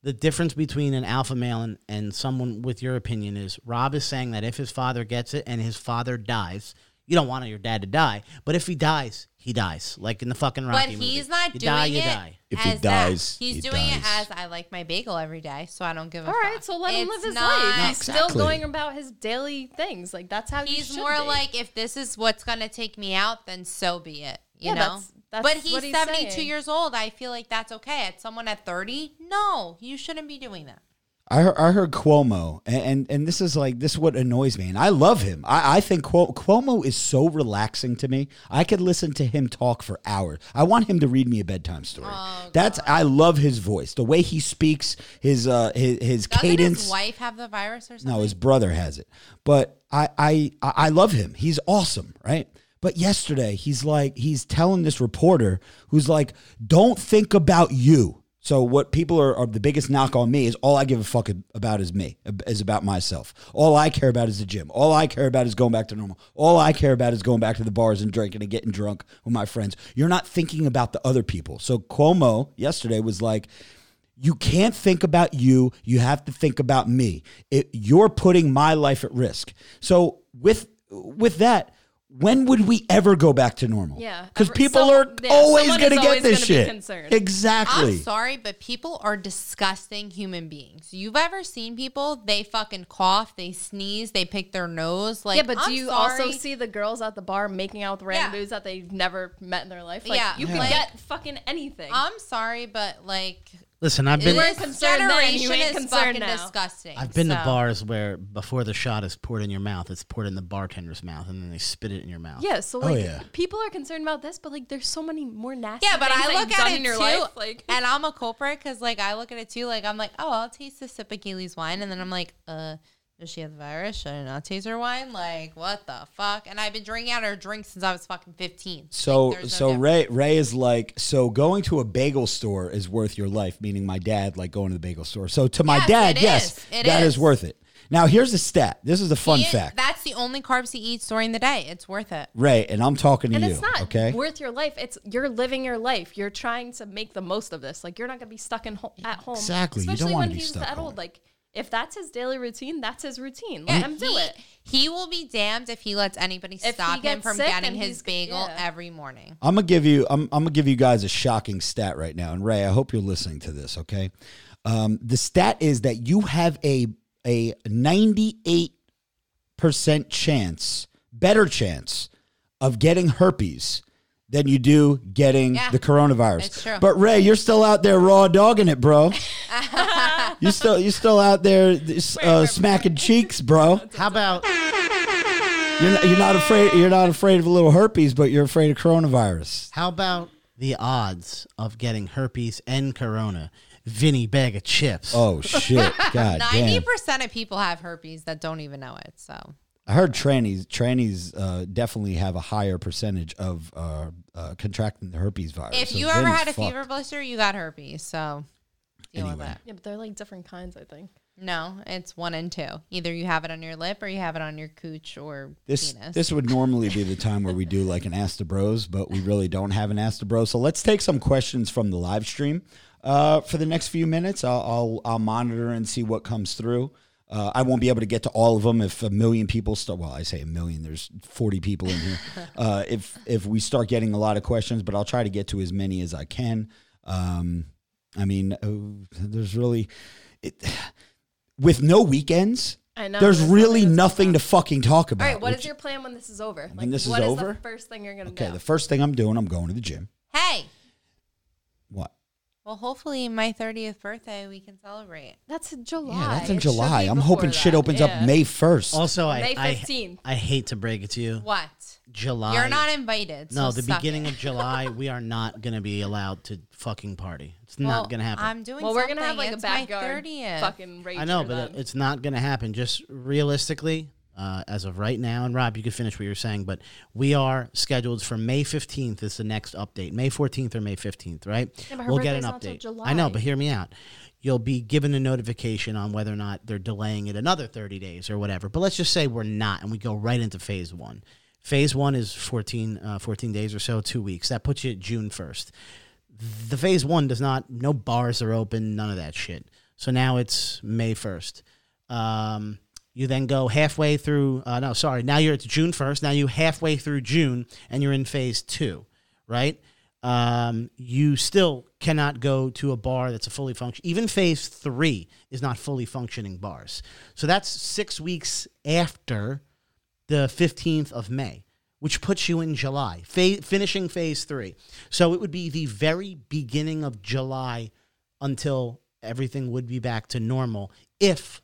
[SPEAKER 2] The difference between an alpha male and, and someone with your opinion is Rob is saying that if his father gets it and his father dies, you don't want your dad to die. But if he dies, he dies. Like in the fucking Rocky
[SPEAKER 3] But
[SPEAKER 2] movie.
[SPEAKER 3] he's not
[SPEAKER 2] you
[SPEAKER 3] doing
[SPEAKER 2] die,
[SPEAKER 3] it.
[SPEAKER 2] you die.
[SPEAKER 1] If he
[SPEAKER 3] as that.
[SPEAKER 1] dies,
[SPEAKER 3] he's
[SPEAKER 1] he
[SPEAKER 3] doing it
[SPEAKER 1] dies.
[SPEAKER 3] as I like my bagel every day, so I don't give a
[SPEAKER 4] All
[SPEAKER 3] fuck.
[SPEAKER 4] right, so let him
[SPEAKER 3] It's
[SPEAKER 4] live his
[SPEAKER 3] not-
[SPEAKER 4] life. He's
[SPEAKER 1] Exactly.
[SPEAKER 4] still going about his daily things. Like that's how you
[SPEAKER 3] he's
[SPEAKER 4] should
[SPEAKER 3] more
[SPEAKER 4] be.
[SPEAKER 3] like if this is what's gonna take me out then so be it you
[SPEAKER 4] Yeah,
[SPEAKER 3] know
[SPEAKER 4] that's- that's
[SPEAKER 3] but he's
[SPEAKER 4] what he's
[SPEAKER 3] 72
[SPEAKER 4] saying.
[SPEAKER 3] years old i feel like that's okay at someone at 30 no you shouldn't be doing that
[SPEAKER 1] I heard, I heard Cuomo, and, and and this is like this is what annoys me, and I love him. I, I think Cuo- Cuomo is so relaxing to me. I could listen to him talk for hours. I want him to read me a bedtime story.
[SPEAKER 4] Oh,
[SPEAKER 1] That's I love his voice, the way he speaks, his uh his, his
[SPEAKER 3] doesn't
[SPEAKER 1] cadence.
[SPEAKER 3] his wife have the virus or something
[SPEAKER 1] No, his brother has it. But I, I, I I love him. He's awesome, right? But yesterday, he's like, he's telling this reporter who's like, don't think about you. So what people are, are the biggest knock on me is all I give a fuck about is me, is about myself. All I care about is the gym. All I care about is going back to normal. All I care about is going back to the bars and drinking and getting drunk with my friends. You're not thinking about the other people. So Cuomo yesterday was like, you can't think about you. You have to think about me. It, you're putting my life at risk. So with with that, when would we ever go back to normal?
[SPEAKER 4] Yeah,
[SPEAKER 1] because
[SPEAKER 4] ever-
[SPEAKER 1] people
[SPEAKER 4] some-
[SPEAKER 1] are
[SPEAKER 4] yeah,
[SPEAKER 1] always
[SPEAKER 4] someone
[SPEAKER 1] going to
[SPEAKER 4] is
[SPEAKER 1] get
[SPEAKER 4] always
[SPEAKER 1] this
[SPEAKER 4] gonna be
[SPEAKER 1] shit.
[SPEAKER 4] concerned.
[SPEAKER 1] Exactly.
[SPEAKER 3] I'm sorry, but people are disgusting human beings. You've ever seen people? They fucking cough, they sneeze, they pick their nose. Like,
[SPEAKER 4] yeah, but do
[SPEAKER 3] I'm
[SPEAKER 4] you
[SPEAKER 3] sorry.
[SPEAKER 4] also see the girls at the bar making out with random
[SPEAKER 3] Yeah.
[SPEAKER 4] dudes that they've never met in their life? Like,
[SPEAKER 3] Yeah,
[SPEAKER 4] you can
[SPEAKER 3] like-
[SPEAKER 4] get fucking anything.
[SPEAKER 3] I'm sorry, but like,
[SPEAKER 2] Listen, I've been
[SPEAKER 4] weren't
[SPEAKER 3] this
[SPEAKER 4] concerned then, you
[SPEAKER 3] generation
[SPEAKER 4] ain't
[SPEAKER 3] is
[SPEAKER 4] concerned
[SPEAKER 3] fucking
[SPEAKER 4] now.
[SPEAKER 3] disgusting.
[SPEAKER 2] I've been to
[SPEAKER 3] so-
[SPEAKER 2] bars where before the shot is poured in your mouth, it's poured in the bartender's mouth, and then they spit it in your mouth.
[SPEAKER 4] yeah, so
[SPEAKER 1] Oh,
[SPEAKER 4] like
[SPEAKER 1] yeah.
[SPEAKER 4] people are concerned about this, but like there's so many more nasty.
[SPEAKER 3] Yeah, but
[SPEAKER 4] things
[SPEAKER 3] I
[SPEAKER 4] that
[SPEAKER 3] look
[SPEAKER 4] you've
[SPEAKER 3] at
[SPEAKER 4] done
[SPEAKER 3] it
[SPEAKER 4] in your
[SPEAKER 3] too,
[SPEAKER 4] life. Like,
[SPEAKER 3] and I'm a culprit because like I look at it too. Like I'm like, oh, I'll taste a sip of Gailey's wine, and then I'm like, uh, does she have the virus? Should I not taste her wine? Like, what the fuck? And I've been drinking out of her drink since I was fucking 15.
[SPEAKER 1] So
[SPEAKER 3] Like, there's no
[SPEAKER 1] so
[SPEAKER 3] difference.
[SPEAKER 1] Ray Ray is like so going to a bagel store is worth your life. Meaning my dad like going to the bagel store. So to my
[SPEAKER 3] Yes,
[SPEAKER 1] dad,
[SPEAKER 3] it
[SPEAKER 1] yes,
[SPEAKER 3] is. It
[SPEAKER 1] that is
[SPEAKER 3] is.
[SPEAKER 1] worth it. Now here's a stat. This is a fun
[SPEAKER 3] He-
[SPEAKER 1] fact.
[SPEAKER 3] That's the only carbs he eats during the day. It's worth it.
[SPEAKER 1] Ray, and I'm talking to
[SPEAKER 4] And
[SPEAKER 1] you.
[SPEAKER 4] it's not
[SPEAKER 1] okay.
[SPEAKER 4] worth your life. It's you're living your life. You're trying to make the most of this. Like you're not gonna be stuck in ho- at home.
[SPEAKER 1] Exactly. You don't
[SPEAKER 4] Especially
[SPEAKER 1] wanna
[SPEAKER 4] when
[SPEAKER 1] be
[SPEAKER 4] he's
[SPEAKER 1] stuck
[SPEAKER 4] that
[SPEAKER 1] home.
[SPEAKER 4] old. Like if that's his daily routine, that's his routine.
[SPEAKER 3] Yeah,
[SPEAKER 4] Let him do
[SPEAKER 3] he-
[SPEAKER 4] it.
[SPEAKER 3] He will be damned if he lets anybody
[SPEAKER 4] he
[SPEAKER 3] stop him
[SPEAKER 4] gets
[SPEAKER 3] from
[SPEAKER 4] sick
[SPEAKER 3] getting
[SPEAKER 4] and
[SPEAKER 3] his
[SPEAKER 4] he's-
[SPEAKER 3] bagel
[SPEAKER 4] yeah.
[SPEAKER 3] every morning.
[SPEAKER 1] I'm gonna give you. I'm, I'm gonna give you guys a shocking stat right now. And Ray, I hope you're listening to this. Okay, um, the stat is that you have a a 98 percent chance, better chance, of getting herpes than you do getting
[SPEAKER 3] Yeah,
[SPEAKER 1] the coronavirus.
[SPEAKER 3] it's true.
[SPEAKER 1] But Ray, you're still out there raw dogging it, bro. you still you're still out there uh, smacking cheeks, bro.
[SPEAKER 2] How about
[SPEAKER 1] You're not, you're not afraid. You're not afraid of a little herpes, but you're afraid of coronavirus.
[SPEAKER 2] how about the odds of getting herpes and corona? Vinny bag of chips.
[SPEAKER 1] Oh shit! God
[SPEAKER 3] Ninety
[SPEAKER 1] damn!
[SPEAKER 3] percent of people have herpes that don't even know it. So
[SPEAKER 1] I heard trannies trannies uh, definitely have a higher percentage of uh, uh, contracting the herpes virus.
[SPEAKER 3] if
[SPEAKER 1] So
[SPEAKER 3] you ever
[SPEAKER 1] Vinny's
[SPEAKER 3] had a
[SPEAKER 1] fucked.
[SPEAKER 3] fever blister, you got herpes. So deal with
[SPEAKER 1] Anyway.
[SPEAKER 3] it.
[SPEAKER 4] Yeah, but they're like different kinds. I think.
[SPEAKER 3] No, it's one and two. Either you have it on your lip or you have it on your cooch or
[SPEAKER 1] this
[SPEAKER 3] penis.
[SPEAKER 1] this would normally be the time where we do like an Ask the Bros, but we really don't have an Ask the Bros. So let's take some questions from the live stream uh, for the next few minutes. I'll, I'll I'll monitor and see what comes through. Uh, I won't be able to get to all of them if a million people start. Well, I say a million. There's 40 people in here. Uh, if if we start getting a lot of questions, but I'll try to get to as many as I can. Um, I mean, uh, there's really it, with no weekends.
[SPEAKER 4] I know.
[SPEAKER 1] there's
[SPEAKER 4] there's
[SPEAKER 1] really
[SPEAKER 4] nothing to
[SPEAKER 1] nothing to fucking talk about.
[SPEAKER 4] All right. What is
[SPEAKER 1] which-
[SPEAKER 4] your plan when this is over? Like,
[SPEAKER 1] this is
[SPEAKER 4] what
[SPEAKER 1] over?
[SPEAKER 4] the first thing you're gonna
[SPEAKER 1] Okay,
[SPEAKER 4] do?
[SPEAKER 1] the first thing I'm doing, I'm going to the gym.
[SPEAKER 3] hey,
[SPEAKER 1] What?
[SPEAKER 3] well, hopefully my thirtieth birthday we can celebrate.
[SPEAKER 4] that's in July.
[SPEAKER 1] Yeah, that's in
[SPEAKER 4] It should
[SPEAKER 1] July.
[SPEAKER 4] be
[SPEAKER 1] I'm
[SPEAKER 4] before
[SPEAKER 1] hoping shit
[SPEAKER 4] that.
[SPEAKER 1] opens up
[SPEAKER 4] Yeah.
[SPEAKER 1] May Oh, 1st.
[SPEAKER 2] Also, I,
[SPEAKER 4] May
[SPEAKER 2] I
[SPEAKER 4] 15th.
[SPEAKER 2] I hate to break it to you,
[SPEAKER 3] What?
[SPEAKER 2] July.
[SPEAKER 3] You're not invited.
[SPEAKER 2] No,
[SPEAKER 3] so
[SPEAKER 2] the
[SPEAKER 3] suck
[SPEAKER 2] beginning
[SPEAKER 3] it.
[SPEAKER 2] of July, we are not gonna be allowed to fucking party. It's
[SPEAKER 3] Well,
[SPEAKER 2] not gonna happen.
[SPEAKER 3] I'm doing.
[SPEAKER 4] Well, we're gonna have
[SPEAKER 3] something.
[SPEAKER 4] like
[SPEAKER 3] It's
[SPEAKER 4] a
[SPEAKER 3] my
[SPEAKER 4] backyard
[SPEAKER 3] 30th.
[SPEAKER 4] fucking rage.
[SPEAKER 2] I know,
[SPEAKER 4] for
[SPEAKER 2] but
[SPEAKER 4] them.
[SPEAKER 2] it's not going to happen. Just realistically, uh, as of right now, and Rob, you could finish what you were saying, but we are scheduled for May 15th is the next update. May 14th or May 15th, right?
[SPEAKER 4] Yeah, but her birthday's not till
[SPEAKER 2] I know,
[SPEAKER 4] July.
[SPEAKER 2] but hear me out. You'll be given a notification on whether or not they're delaying it another 30 days or whatever. But let's just say we're not, and we go right into phase one. Phase one is 14, uh, 14 days or so, two weeks. That puts you at June 1st the phase one does not no bars are open none of that shit so now it's may 1st um, you then go halfway through uh, no sorry now you're at june 1st now you halfway through june and you're in phase two right um, you still cannot go to a bar that's a fully function even phase three is not fully functioning bars so that's six weeks after the 15th of May, which puts you in July, fa- finishing phase three. So it would be the very beginning of July until everything would be back to normal if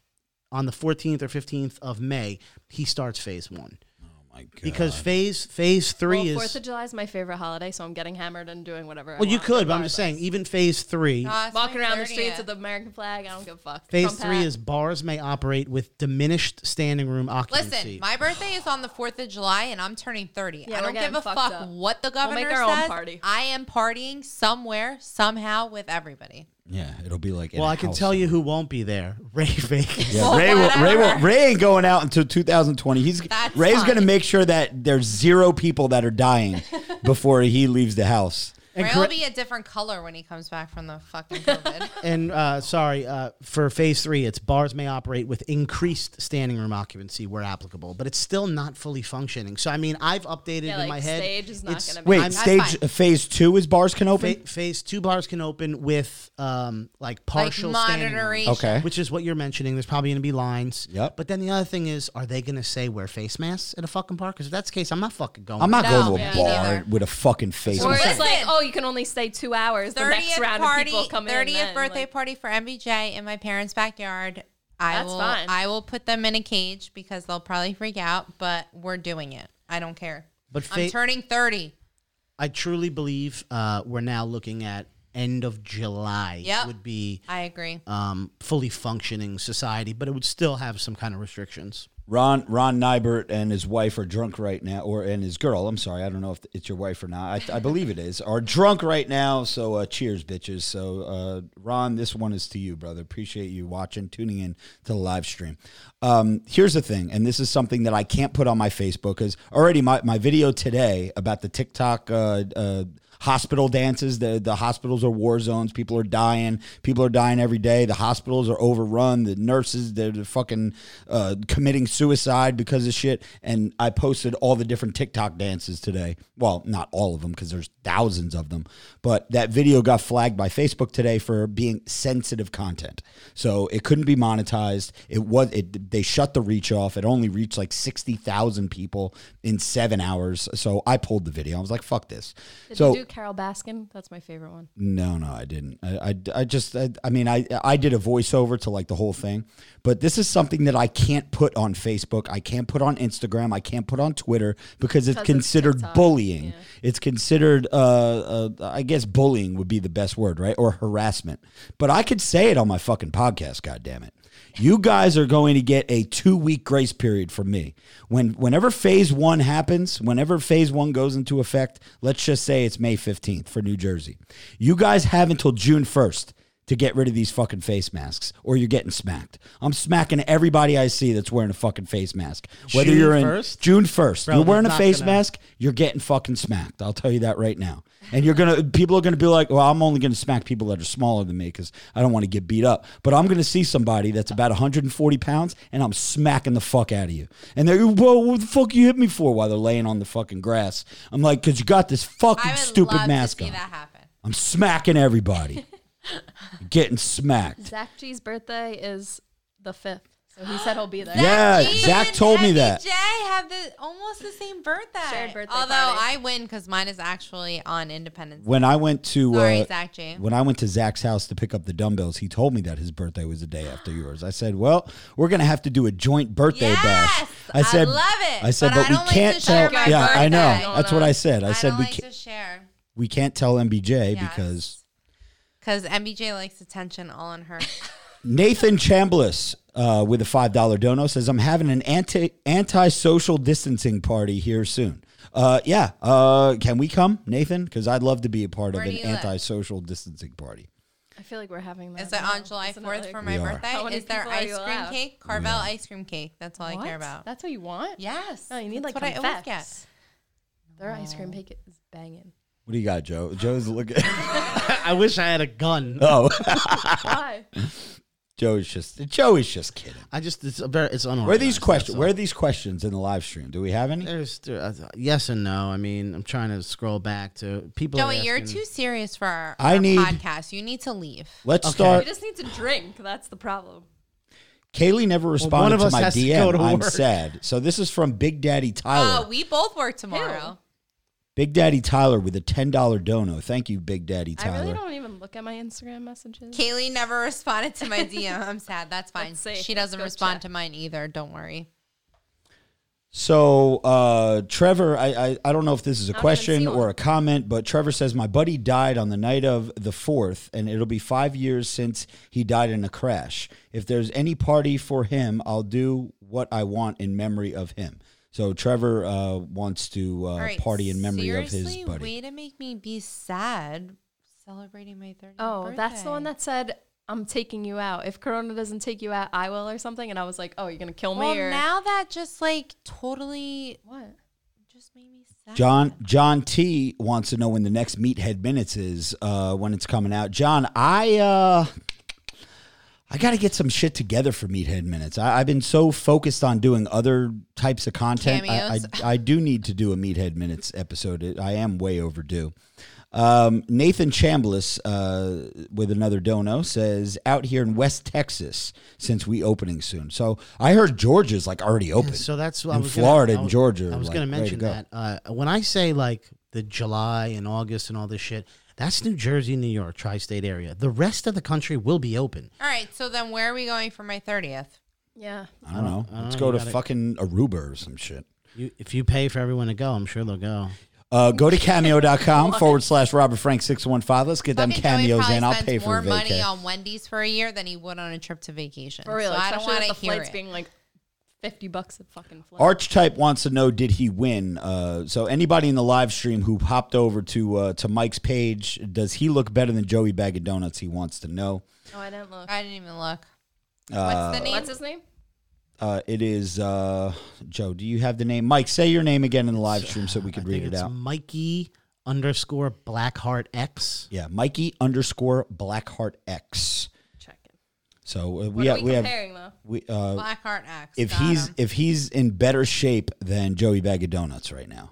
[SPEAKER 2] on the 14th or 15th of May he starts phase one.
[SPEAKER 1] Oh
[SPEAKER 2] Because phase phase
[SPEAKER 4] Well,
[SPEAKER 2] three
[SPEAKER 4] Fourth
[SPEAKER 2] is
[SPEAKER 4] of July is my favorite holiday, so I'm getting hammered and doing whatever.
[SPEAKER 2] well,
[SPEAKER 4] I
[SPEAKER 2] you
[SPEAKER 4] want,
[SPEAKER 2] could, but I'm just saying
[SPEAKER 4] regardless.
[SPEAKER 2] e- even phase three,
[SPEAKER 3] No, it's
[SPEAKER 4] Walking
[SPEAKER 3] my
[SPEAKER 4] around the streets
[SPEAKER 3] 30th.
[SPEAKER 4] with the American flag, I don't give a fuck.
[SPEAKER 2] phase
[SPEAKER 4] Trump
[SPEAKER 2] three
[SPEAKER 4] hat.
[SPEAKER 2] is bars may operate with diminished standing room occupancy.
[SPEAKER 3] Listen, my birthday is on the 4th of July and I'm turning 30.
[SPEAKER 4] Yeah,
[SPEAKER 3] I
[SPEAKER 4] we're
[SPEAKER 3] don't give
[SPEAKER 4] getting
[SPEAKER 3] a
[SPEAKER 4] fucked
[SPEAKER 3] fuck
[SPEAKER 4] up.
[SPEAKER 3] what the
[SPEAKER 4] We'll
[SPEAKER 3] governor
[SPEAKER 4] make our own
[SPEAKER 3] says.
[SPEAKER 4] party.
[SPEAKER 3] I am partying somewhere, somehow with everybody.
[SPEAKER 1] yeah, it'll be like. in
[SPEAKER 2] well,
[SPEAKER 1] a
[SPEAKER 2] I can
[SPEAKER 1] house
[SPEAKER 2] tell you
[SPEAKER 1] somewhere.
[SPEAKER 2] who won't be there. Ray Vegas.
[SPEAKER 1] Yeah,
[SPEAKER 3] Well,
[SPEAKER 1] Ray, will, Ray, will,
[SPEAKER 3] whatever.
[SPEAKER 1] Ray ain't going out until 2020. He's
[SPEAKER 3] That's
[SPEAKER 1] Ray's
[SPEAKER 3] fine.
[SPEAKER 1] going to make sure that there's zero people that are dying before he leaves the house.
[SPEAKER 2] And
[SPEAKER 3] Ray
[SPEAKER 2] correct-
[SPEAKER 3] will be a different color when he comes back from the fucking COVID.
[SPEAKER 2] And uh, sorry, uh, for phase three, it's bars may operate with increased standing room occupancy where applicable, but it's still not fully functioning. So I mean, I've updated
[SPEAKER 4] Yeah,
[SPEAKER 2] in
[SPEAKER 4] like,
[SPEAKER 2] my head.
[SPEAKER 4] stage is not
[SPEAKER 2] it's-
[SPEAKER 4] gonna be-
[SPEAKER 1] Wait,
[SPEAKER 2] I'm-
[SPEAKER 1] stage
[SPEAKER 3] fine.
[SPEAKER 1] phase two is bars can open.
[SPEAKER 2] fa- phase two bars can open with um, like
[SPEAKER 3] like
[SPEAKER 2] partial standing room,
[SPEAKER 3] monitoring.
[SPEAKER 1] Okay.
[SPEAKER 2] which is what you're mentioning. There's probably going to be lines.
[SPEAKER 1] Yep.
[SPEAKER 2] But then the other thing is, are they going to say wear face masks at a fucking park? Because if that's the case, I'm not fucking going.
[SPEAKER 1] I'm not
[SPEAKER 3] No,
[SPEAKER 1] going to a
[SPEAKER 3] me
[SPEAKER 1] bar
[SPEAKER 3] neither.
[SPEAKER 1] with a fucking face.
[SPEAKER 4] Or
[SPEAKER 1] mask.
[SPEAKER 4] it's like,
[SPEAKER 3] Listen.
[SPEAKER 4] oh, you can only stay two hours. The next
[SPEAKER 3] 30th
[SPEAKER 4] round of
[SPEAKER 3] party,
[SPEAKER 4] people come in.
[SPEAKER 3] 30th
[SPEAKER 4] then,
[SPEAKER 3] birthday
[SPEAKER 4] like-
[SPEAKER 3] party for MBJ in my parents' backyard. I
[SPEAKER 4] That's
[SPEAKER 3] will,
[SPEAKER 4] fine.
[SPEAKER 3] I will put them in a cage because they'll probably freak out, but we're doing it. I don't care.
[SPEAKER 2] But
[SPEAKER 3] I'm
[SPEAKER 2] fa-
[SPEAKER 3] turning 30.
[SPEAKER 2] I truly believe uh, we're now looking at end of July.
[SPEAKER 3] Yep.
[SPEAKER 2] Would be
[SPEAKER 3] I agree.
[SPEAKER 1] Uh,
[SPEAKER 2] um, fully functioning society, but it would still have some kind of restrictions.
[SPEAKER 1] Ron Ron Nybert and his wife are drunk right now, or and his girl. I'm sorry, I don't know if it's your wife or not. I, I believe it is. Are drunk right now, so uh, cheers, bitches. So uh, Ron, this one is to you, brother. Appreciate you watching, tuning in to the live stream. Um, here's the thing, and this is something that I can't put on my Facebook because already my my video today about the TikTok. Uh, uh, hospital dances. The the hospitals are war zones. People are dying. People are dying every day. The hospitals are overrun. The nurses they're, they're fucking uh, committing suicide because of shit. And I posted all the different TikTok dances today. Well, not all of them because there's thousands of them. But that video got flagged by Facebook today for being sensitive content. So it couldn't be monetized. It was it they shut the reach off. It only reached like sixty thousand people in seven hours. So I pulled the video. I was like, fuck this.
[SPEAKER 4] Did
[SPEAKER 1] so
[SPEAKER 4] you do Carol Baskin? That's my favorite one.
[SPEAKER 1] no, no, I didn't. I, I, I just, I, I mean, I, I did a voiceover to like the whole thing, but this is something that I can't put on Facebook. I can't put on Instagram. I can't put on Twitter because it's
[SPEAKER 4] Because it's
[SPEAKER 1] considered
[SPEAKER 4] TikTok,
[SPEAKER 1] bullying.
[SPEAKER 4] yeah.
[SPEAKER 1] It's considered, uh, uh, I guess, bullying would be the best word, right? Or harassment. But I could say it on my fucking podcast. God damn it. You guys are going to get a two week grace period from me. When whenever phase one happens, whenever phase one goes into effect, let's just say it's May 15th for New Jersey. You guys have until June 1st to get rid of these fucking face masks or you're getting smacked. I'm smacking everybody I see that's wearing a fucking face mask. Whether
[SPEAKER 2] June
[SPEAKER 1] you're in
[SPEAKER 2] 1st?
[SPEAKER 1] June 1st,
[SPEAKER 2] Bro,
[SPEAKER 1] you're wearing a
[SPEAKER 2] that's not
[SPEAKER 1] face
[SPEAKER 2] gonna-
[SPEAKER 1] mask, you're getting fucking smacked. I'll tell you that right now. And you're gonna, people are gonna be like, well, I'm only gonna smack people that are smaller than me because I don't want to get beat up. But I'm gonna see somebody that's about 140 pounds and I'm smacking the fuck out of you. And they're, whoa, what the fuck you hit me for? While they're laying on the fucking grass, I'm like, because you got this
[SPEAKER 3] I
[SPEAKER 1] fucking
[SPEAKER 3] would
[SPEAKER 1] stupid
[SPEAKER 3] love
[SPEAKER 1] mask
[SPEAKER 3] to see
[SPEAKER 1] on.
[SPEAKER 3] that happen.
[SPEAKER 1] I'm smacking everybody. getting smacked.
[SPEAKER 4] Zach G's birthday is the fifth, so he said he'll be there.
[SPEAKER 1] Yeah,
[SPEAKER 3] Gene
[SPEAKER 1] Uh, Zach told me
[SPEAKER 3] and
[SPEAKER 1] that.
[SPEAKER 3] Jay have the almost the same birthday.
[SPEAKER 4] Shared birthday
[SPEAKER 3] Although
[SPEAKER 4] party.
[SPEAKER 3] I win because mine is actually on Independence.
[SPEAKER 1] When I went to
[SPEAKER 3] Sorry,
[SPEAKER 1] uh,
[SPEAKER 3] Zach J.
[SPEAKER 1] when I went to Zach's house to pick up the dumbbells, he told me that his birthday was the day after yours. I said, "Well, we're gonna have to do a joint birthday
[SPEAKER 3] Yes!
[SPEAKER 1] bash."
[SPEAKER 3] I
[SPEAKER 1] said,
[SPEAKER 3] love it,
[SPEAKER 1] I said,
[SPEAKER 3] but
[SPEAKER 1] "But,
[SPEAKER 3] I
[SPEAKER 1] we
[SPEAKER 3] don't like
[SPEAKER 1] can't
[SPEAKER 3] to
[SPEAKER 1] tell."
[SPEAKER 3] share my
[SPEAKER 1] yeah, I
[SPEAKER 3] birthday.
[SPEAKER 1] know. That's what I said. I,
[SPEAKER 3] I,
[SPEAKER 1] said
[SPEAKER 3] don't
[SPEAKER 1] we
[SPEAKER 3] like
[SPEAKER 1] can't,
[SPEAKER 3] to share
[SPEAKER 1] we can't tell MBJ because
[SPEAKER 3] because MBJ likes attention all on her.
[SPEAKER 1] Nathan Chambliss uh, with a five dollar dono says, "I'm having an anti anti social distancing party here soon." Uh, yeah, uh, can we come, Nathan? Because I'd love to be a part
[SPEAKER 3] Where
[SPEAKER 1] of
[SPEAKER 3] do
[SPEAKER 1] an
[SPEAKER 3] you live?
[SPEAKER 1] anti social distancing party.
[SPEAKER 4] I feel like we're having that.
[SPEAKER 3] Is it
[SPEAKER 4] now.
[SPEAKER 3] on July
[SPEAKER 4] Isn't it,
[SPEAKER 3] Fourth
[SPEAKER 4] like-
[SPEAKER 3] for my
[SPEAKER 1] We are.
[SPEAKER 4] How
[SPEAKER 3] birthday?
[SPEAKER 4] many
[SPEAKER 3] Is there
[SPEAKER 4] people are
[SPEAKER 3] ice
[SPEAKER 4] you
[SPEAKER 3] cream
[SPEAKER 4] allowed?
[SPEAKER 3] cake? Carvel ice cream cake. That's all I care
[SPEAKER 4] What?
[SPEAKER 3] about.
[SPEAKER 4] That's what you want?
[SPEAKER 3] yes.
[SPEAKER 4] No, you need
[SPEAKER 3] That's
[SPEAKER 4] like
[SPEAKER 3] what I always
[SPEAKER 4] confetti.
[SPEAKER 3] get.
[SPEAKER 4] Their ice cream cake is banging.
[SPEAKER 1] What do you got, Joe? Joe's looking.
[SPEAKER 2] I wish I had a gun.
[SPEAKER 1] oh,
[SPEAKER 4] Why?
[SPEAKER 1] Joe's just Joe is just kidding.
[SPEAKER 2] I just it's a very it's unorganized.
[SPEAKER 1] Where are these
[SPEAKER 2] that's
[SPEAKER 1] questions?
[SPEAKER 2] all.
[SPEAKER 1] Where are these questions in the live stream? Do we have any?
[SPEAKER 2] There's there- uh, yes and no. I mean, I'm trying to scroll back to people. are
[SPEAKER 3] Joey, you're
[SPEAKER 2] asking-
[SPEAKER 3] too serious for our,
[SPEAKER 1] I
[SPEAKER 3] our
[SPEAKER 1] need-
[SPEAKER 3] podcast. You need to leave.
[SPEAKER 1] Let's
[SPEAKER 2] Okay.
[SPEAKER 4] We
[SPEAKER 1] start.
[SPEAKER 4] just need to drink. That's the problem.
[SPEAKER 1] Kaylee never
[SPEAKER 2] one
[SPEAKER 1] responded
[SPEAKER 2] of us
[SPEAKER 1] to my
[SPEAKER 2] has to go
[SPEAKER 1] DM.
[SPEAKER 2] to
[SPEAKER 1] I'm
[SPEAKER 2] work.
[SPEAKER 1] sad. So this is from Big Daddy Tyler.
[SPEAKER 3] Oh, we both work tomorrow.
[SPEAKER 1] Big Daddy Tyler with a ten dollar dono. Thank you, Big Daddy
[SPEAKER 4] I really
[SPEAKER 1] Tyler.
[SPEAKER 4] don't even look at my Instagram messages.
[SPEAKER 3] Kaylee never responded to my DM. I'm sad. That's fine.
[SPEAKER 4] Let's see.
[SPEAKER 3] She doesn't
[SPEAKER 4] Let's go
[SPEAKER 3] respond
[SPEAKER 4] check.
[SPEAKER 3] to mine either. Don't worry.
[SPEAKER 1] So uh, Trevor, I, I I don't know if this is a
[SPEAKER 4] I don't even
[SPEAKER 1] question
[SPEAKER 4] see
[SPEAKER 1] or
[SPEAKER 4] one.
[SPEAKER 1] a comment, but Trevor says my buddy died on the night of the fourth, and it'll be five years since he died in a crash. If there's any party for him, I'll do what I want in memory of him. So Trevor uh, wants to uh,
[SPEAKER 3] All right.
[SPEAKER 1] party in memory of his
[SPEAKER 3] seriously,
[SPEAKER 1] buddy.
[SPEAKER 3] Way to make me be sad celebrating my 30th
[SPEAKER 4] Oh, that's the one
[SPEAKER 3] birthday.
[SPEAKER 4] that said, I'm taking you out. If Corona doesn't take you out, I will or something. And I was like, oh, you're going to kill me
[SPEAKER 3] Well,
[SPEAKER 4] or
[SPEAKER 3] now that just like totally
[SPEAKER 4] what?
[SPEAKER 3] just made me sad.
[SPEAKER 1] John John T wants to know when the next Meathead Minutes is, uh, when it's coming out. John, I uh, I got to get some shit together for Meathead Minutes. I, I've been so focused on doing other types of content. I,
[SPEAKER 3] Cameos.
[SPEAKER 1] I I do need to do a Meathead Minutes episode. It- I am way overdue. Um, Nathan Chambliss uh, with another dono says out here in West Texas since we opening soon. So I heard Georgia's like already open.
[SPEAKER 2] So that's what I
[SPEAKER 1] in
[SPEAKER 2] was
[SPEAKER 1] Florida
[SPEAKER 2] gonna, I
[SPEAKER 1] and
[SPEAKER 2] was-
[SPEAKER 1] Georgia.
[SPEAKER 2] I was
[SPEAKER 1] like,
[SPEAKER 2] going
[SPEAKER 1] ready
[SPEAKER 2] to
[SPEAKER 1] to
[SPEAKER 2] mention
[SPEAKER 1] go.
[SPEAKER 2] that uh, when I say like the July and August and all this shit, that's New Jersey, New York, tri-state area. The rest of the country will be open.
[SPEAKER 3] All right. So then where are we going for my 30th?
[SPEAKER 4] Yeah.
[SPEAKER 1] I don't know.
[SPEAKER 2] I don't
[SPEAKER 1] Let's
[SPEAKER 2] know,
[SPEAKER 1] go
[SPEAKER 2] you
[SPEAKER 1] to
[SPEAKER 2] gotta-
[SPEAKER 1] fucking Aruba or some shit.
[SPEAKER 2] You, if you pay for everyone to go, I'm sure they'll go.
[SPEAKER 1] Uh, go to cameo.com forward slash Robert Frank 615. Let's get them
[SPEAKER 3] Fucking Joey
[SPEAKER 1] cameos
[SPEAKER 3] probably
[SPEAKER 1] in. I'll
[SPEAKER 3] spends
[SPEAKER 1] pay for
[SPEAKER 3] more
[SPEAKER 1] a
[SPEAKER 3] money
[SPEAKER 1] vacay.
[SPEAKER 3] on Wendy's for a year than he would on a trip to vacation.
[SPEAKER 4] For real.
[SPEAKER 3] So I don't
[SPEAKER 4] especially
[SPEAKER 3] want
[SPEAKER 4] with
[SPEAKER 3] to
[SPEAKER 4] the
[SPEAKER 3] hear
[SPEAKER 4] flights
[SPEAKER 3] it.
[SPEAKER 4] being like fifty bucks a fucking flight.
[SPEAKER 1] Archetype wants to know did he win? Uh, so anybody in the live stream who popped over to uh, to Mike's page, does he look better than Joey Bag of Donuts? He wants to know.
[SPEAKER 4] no, I didn't look.
[SPEAKER 3] I didn't even look.
[SPEAKER 1] Uh,
[SPEAKER 3] What's the name?
[SPEAKER 4] What's his name?
[SPEAKER 1] uh, it is uh, Joe. Do you have the name? Mike, say your name again in the live stream so we
[SPEAKER 2] I
[SPEAKER 1] could
[SPEAKER 2] think
[SPEAKER 1] read it
[SPEAKER 2] it's
[SPEAKER 1] out.
[SPEAKER 2] Mikey underscore Blackheart X.
[SPEAKER 1] Yeah, Mikey underscore Blackheart X.
[SPEAKER 4] Check it.
[SPEAKER 1] So uh,
[SPEAKER 4] What
[SPEAKER 1] we
[SPEAKER 4] are
[SPEAKER 1] have,
[SPEAKER 4] we
[SPEAKER 1] we have
[SPEAKER 4] comparing though?
[SPEAKER 1] we uh,
[SPEAKER 3] Blackheart X.
[SPEAKER 1] if
[SPEAKER 3] got
[SPEAKER 1] he's
[SPEAKER 3] him.
[SPEAKER 1] if he's in better shape than Joey Bag of Donuts right now.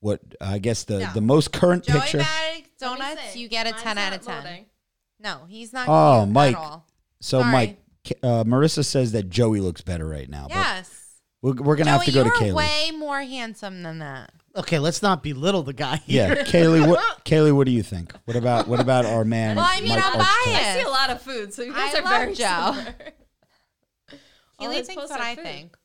[SPEAKER 1] What I guess the
[SPEAKER 3] No.
[SPEAKER 1] the most current
[SPEAKER 3] Joey
[SPEAKER 1] picture.
[SPEAKER 3] Bag
[SPEAKER 4] Let me
[SPEAKER 3] Donuts,
[SPEAKER 4] see.
[SPEAKER 3] you get a
[SPEAKER 4] Mine's
[SPEAKER 3] ten out
[SPEAKER 4] not
[SPEAKER 3] of ten.
[SPEAKER 4] loading.
[SPEAKER 3] No, he's not.
[SPEAKER 1] Oh,
[SPEAKER 3] cute
[SPEAKER 1] Mike.
[SPEAKER 3] At all.
[SPEAKER 1] so
[SPEAKER 3] sorry.
[SPEAKER 1] Mike, uh, Marissa says that Joey looks better right now.
[SPEAKER 3] Yes.
[SPEAKER 1] But we're, we're gonna have to
[SPEAKER 3] Joey,
[SPEAKER 1] go to
[SPEAKER 3] you
[SPEAKER 1] Kaylee.
[SPEAKER 3] were way more handsome than that.
[SPEAKER 2] Okay, let's not belittle the guy here.
[SPEAKER 1] yeah, Kaylee. What Kaylee? What do you think? What about what about our man?
[SPEAKER 3] Well, I mean,
[SPEAKER 1] Mike
[SPEAKER 3] I'm
[SPEAKER 1] Archibald?
[SPEAKER 3] biased.
[SPEAKER 4] I see a lot of food, so you guys
[SPEAKER 3] I
[SPEAKER 4] are very
[SPEAKER 3] love Joe.
[SPEAKER 4] similar. All
[SPEAKER 3] Keely
[SPEAKER 4] his
[SPEAKER 3] thinks
[SPEAKER 4] posts
[SPEAKER 3] what
[SPEAKER 4] are
[SPEAKER 3] I
[SPEAKER 4] food.
[SPEAKER 3] think.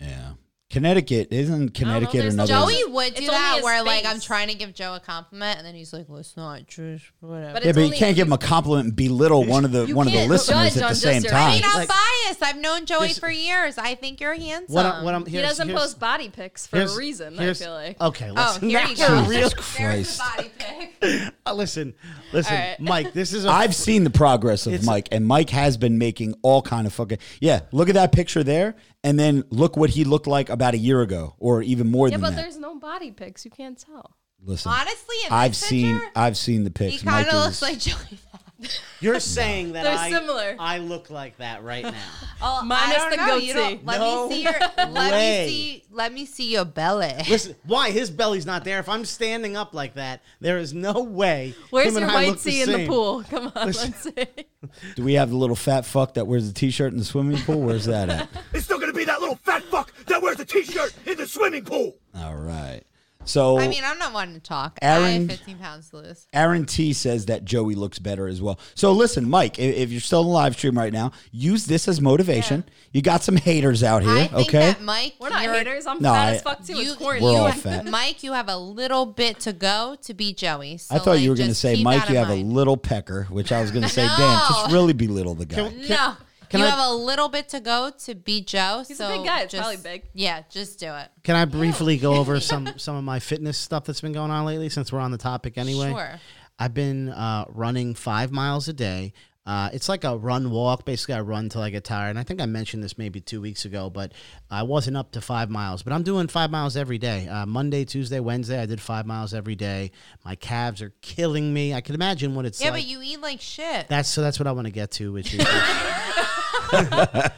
[SPEAKER 1] Yeah, Connecticut isn't Connecticut
[SPEAKER 4] there's no-
[SPEAKER 1] another.
[SPEAKER 3] Oh, Joey would do
[SPEAKER 4] It's only
[SPEAKER 3] that
[SPEAKER 4] his
[SPEAKER 3] where like I'm
[SPEAKER 4] face.
[SPEAKER 3] trying to give Joe a compliment and then he's like, "Well, it's not true, whatever."
[SPEAKER 4] But
[SPEAKER 1] yeah,
[SPEAKER 4] it's
[SPEAKER 1] but you
[SPEAKER 4] only-
[SPEAKER 1] can't give him a compliment and belittle one of the
[SPEAKER 4] you
[SPEAKER 1] one of the
[SPEAKER 4] can't
[SPEAKER 1] listeners
[SPEAKER 4] judge
[SPEAKER 1] at
[SPEAKER 4] on
[SPEAKER 1] the
[SPEAKER 4] just
[SPEAKER 1] same
[SPEAKER 4] your-
[SPEAKER 3] I
[SPEAKER 1] time.
[SPEAKER 3] mean, I'm
[SPEAKER 2] Like-
[SPEAKER 3] biased. I've known Joey
[SPEAKER 2] This-
[SPEAKER 3] for years. I think you're handsome.
[SPEAKER 2] What, I, what I'm
[SPEAKER 4] He
[SPEAKER 2] here's-
[SPEAKER 4] doesn't
[SPEAKER 2] here's-
[SPEAKER 4] post body pics for a
[SPEAKER 2] here's-
[SPEAKER 4] reason. I
[SPEAKER 2] here's-
[SPEAKER 4] feel like.
[SPEAKER 2] Okay,
[SPEAKER 3] oh,
[SPEAKER 2] listen.
[SPEAKER 3] here you
[SPEAKER 2] that's
[SPEAKER 3] go.
[SPEAKER 2] a real-
[SPEAKER 1] Jesus
[SPEAKER 3] There's
[SPEAKER 1] Christ!
[SPEAKER 3] the body pic.
[SPEAKER 2] uh, listen, listen,
[SPEAKER 4] All right.
[SPEAKER 2] Mike. This is a
[SPEAKER 1] I've seen the progress of
[SPEAKER 2] It's-
[SPEAKER 1] Mike, and Mike has been making all kind of fucking yeah. Look at that picture there, and then look what he looked like about a year ago, or even more
[SPEAKER 4] Yeah,
[SPEAKER 1] than
[SPEAKER 4] but
[SPEAKER 1] that.
[SPEAKER 4] there's no body pics. You can't tell.
[SPEAKER 1] Listen,
[SPEAKER 3] Honestly, in this
[SPEAKER 1] I've seen
[SPEAKER 3] picture,
[SPEAKER 1] I've seen the
[SPEAKER 3] he
[SPEAKER 1] pics.
[SPEAKER 3] kind
[SPEAKER 1] Mike
[SPEAKER 3] of looks
[SPEAKER 1] is-
[SPEAKER 3] like Joey. Bag.
[SPEAKER 2] You're saying that
[SPEAKER 4] They're
[SPEAKER 2] I,
[SPEAKER 4] similar.
[SPEAKER 2] I look like that right now.
[SPEAKER 3] Oh,
[SPEAKER 4] Minus
[SPEAKER 3] I
[SPEAKER 4] the
[SPEAKER 3] don't know. You
[SPEAKER 4] goatee.
[SPEAKER 3] don't- Let
[SPEAKER 2] No
[SPEAKER 3] me see your. Let
[SPEAKER 2] way.
[SPEAKER 3] me see. Let me see your belly.
[SPEAKER 2] Listen, why his belly's not there? If I'm standing up like that, there is no way.
[SPEAKER 4] Where's
[SPEAKER 2] him and
[SPEAKER 4] your
[SPEAKER 2] I
[SPEAKER 4] white
[SPEAKER 2] look the
[SPEAKER 4] sea in the
[SPEAKER 2] same.
[SPEAKER 4] pool? Come on, let's see.
[SPEAKER 1] Do we have the little fat fuck that wears the t-shirt in the swimming pool? Where's that at?
[SPEAKER 5] It's still gonna be that little fat fuck that wears a t-shirt in the swimming pool.
[SPEAKER 1] all right. So
[SPEAKER 3] I mean, I'm not wanting to talk. I
[SPEAKER 1] Aaron-
[SPEAKER 3] have 15 pounds to lose.
[SPEAKER 1] Aaron T says that Joey looks better as well. So listen, Mike, i- if you're still in the live stream right now, use this as motivation. You got some haters out here,
[SPEAKER 3] I think
[SPEAKER 1] okay?
[SPEAKER 3] that Mike,
[SPEAKER 4] We're not
[SPEAKER 3] you're-
[SPEAKER 4] haters. I'm
[SPEAKER 1] No,
[SPEAKER 4] fat
[SPEAKER 1] I-
[SPEAKER 4] as fuck too.
[SPEAKER 3] You,
[SPEAKER 4] it's quarantine.
[SPEAKER 1] We're all
[SPEAKER 3] you-
[SPEAKER 1] fat.
[SPEAKER 3] Mike, you have a little bit to go to be Joey. So
[SPEAKER 1] I thought you were
[SPEAKER 3] going to
[SPEAKER 1] say, Mike, you have a little pecker, which I was going to say, damn, just really belittle the guy.
[SPEAKER 3] no.
[SPEAKER 2] can
[SPEAKER 3] you
[SPEAKER 2] I-
[SPEAKER 3] have a little bit to go to be Joe.
[SPEAKER 4] He's a
[SPEAKER 3] so
[SPEAKER 4] big guy. It's
[SPEAKER 3] just-
[SPEAKER 4] probably big.
[SPEAKER 3] Yeah, just do it.
[SPEAKER 2] Can I briefly go over some some of my fitness stuff that's been going on lately? Since we're on the topic anyway,
[SPEAKER 3] Sure.
[SPEAKER 2] I've been uh, running five miles a day. Uh, it's like a run walk. Basically, I run till I get tired. And I think I mentioned this maybe two weeks ago, but I wasn't up to five miles. But I'm doing five miles every day. Uh, Monday, Tuesday, Wednesday, I did five miles every day. My calves are killing me. I can imagine what it's
[SPEAKER 3] Yeah,
[SPEAKER 2] like.
[SPEAKER 3] but you eat like shit.
[SPEAKER 2] that's so. That's what I want to get to, which is
[SPEAKER 4] that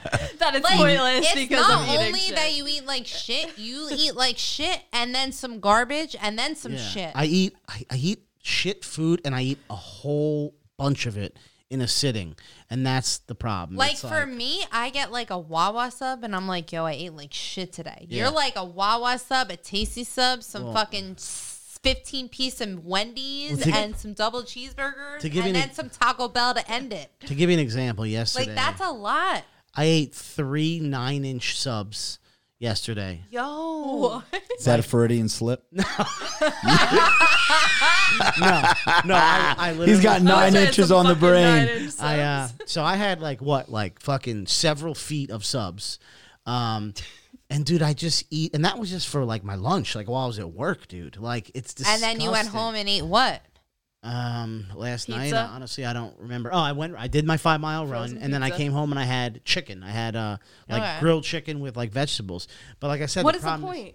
[SPEAKER 4] it's
[SPEAKER 3] Like,
[SPEAKER 4] pointless
[SPEAKER 3] it's
[SPEAKER 4] because
[SPEAKER 3] not
[SPEAKER 4] of eating
[SPEAKER 3] only
[SPEAKER 4] shit.
[SPEAKER 3] that you eat like shit. You eat like shit, and then some garbage, and then some
[SPEAKER 2] Yeah.
[SPEAKER 3] shit.
[SPEAKER 2] I eat I, I eat shit food and I eat a whole bunch of it in a sitting, and that's the problem.
[SPEAKER 3] Like
[SPEAKER 2] It's
[SPEAKER 3] for me, I get like a Wawa sub, and I'm like, yo, I ate like shit today.
[SPEAKER 2] Yeah.
[SPEAKER 3] You're like a Wawa sub, a tasty sub, some fucking s- fifteen piece of Wendy's,
[SPEAKER 2] Well, to-
[SPEAKER 3] and some double cheeseburgers,
[SPEAKER 2] to give you
[SPEAKER 3] and
[SPEAKER 2] an
[SPEAKER 3] then
[SPEAKER 2] e-
[SPEAKER 3] some Taco Bell to end it.
[SPEAKER 2] to give you an example, yesterday
[SPEAKER 3] Like that's a lot,
[SPEAKER 2] I ate three nine inch subs yesterday.
[SPEAKER 3] yo.
[SPEAKER 1] Is that a Freudian slip?
[SPEAKER 2] No, Ah, I, I literally
[SPEAKER 1] He's got
[SPEAKER 4] I
[SPEAKER 1] nine
[SPEAKER 4] said
[SPEAKER 1] inches
[SPEAKER 4] some
[SPEAKER 1] on the
[SPEAKER 4] fucking nine
[SPEAKER 1] brain.
[SPEAKER 4] inch subs.
[SPEAKER 2] I uh, so I had like what like fucking several feet of subs, um, and dude, I just eat, and that was just for like my lunch, like while I was at work, dude. Like it's
[SPEAKER 3] And then you went
[SPEAKER 2] disgusting.
[SPEAKER 3] home and ate what?
[SPEAKER 2] Um, last night,
[SPEAKER 4] Pizza?
[SPEAKER 2] honestly, I don't remember. Oh, I went, I did my five mile run,
[SPEAKER 4] Frozen
[SPEAKER 2] and then I
[SPEAKER 4] pizza.
[SPEAKER 2] came home and I had chicken. I had uh, like
[SPEAKER 3] Okay.
[SPEAKER 2] grilled chicken with like vegetables. But like I said,
[SPEAKER 4] What
[SPEAKER 2] the
[SPEAKER 4] is the
[SPEAKER 2] problem is-
[SPEAKER 4] point?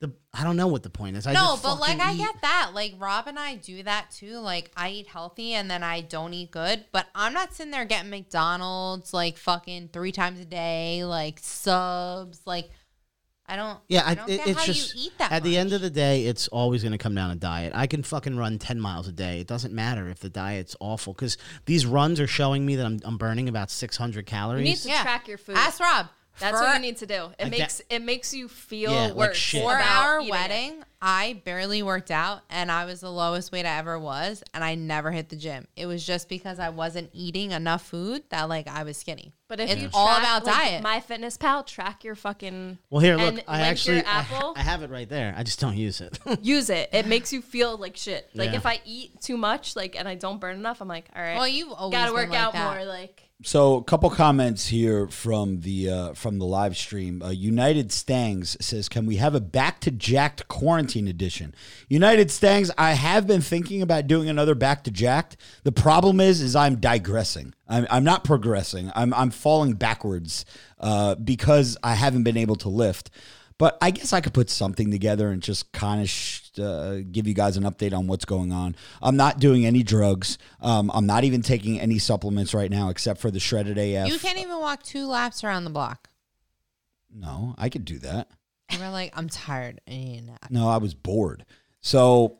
[SPEAKER 2] the- I don't know what the point is. I
[SPEAKER 3] no,
[SPEAKER 2] just
[SPEAKER 3] but like
[SPEAKER 2] fucking
[SPEAKER 3] I
[SPEAKER 2] eat.
[SPEAKER 3] get that. Like Rob and I do that too. Like I eat healthy and then I don't eat good, but I'm not sitting there getting McDonald's like fucking three times a day, like subs. Like I don't.
[SPEAKER 2] Yeah,
[SPEAKER 3] I
[SPEAKER 2] I,
[SPEAKER 3] don't
[SPEAKER 2] it-
[SPEAKER 3] get
[SPEAKER 2] it's
[SPEAKER 3] how
[SPEAKER 2] just
[SPEAKER 3] you eat that.
[SPEAKER 2] at the end
[SPEAKER 3] much.
[SPEAKER 2] of the day, it's always going to come down to diet. I can fucking run ten miles a day. It doesn't matter if the diet's awful because these runs are showing me that I'm, I'm burning about six hundred
[SPEAKER 4] You need to
[SPEAKER 2] calories.
[SPEAKER 3] Yeah.
[SPEAKER 4] track your food.
[SPEAKER 3] ask Rob.
[SPEAKER 4] That's
[SPEAKER 3] for
[SPEAKER 4] what you need to do. It
[SPEAKER 2] I
[SPEAKER 4] makes it makes you feel
[SPEAKER 2] Yeah, like
[SPEAKER 4] worse.
[SPEAKER 2] shit.
[SPEAKER 3] For
[SPEAKER 4] about
[SPEAKER 3] our
[SPEAKER 4] eating it.
[SPEAKER 3] wedding, I barely worked out and I was the lowest weight I ever was and I never hit the gym. It was just because I wasn't eating enough food that like I was skinny.
[SPEAKER 4] But if
[SPEAKER 3] It's
[SPEAKER 4] you
[SPEAKER 3] all
[SPEAKER 4] track,
[SPEAKER 3] about
[SPEAKER 4] like,
[SPEAKER 3] diet.
[SPEAKER 4] my fitness pal, track your fucking
[SPEAKER 2] Well, here, look,
[SPEAKER 4] and
[SPEAKER 2] I
[SPEAKER 4] link
[SPEAKER 2] actually,
[SPEAKER 4] your
[SPEAKER 2] I,
[SPEAKER 4] Apple.
[SPEAKER 2] I have it right there. I just don't use it.
[SPEAKER 4] use it. It makes you feel like shit. Like
[SPEAKER 2] Yeah.
[SPEAKER 4] if I eat too much, like and I don't burn enough, I'm like, all right,
[SPEAKER 3] Well, you've always
[SPEAKER 4] gotta
[SPEAKER 3] been
[SPEAKER 4] work
[SPEAKER 3] like
[SPEAKER 4] out
[SPEAKER 3] that.
[SPEAKER 4] more. Like
[SPEAKER 1] So, a couple comments here from the uh, from the live stream. Uh, United Stangs says, "Can we have a back to jacked quarantine edition?" United Stangs, I have been thinking about doing another back to jacked. The problem is, is I'm digressing. I'm, I'm not progressing. I'm I'm falling backwards uh, because I haven't been able to lift. But I guess I could put something together and just kind of sh- uh, give you guys an update on what's going on. I'm not doing any drugs. Um, I'm not even taking any supplements right now except for the shredded AF.
[SPEAKER 3] You can't even walk two laps around the block.
[SPEAKER 1] No, I could do that.
[SPEAKER 3] You were like, I'm tired. I need a nap.
[SPEAKER 1] No, I was bored. So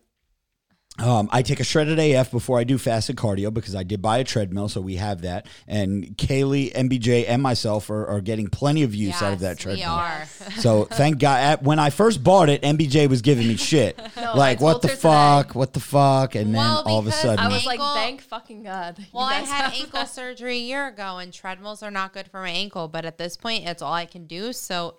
[SPEAKER 1] um, I take a shredded AF before I do fasted cardio because I did buy a treadmill, so we have that. And Kaylee, MBJ, and myself are, are getting plenty of use out of that
[SPEAKER 3] Yes, we
[SPEAKER 1] treadmill.
[SPEAKER 3] are.
[SPEAKER 1] So thank God. At, when I first bought it, MBJ was giving me shit. like, what
[SPEAKER 4] told
[SPEAKER 1] the
[SPEAKER 4] her today.
[SPEAKER 1] fuck? What the fuck? And then
[SPEAKER 3] Well,
[SPEAKER 1] all of a
[SPEAKER 3] because
[SPEAKER 1] sudden,
[SPEAKER 4] I was like,
[SPEAKER 3] Ankle-
[SPEAKER 4] thank fucking god. you
[SPEAKER 3] Well, I
[SPEAKER 4] guys
[SPEAKER 3] had
[SPEAKER 4] have
[SPEAKER 3] ankle surgery a year ago, and treadmills are not good for my ankle. But at this point, it's all I can do. So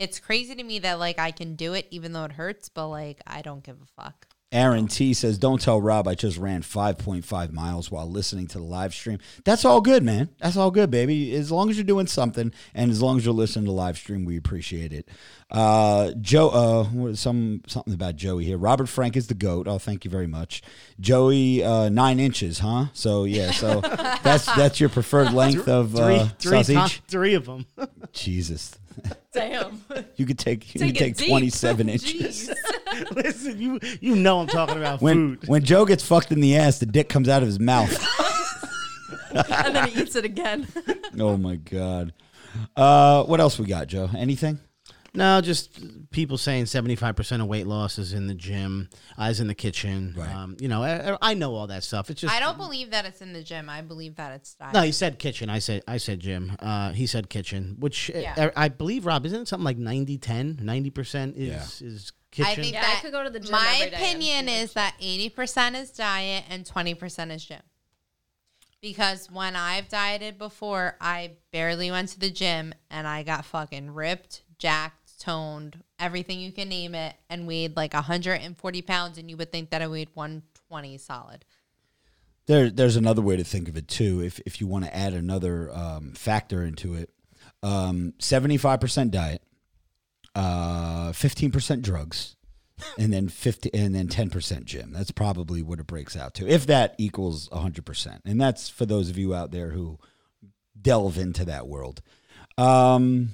[SPEAKER 3] it's crazy to me that like I can do it, even though it hurts. But like I don't give a fuck.
[SPEAKER 1] Aaron T says, Don't tell Rob I just ran 5.5 miles while listening to the live stream. That's all good, man. That's all good, baby. As long as you're doing something and as long as you're listening to the live stream, we appreciate it. Uh, Joe, uh, what- some something about Joey here. Robert Frank is the GOAT. Oh, thank you very much. Joey, uh, nine inches, huh? So, yeah, so that's that's your preferred length of uh,
[SPEAKER 2] three,
[SPEAKER 1] sausage.
[SPEAKER 2] three, ti- three of them.
[SPEAKER 1] Jesus.
[SPEAKER 4] Damn.
[SPEAKER 1] You could take, you
[SPEAKER 4] Take
[SPEAKER 1] could
[SPEAKER 4] it
[SPEAKER 1] take
[SPEAKER 4] deep.
[SPEAKER 1] 27 inches.
[SPEAKER 2] Listen, you you know I'm talking about
[SPEAKER 1] When,
[SPEAKER 2] food.
[SPEAKER 1] when Joe gets fucked in the ass, the dick comes out of his mouth.
[SPEAKER 4] and then he eats it again.
[SPEAKER 1] Oh my god. Uh, what else we got, Joe? Anything?
[SPEAKER 2] No, just people saying 75% of weight loss is in the gym, uh, is in the kitchen.
[SPEAKER 1] Right.
[SPEAKER 2] Um, you know, I, I know all that stuff. It's just
[SPEAKER 3] I don't believe that it's in the gym. I believe that it's diet.
[SPEAKER 2] No, he said kitchen. I said I said gym. Uh, he said kitchen, which uh,
[SPEAKER 3] Yeah.
[SPEAKER 2] I, I believe Rob isn't it something like 90 10, 90 percent is is kitchen.
[SPEAKER 3] I think
[SPEAKER 4] Yeah, I
[SPEAKER 3] that
[SPEAKER 4] could go to the gym
[SPEAKER 3] My
[SPEAKER 4] every day and
[SPEAKER 3] opinion
[SPEAKER 4] do
[SPEAKER 3] is that eighty percent is diet and twenty percent is gym. Because when I've dieted before, I barely went to the gym and I got fucking ripped, jacked, toned, everything you can name it, and weighed like hundred and forty pounds, and you would think that I weighed one twenty solid.
[SPEAKER 1] There, there's another way to think of it too. If if you want to add another um, factor into it, seventy five percent diet, uh, fifteen percent drugs, and then fifty and then ten percent gym. That's probably what it breaks out to, if that equals hundred percent. And that's for those of you out there who delve into that world. Um,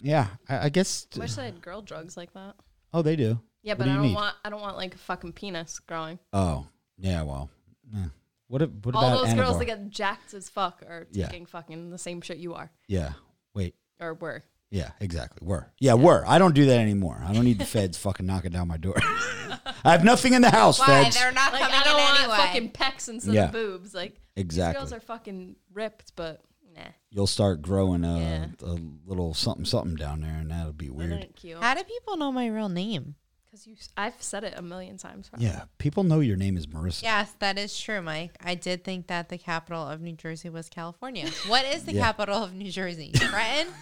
[SPEAKER 1] yeah, I, I guess.
[SPEAKER 4] I wish they had girl drugs like that.
[SPEAKER 1] Oh, they do.
[SPEAKER 4] Yeah,
[SPEAKER 1] What
[SPEAKER 4] but
[SPEAKER 1] do
[SPEAKER 4] I
[SPEAKER 1] you
[SPEAKER 4] don't
[SPEAKER 1] need?
[SPEAKER 4] want I don't want like a fucking penis growing.
[SPEAKER 1] Oh, yeah. Well, eh. what? if- What
[SPEAKER 4] All
[SPEAKER 1] about
[SPEAKER 4] those girls
[SPEAKER 1] Anavar?
[SPEAKER 4] that get jacked as fuck are
[SPEAKER 1] Yeah.
[SPEAKER 4] taking fucking the same shit you are
[SPEAKER 1] Yeah. Wait.
[SPEAKER 4] or were.
[SPEAKER 1] Yeah. Exactly. Were. Yeah. Were. I don't do that anymore. I don't need the feds fucking knocking down my door. I have nothing in the house,
[SPEAKER 3] Why
[SPEAKER 1] feds.
[SPEAKER 3] they're not
[SPEAKER 4] Like
[SPEAKER 3] coming
[SPEAKER 4] I don't
[SPEAKER 3] in
[SPEAKER 4] want
[SPEAKER 3] anyway?
[SPEAKER 4] fucking pecs instead
[SPEAKER 1] Yeah.
[SPEAKER 4] of boobs. Like
[SPEAKER 1] Exactly.
[SPEAKER 4] these girls are fucking ripped, but nah,
[SPEAKER 1] You'll start growing a,
[SPEAKER 4] Yeah.
[SPEAKER 1] a little something something down there, and that'll be
[SPEAKER 4] they're
[SPEAKER 1] weird.
[SPEAKER 4] not cute.
[SPEAKER 3] How do people know my real name?
[SPEAKER 4] Because you, s- I've said it a million times. Probably.
[SPEAKER 1] Yeah. People know your name is Marissa.
[SPEAKER 3] Yes, that is true, Mike. I did think that the capital of New Jersey was California. What is the
[SPEAKER 1] Yeah.
[SPEAKER 3] capital of New Jersey? Trenton?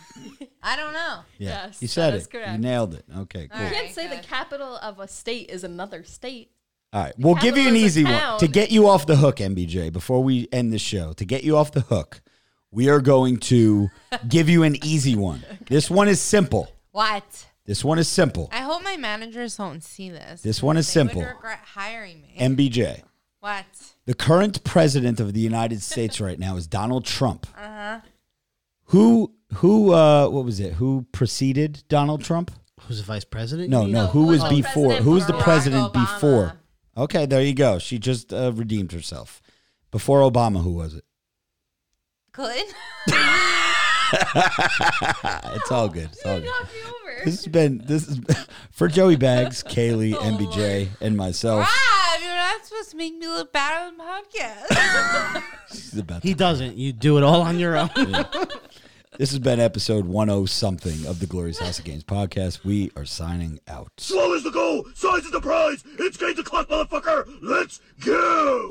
[SPEAKER 3] I don't know.
[SPEAKER 1] Yeah.
[SPEAKER 4] Yes,
[SPEAKER 1] you said
[SPEAKER 4] that
[SPEAKER 1] it.
[SPEAKER 4] is correct.
[SPEAKER 1] You nailed it. Okay. Cool.
[SPEAKER 3] All
[SPEAKER 4] You
[SPEAKER 3] right.
[SPEAKER 4] can't say the
[SPEAKER 3] good.
[SPEAKER 4] capital of a state is another state.
[SPEAKER 1] All right. We'll give you an
[SPEAKER 4] Capital is a
[SPEAKER 1] easy one.
[SPEAKER 4] town.
[SPEAKER 1] To get you off the hook, MBJ, before we end the show, to get you off the hook, we are going to give you an easy one. This one is simple.
[SPEAKER 3] What?
[SPEAKER 1] This one is simple.
[SPEAKER 3] I hope my managers don't see this.
[SPEAKER 1] This one is
[SPEAKER 3] They
[SPEAKER 1] simple.
[SPEAKER 3] Would regret hiring me.
[SPEAKER 1] MBJ.
[SPEAKER 3] what?
[SPEAKER 1] The current president of the United States right now is Donald Trump. Uh-huh. Who who uh what was it? Who preceded Donald Trump?
[SPEAKER 2] Who's the vice president?
[SPEAKER 1] No,
[SPEAKER 2] you mean?
[SPEAKER 1] no, who was
[SPEAKER 4] was the
[SPEAKER 1] before?
[SPEAKER 4] president
[SPEAKER 1] Who was the
[SPEAKER 4] before?
[SPEAKER 1] president
[SPEAKER 3] Barack Obama.
[SPEAKER 1] before? Okay, there you go. She just uh, redeemed herself. Before Obama, who was it?
[SPEAKER 3] Clinton?
[SPEAKER 1] It's all good. It's all good.
[SPEAKER 4] Knock you over.
[SPEAKER 1] This has been this is for Joey Bags, Kaylee, MBJ, and myself.
[SPEAKER 3] Rob, you're not supposed to make me look bad on the podcast.
[SPEAKER 1] This is about
[SPEAKER 2] He doesn't. You do it all on your own.
[SPEAKER 1] This has been episode 10 something of the Glorious House of Games podcast. We are signing out.
[SPEAKER 5] Slow is the goal, size is the prize. It's game to clock, motherfucker. Let's go.